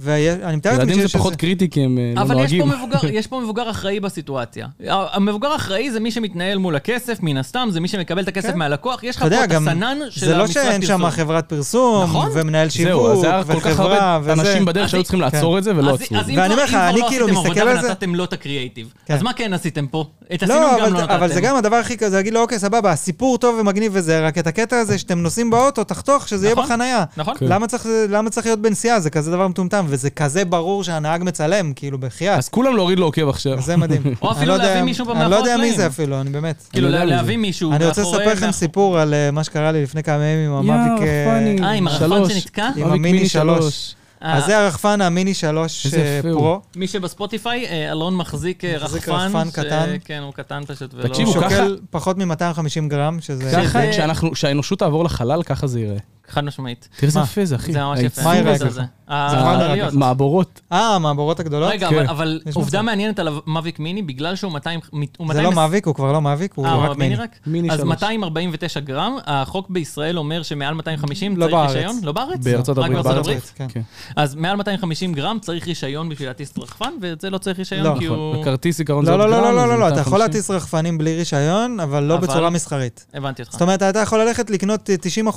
Speaker 2: ואני מתאר לעצמי
Speaker 4: ילדים
Speaker 2: שיש
Speaker 4: זה פחות קריטי כי הם אה, לא
Speaker 3: אבל יש
Speaker 4: נוהגים.
Speaker 3: פה, מבוגר, יש פה מבוגר אחראי בסיטואציה. ה- המבוגר אחראי זה מי שמתנהל מול הכסף, מן הסתם, זה מי שמקבל את הכסף
Speaker 2: כן.
Speaker 3: מהלקוח. יש לך
Speaker 2: אתה
Speaker 3: פה
Speaker 2: יודע,
Speaker 3: את
Speaker 2: גם
Speaker 3: הסנן של
Speaker 2: זה לא
Speaker 3: המשרד
Speaker 2: שאין שם
Speaker 3: פרסום.
Speaker 2: חברת פרסום,
Speaker 3: נכון.
Speaker 2: ומנהל שיווק,
Speaker 4: זהו, אז היה כל כך
Speaker 2: וחברה,
Speaker 4: הרבה
Speaker 2: וזה. כן.
Speaker 4: אנשים בדרך
Speaker 3: אז
Speaker 4: שהיו
Speaker 3: אם-
Speaker 4: צריכים לעצור את זה ולא
Speaker 3: אז-
Speaker 4: עצרו.
Speaker 3: אז אם
Speaker 2: ואני
Speaker 3: כבר-
Speaker 2: אומר לך,
Speaker 3: אם כבר
Speaker 2: אני
Speaker 3: לא
Speaker 2: כאילו
Speaker 3: עשיתם עבודה
Speaker 2: מסתכל על זה-
Speaker 3: ונתתם לו את הקריאייטיב,
Speaker 2: כן.
Speaker 3: אז מה כן עשיתם פה? את הסינון
Speaker 2: לא,
Speaker 3: גם לא
Speaker 2: אבל,
Speaker 3: נתתם.
Speaker 2: אבל זה גם הדבר הכי כזה, זה להגיד לו, אוקיי, סבבה, הסיפור טוב ומגניב וזה, רק את הקטע הזה שאתם נוסעים באוטו, תחתוך, שזה
Speaker 3: נכון.
Speaker 2: יהיה בחנייה.
Speaker 3: נכון?
Speaker 4: כן.
Speaker 2: למה צריך, למה צריך להיות בנסיעה? זה כזה דבר מטומטם, וזה כזה ברור שהנהג מצלם, כאילו, בחייאת.
Speaker 4: אז כולם להוריד לו עוקב עכשיו.
Speaker 2: זה מדהים.
Speaker 3: [laughs] או אפילו
Speaker 2: אני לא יודע-
Speaker 3: להביא מישהו
Speaker 2: אני לא
Speaker 3: במאחורי
Speaker 2: יודע מי
Speaker 3: הקלעים.
Speaker 2: זה אפילו, אני באמת.
Speaker 3: כאילו,
Speaker 4: אני לא יודע מזה.
Speaker 3: להביא מישהו
Speaker 2: אני רוצה
Speaker 3: מאחורי-
Speaker 2: לספר לכם סיפור על אה, מה שקרה לי לפני כמה ימים עם
Speaker 4: יאללה,
Speaker 2: המאביק... אה,
Speaker 4: פאני.
Speaker 3: אה, עם הרחפן
Speaker 4: שלוש.
Speaker 3: שנתקע?
Speaker 2: עם
Speaker 4: מאביק
Speaker 2: המיני
Speaker 4: מיני
Speaker 2: שלוש.
Speaker 4: שלוש.
Speaker 2: [laughs]
Speaker 3: אה,
Speaker 2: אז זה הרחפן המיני 3
Speaker 4: איזה יפה הוא.
Speaker 2: פרו.
Speaker 3: מי שבספוטיפיי, אה, אלון מחזיק אה,
Speaker 2: מחזיק
Speaker 3: רחפן.
Speaker 2: רחפן
Speaker 3: ש-
Speaker 2: קטן.
Speaker 3: כן, הוא קטן פשוט. ולא-
Speaker 4: תקשיבו,
Speaker 2: הוא
Speaker 4: ככה-
Speaker 2: שוקל פחות מ-250 גרם, שזה...
Speaker 4: ככה,
Speaker 3: שזה-
Speaker 4: כשאנחנו- כשהאנושות תעבור לחלל, ככה זה יראה.
Speaker 3: חד משמעית.
Speaker 4: תראה איזה
Speaker 2: מה?
Speaker 4: יפה זה, אחי.
Speaker 3: זה ממש יפה.
Speaker 4: העיצוב
Speaker 2: מה יראה
Speaker 4: הזה.
Speaker 3: זה-
Speaker 2: ככה?
Speaker 3: זה
Speaker 2: כבר נראה
Speaker 3: העליות.
Speaker 4: מעבורות.
Speaker 2: אה, המעבורות הגדולות?
Speaker 3: רגע,
Speaker 4: כן.
Speaker 3: אבל- אבל
Speaker 2: יש
Speaker 3: עובדה
Speaker 2: מצב.
Speaker 3: מעניינת על המאביק מיני, בגלל שהוא 200...
Speaker 2: זה
Speaker 3: הוא 220
Speaker 2: לא מאביק, הוא כבר לא מאביק, הוא
Speaker 3: אה, הוא
Speaker 2: רק
Speaker 3: מיני
Speaker 2: מיני.
Speaker 3: רק?
Speaker 4: מיני
Speaker 3: אז
Speaker 4: שלוש.
Speaker 3: 249 גרם, החוק בישראל אומר שמעל 250
Speaker 2: לא
Speaker 3: צריך
Speaker 2: בארץ.
Speaker 3: רישיון? לא בארץ?
Speaker 4: בארצות
Speaker 3: רק
Speaker 4: הברית.
Speaker 3: בארצות
Speaker 4: בארצות
Speaker 3: הברית?
Speaker 2: כן.
Speaker 4: כן.
Speaker 3: אז מעל 250 גרם צריך רישיון בשביל להטיס רחפן, ואת זה לא צריך רישיון,
Speaker 2: לא,
Speaker 3: כי
Speaker 4: נכון.
Speaker 3: הוא...
Speaker 4: בכרטיס עיקרון זה
Speaker 2: לא,
Speaker 4: עוד
Speaker 2: לא,
Speaker 4: גרם,
Speaker 2: לא,
Speaker 4: אז
Speaker 2: לא,
Speaker 4: זה
Speaker 2: לא, לא, אתה יכול
Speaker 4: 250.
Speaker 2: להטיס רחפנים בלי רישיון, אבל לא
Speaker 3: אבל-
Speaker 2: בצורה מסחרית.
Speaker 3: הבנתי אותך.
Speaker 2: זאת אומרת, אתה יכול ללכת לקנות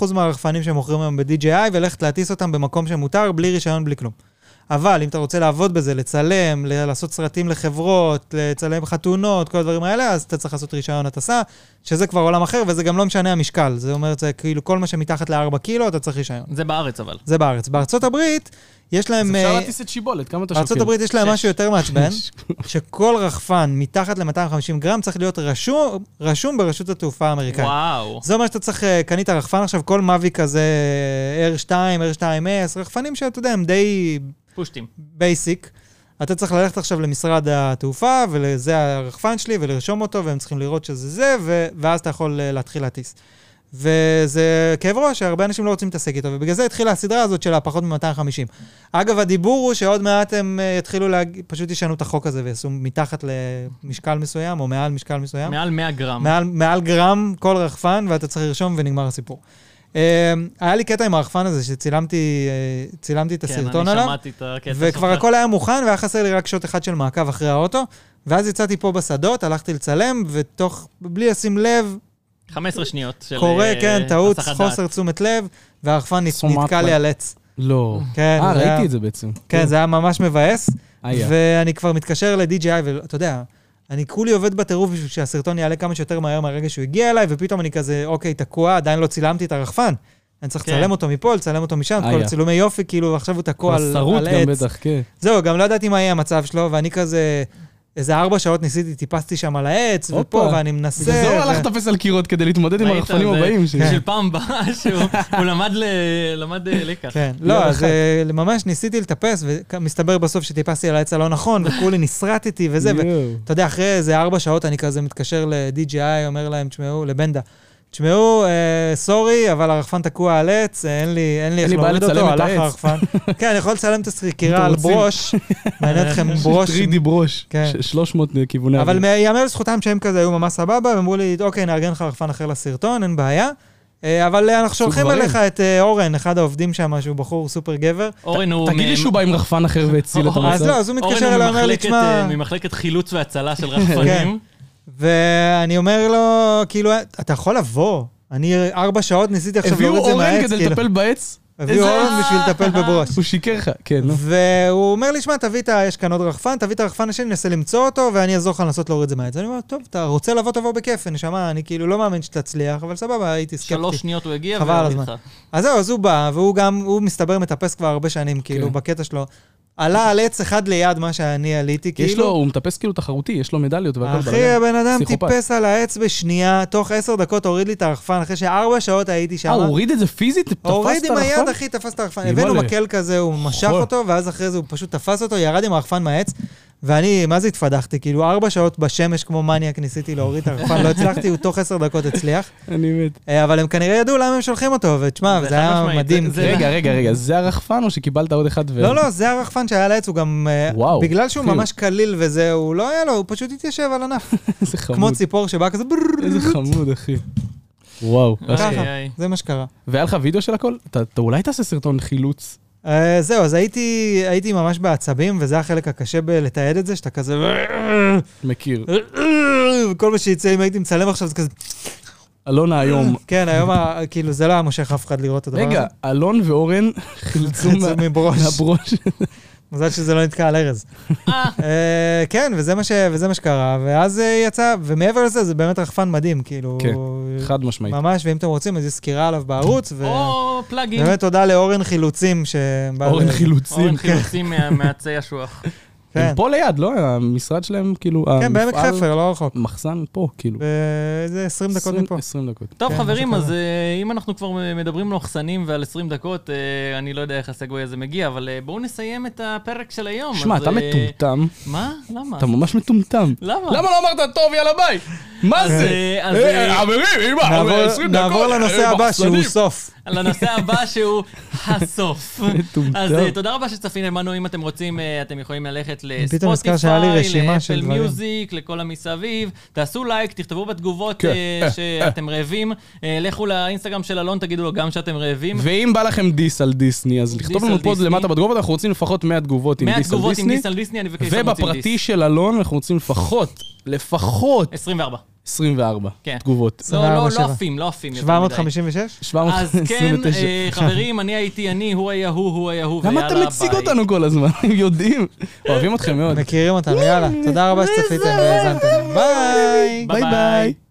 Speaker 2: 90% מהרחפנים שמוכרים היום ב-DJI, וללכת להטיס אותם במקום שמותר, בלי רישיון, בלי כלום. אבל אם אתה רוצה לעבוד בזה, לצלם, ל- לעשות סרטים לחברות, לצלם חתונות, כל הדברים האלה, אז אתה צריך לעשות רישיון הטסה, שזה כבר עולם אחר, וזה גם לא משנה המשקל. זה אומר, זה כאילו כל מה שמתחת ל-4 קילו, אתה צריך רישיון.
Speaker 3: זה בארץ אבל.
Speaker 2: זה בארץ. בארצות הברית, יש להם...
Speaker 4: אז אפשר
Speaker 2: אה,
Speaker 4: להטיס כאילו. את שיבולת, כמה אתה שוקל?
Speaker 2: בארצות הברית יש להם
Speaker 3: שש.
Speaker 2: משהו יותר
Speaker 4: [laughs]
Speaker 2: מעצבן, שכל רחפן מתחת ל-250 גרם צריך להיות רשום, רשום ברשות התעופה האמריקאית.
Speaker 3: וואו.
Speaker 2: זה אומר שאתה צריך, אה, קנית רחפן עכשיו, כל מאבי כזה, R2, R2S, רחפנים שאתה יודע, הם די
Speaker 3: פושטים.
Speaker 2: בייסיק. אתה צריך ללכת עכשיו למשרד התעופה, ולזה הרחפן שלי, ולרשום אותו, והם צריכים לראות שזה זה, ו- ואז אתה יכול אה, להתחיל להטיס. וזה כאב ראש, שהרבה אנשים לא רוצים להתעסק איתו, ובגלל זה התחילה הסדרה הזאת של הפחות מ-250. אגב, הדיבור הוא שעוד מעט הם אה, יתחילו, להג... פשוט ישנו את החוק הזה, ויעשו מתחת למשקל מסוים, או מעל משקל מסוים.
Speaker 3: מעל 100 גרם.
Speaker 2: כן. מעל, מעל גרם כל רחפן, ואתה צריך לרשום ונגמר הסיפור. אה, היה לי קטע עם הרחפן הזה, שצילמתי אה, צילמתי את הסרטון
Speaker 3: כן,
Speaker 2: עליו.
Speaker 3: אני שמעתי את הקטע
Speaker 2: וכבר
Speaker 3: שלך.
Speaker 2: הכל היה מוכן, והיה חסר לי רק שוט אחד של מעקב אחרי האוטו. ואז יצאתי פה בשדות, הלכתי לצלם, ותוך, בלי לשים לב,
Speaker 3: 15 שניות של...
Speaker 2: קורה,
Speaker 3: אה,
Speaker 2: כן, טעות,
Speaker 3: הסחת דעת.
Speaker 2: חוסר תשומת לב, והרחפן נ-
Speaker 4: סומט
Speaker 2: נתקע לי
Speaker 4: לה.
Speaker 2: על עץ.
Speaker 4: לא.
Speaker 2: כן,
Speaker 4: אה,
Speaker 2: זה היה-
Speaker 4: ראיתי את זה בעצם.
Speaker 2: כן, זה היה ממש מבאס,
Speaker 4: אה, יא.
Speaker 2: ואני כבר מתקשר ל-DJI, ואתה יודע, אני כולי עובד בטירוף בשביל שהסרטון יעלה כמה שיותר מהר מהרגע שהוא הגיע אליי, ופתאום אני כזה, אוקיי, תקוע, עדיין לא צילמתי את הרחפן. אני צריך
Speaker 3: כן.
Speaker 2: לצלם אותו מפה, לצלם אותו משם,
Speaker 4: אה,
Speaker 2: כל
Speaker 4: יא.
Speaker 2: הצילומי יופי, כאילו, עכשיו הוא תקוע על
Speaker 4: כבר
Speaker 2: על עץ.
Speaker 4: שרוט גם בטח, כן.
Speaker 2: זהו, גם לא ידעתי מה יהיה המצב שלו, ואני כזה... איזה ארבע שעות ניסיתי, טיפסתי שם על העץ,
Speaker 4: הופה.
Speaker 2: ופה, ואני מנסה.
Speaker 4: בגלל זה הוא
Speaker 2: ו-
Speaker 4: הלך לטפס על קירות כדי להתמודד עם
Speaker 3: ראית?
Speaker 4: הרחפנים
Speaker 3: זה
Speaker 2: כן,
Speaker 3: כן.
Speaker 4: הבאים שלי.
Speaker 3: של פעם באה שהוא
Speaker 2: [laughs]
Speaker 3: הוא למד ל- למד אה, לקח.
Speaker 2: כן,
Speaker 4: יום
Speaker 2: לא, אז
Speaker 4: אחד.
Speaker 2: אה, ממש ניסיתי לטפס, ומסתבר בסוף שטיפסתי על העץ הלא נכון, וכולי נסרטתי וזה, ו-
Speaker 4: יואו.
Speaker 2: אתה יודע, אחרי איזה ארבע שעות אני כזה מתקשר ל-DJI, אומר להם, תשמעו, לבנדה, תשמעו, אה, סורי, אבל הרחפן תקוע על עץ, אה, אין לי, אין לי איך
Speaker 4: לי בעיה
Speaker 2: להוריד אותו,
Speaker 4: לצלם את
Speaker 2: הלך
Speaker 4: העץ." [laughs]
Speaker 2: הרחפן. כן, אני יכול לצלם את
Speaker 4: אתם
Speaker 2: הסקירה על
Speaker 4: רוצים?
Speaker 2: ברוש, מעניין
Speaker 4: [laughs]
Speaker 2: אתכם ברוש.
Speaker 4: 3D ברוש,
Speaker 2: כן.
Speaker 4: ש- 300 כיווני
Speaker 2: אבל
Speaker 4: אוויר.
Speaker 2: ייאמר לזכותם שהם כזה היו ממש סבבה, הם אמרו לי, אוקיי, נארגן לך רחפן אחר לסרטון, אין בעיה. אה, אבל אה, אנחנו שולחים
Speaker 4: דברים.
Speaker 2: אליך את אה, אורן, אחד העובדים שם, שהוא בחור סופר גבר.
Speaker 3: אורן הוא...
Speaker 4: תגיד לי
Speaker 3: מ-
Speaker 4: שהוא בא עם רחפן אחר והציל את
Speaker 3: אז
Speaker 2: אז
Speaker 4: המצב.
Speaker 2: לא, אז הוא מתקשר
Speaker 3: אורן
Speaker 2: אליי,
Speaker 3: הוא
Speaker 2: אומר לי,
Speaker 3: ממחלקת,
Speaker 2: תשמע... כן.
Speaker 3: אה, ממחלקת חילוץ
Speaker 2: [laughs]
Speaker 3: והצלה של רחפנים.
Speaker 2: ואני אומר לו, כאילו, אתה יכול לבוא. אני ארבע שעות ניסיתי עכשיו לא
Speaker 4: הביאו
Speaker 2: להוריד את זה
Speaker 4: אורן
Speaker 2: מהעץ,
Speaker 4: כדי
Speaker 2: כאילו.
Speaker 4: לטפל בעץ?
Speaker 2: הביאו
Speaker 4: איזה-
Speaker 2: אורן בשביל לטפל בברוש.
Speaker 4: הוא שיקר לך, כן, [laughs] נו.
Speaker 2: והוא אומר לי, שמע, תביא את ה... יש כאן עוד רחפן, תביא את הרחפן השני, ננסה למצוא אותו, ואני אעזור לך לנסות להוריד את זה מהעץ. אני אומר, טוב, אתה רוצה לבוא, תבוא בכיף, נשמה, אני כאילו לא מאמין שתצליח, אבל סבבה, הייתי סקפטי.
Speaker 3: שלוש שניות הוא הגיע.
Speaker 2: חבל על
Speaker 3: והוא
Speaker 2: הזמן.
Speaker 3: איתך.
Speaker 2: אז זהו, אז הוא בא, והוא גם, הוא מסתבר מטפס כבר הרבה שנים, כאילו,
Speaker 4: כן.
Speaker 2: בקטע שלו. עלה על עץ אחד ליד מה שאני עליתי, כאילו.
Speaker 4: יש לו, הוא מטפס כאילו תחרותי, יש לו מדליות והכל
Speaker 2: אחי,
Speaker 4: בלגן.
Speaker 2: הבן אדם
Speaker 4: פסיכופת.
Speaker 2: טיפס על העץ בשנייה, תוך עשר דקות הוריד לי את הרחפן, אחרי שארבע שעות הייתי שם.
Speaker 4: אה, הוא הוריד את זה פיזית? תפס את
Speaker 2: הוריד עם היד,
Speaker 4: הרחפן? נכון.
Speaker 2: אחי, תפס את הרחפן.
Speaker 4: אימא'לה.
Speaker 2: הבאנו מקל כזה, הוא משך
Speaker 4: חול.
Speaker 2: אותו, ואז אחרי זה הוא פשוט תפס אותו, ירד עם הרחפן מהעץ, ואני, מה זה התפדחתי? כאילו, ארבע שעות בשמש כמו מניאק ניסיתי להוריד את הרחפן, לא הצלחתי, הוא תוך עשר דקות הצליח.
Speaker 4: אני מת.
Speaker 2: אה, אבל הם כנראה ידעו למה הם שולחים אותו, ותשמע,
Speaker 3: זה
Speaker 2: זה היה
Speaker 3: חד-משמעית,
Speaker 2: מדהים.
Speaker 3: זה-
Speaker 4: רגע, רגע, רגע, זה הרחפן או שקיבלת עוד אחד? ו-
Speaker 2: לא,
Speaker 4: [laughs]
Speaker 2: לא, זה הרחפן שהיה על העץ, הוא גם... אה,
Speaker 4: וואו,
Speaker 2: בגלל שהוא
Speaker 4: אחי, הוא-
Speaker 2: ממש קליל וזה, הוא לא היה לו, הוא פשוט התיישב על ענף.
Speaker 4: איזה
Speaker 2: כמו
Speaker 4: חמוד.
Speaker 2: ציפור שבא כזה... בררררררר.
Speaker 4: איזה חמוד, אחי. וואו.
Speaker 3: ככה.
Speaker 2: ככה, זה מה שקרה.
Speaker 4: והיה לך וידאו של הכל? אתה אתה אולי תעשה סרטון חילוץ.
Speaker 2: אה, זהו, אז הייתי, הייתי ממש בעצבים, וזה החלק הקשה בלתעד את זה, שאתה כזה...
Speaker 4: מכיר.
Speaker 2: כל מה שיצא, אם הייתי מצלם עכשיו, זה כזה...
Speaker 4: אלונה היום.
Speaker 2: כן, היום, ה- כאילו, זה לא היה מושך אף אחד לראות את הדבר הזה.
Speaker 4: רגע, אלון
Speaker 2: [laughs]
Speaker 4: ואורן חילצו
Speaker 2: חילצו
Speaker 4: מה-
Speaker 2: מברוש.
Speaker 4: מהברוש.
Speaker 2: מזל שזה לא נתקע על ארז. אה, כן, וזה מה ש- וזה מה שקרה, ואז אה, יצא, ומעבר לזה, זה באמת רחפן מדהים, כאילו...
Speaker 4: כן, חד משמעית.
Speaker 2: ממש, ואם אתם רוצים, אז יש סקירה עליו בערוץ, ו...
Speaker 3: אה, או פלאגים.
Speaker 2: באמת תודה לאורן חילוצים שבא...
Speaker 4: אוקיי. אורן
Speaker 2: ל-
Speaker 4: חילוצים.
Speaker 3: אורן חילוצים מה-
Speaker 2: [laughs]
Speaker 3: מעצי השוח.
Speaker 2: כן,
Speaker 4: הם פה ליד, לא? המשרד שלהם, כאילו,
Speaker 2: כן, בעמק
Speaker 4: המפעל-
Speaker 2: חפר, לא רחוק.
Speaker 4: מחסן פה, כאילו.
Speaker 2: באיזה 20 דקות
Speaker 4: עשרים-
Speaker 2: מפה.
Speaker 4: 20 דקות.
Speaker 3: טוב,
Speaker 2: כן,
Speaker 3: חברים,
Speaker 2: משהו
Speaker 3: אז
Speaker 2: כזה.
Speaker 3: אה, אם אנחנו כבר מדברים למחסנים ועל 20 דקות, אה, אני לא יודע איך הסגווי הזה מגיע, אבל אה, בואו נסיים את הפרק של היום.
Speaker 4: שמע,
Speaker 3: אז,
Speaker 4: אתה
Speaker 3: אה,
Speaker 4: מטומטם,
Speaker 3: מה? למה?
Speaker 4: אתה ממש מטומטם.
Speaker 3: למה?
Speaker 4: למה אה. לא אמרת, טוב, יאללה ביי? מה
Speaker 3: אז,
Speaker 4: זה?
Speaker 3: אה, אז,
Speaker 4: אה,
Speaker 3: אה,
Speaker 4: חברים, אמא,
Speaker 2: נעבור-
Speaker 4: 20 דקות.
Speaker 2: נעבור לנושא
Speaker 4: אה,
Speaker 2: הבא, שהוא
Speaker 4: מחסנים.
Speaker 2: סוף.
Speaker 3: לנושא הבא שהוא הסוף.
Speaker 4: [laughs] מטומטם.
Speaker 3: אז אה, תודה רבה שצפיתם בנו, אם אתם רוצים, אה, אתם יכולים ללכת
Speaker 2: פתאום נזכר שהיה לי
Speaker 3: לספוטיפיי,
Speaker 2: רשימה של
Speaker 3: לאפל
Speaker 2: דברים.
Speaker 3: מיוזיק, לכל המסביב. תעשו לייק, תכתבו בתגובות
Speaker 4: כן,
Speaker 3: אה,
Speaker 4: אה,
Speaker 3: שאתם רעבים. אה, לכו לאינסטגרם של אלון, תגידו לו גם שאתם רעבים.
Speaker 4: ואם בא לכם דיס על דיסני, אז לכתוב
Speaker 3: דיס
Speaker 4: לנו
Speaker 3: על
Speaker 4: פה
Speaker 3: דיסני.
Speaker 4: למטה בתגובות, אנחנו רוצים לפחות 100 תגובות עם
Speaker 3: 100
Speaker 4: דיס על
Speaker 3: תגובות עם
Speaker 4: דיסני.
Speaker 3: דיס על דיסני, אני מבקש שאתם רוצים
Speaker 4: ובפרטי
Speaker 3: דיס.
Speaker 4: של אלון אנחנו רוצים לפחות, לפחות
Speaker 3: 24.
Speaker 4: 24
Speaker 3: כן.
Speaker 4: תגובות.
Speaker 3: לא, לא, לא
Speaker 2: 24.
Speaker 3: עפים, לא עפים. יותר מדי.
Speaker 2: 756?
Speaker 4: 729.
Speaker 3: אז כן, אה, חברים, אני הייתי אני, הוא היה הוא, הוא היה הוא,
Speaker 4: למה אתה
Speaker 3: ויאללה,
Speaker 4: מציג
Speaker 3: ביי.
Speaker 4: אותנו כל הזמן? [laughs] הם יודעים. אוהבים אתכם מאוד.
Speaker 2: מכירים אותנו, יאללה. תודה רבה שצפיתם והאזנתם. ביי!
Speaker 4: ביי ביי.